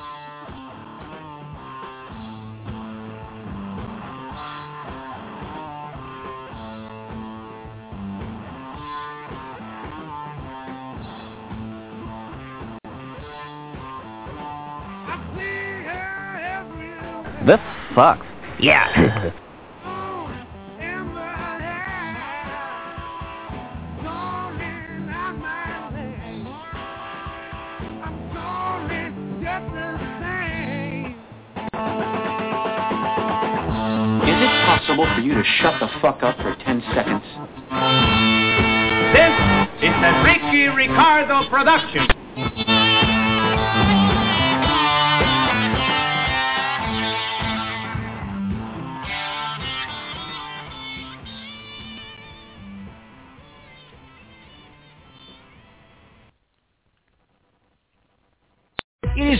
Speaker 8: This sucks.
Speaker 9: Yeah.
Speaker 10: Is it possible for you to shut the fuck up for 10 seconds?
Speaker 9: This is the Ricky Ricardo production.
Speaker 4: It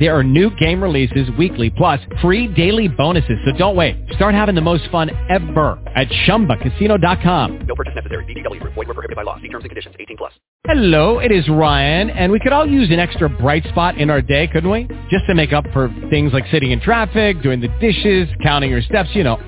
Speaker 4: There are new game releases weekly, plus free daily bonuses. So don't wait. Start having the most fun ever at ChumbaCasino.com.
Speaker 11: No purchase necessary. BGW. Void were prohibited by law. See terms and conditions. 18 plus.
Speaker 4: Hello, it is Ryan, and we could all use an extra bright spot in our day, couldn't we? Just to make up for things like sitting in traffic, doing the dishes, counting your steps, you know,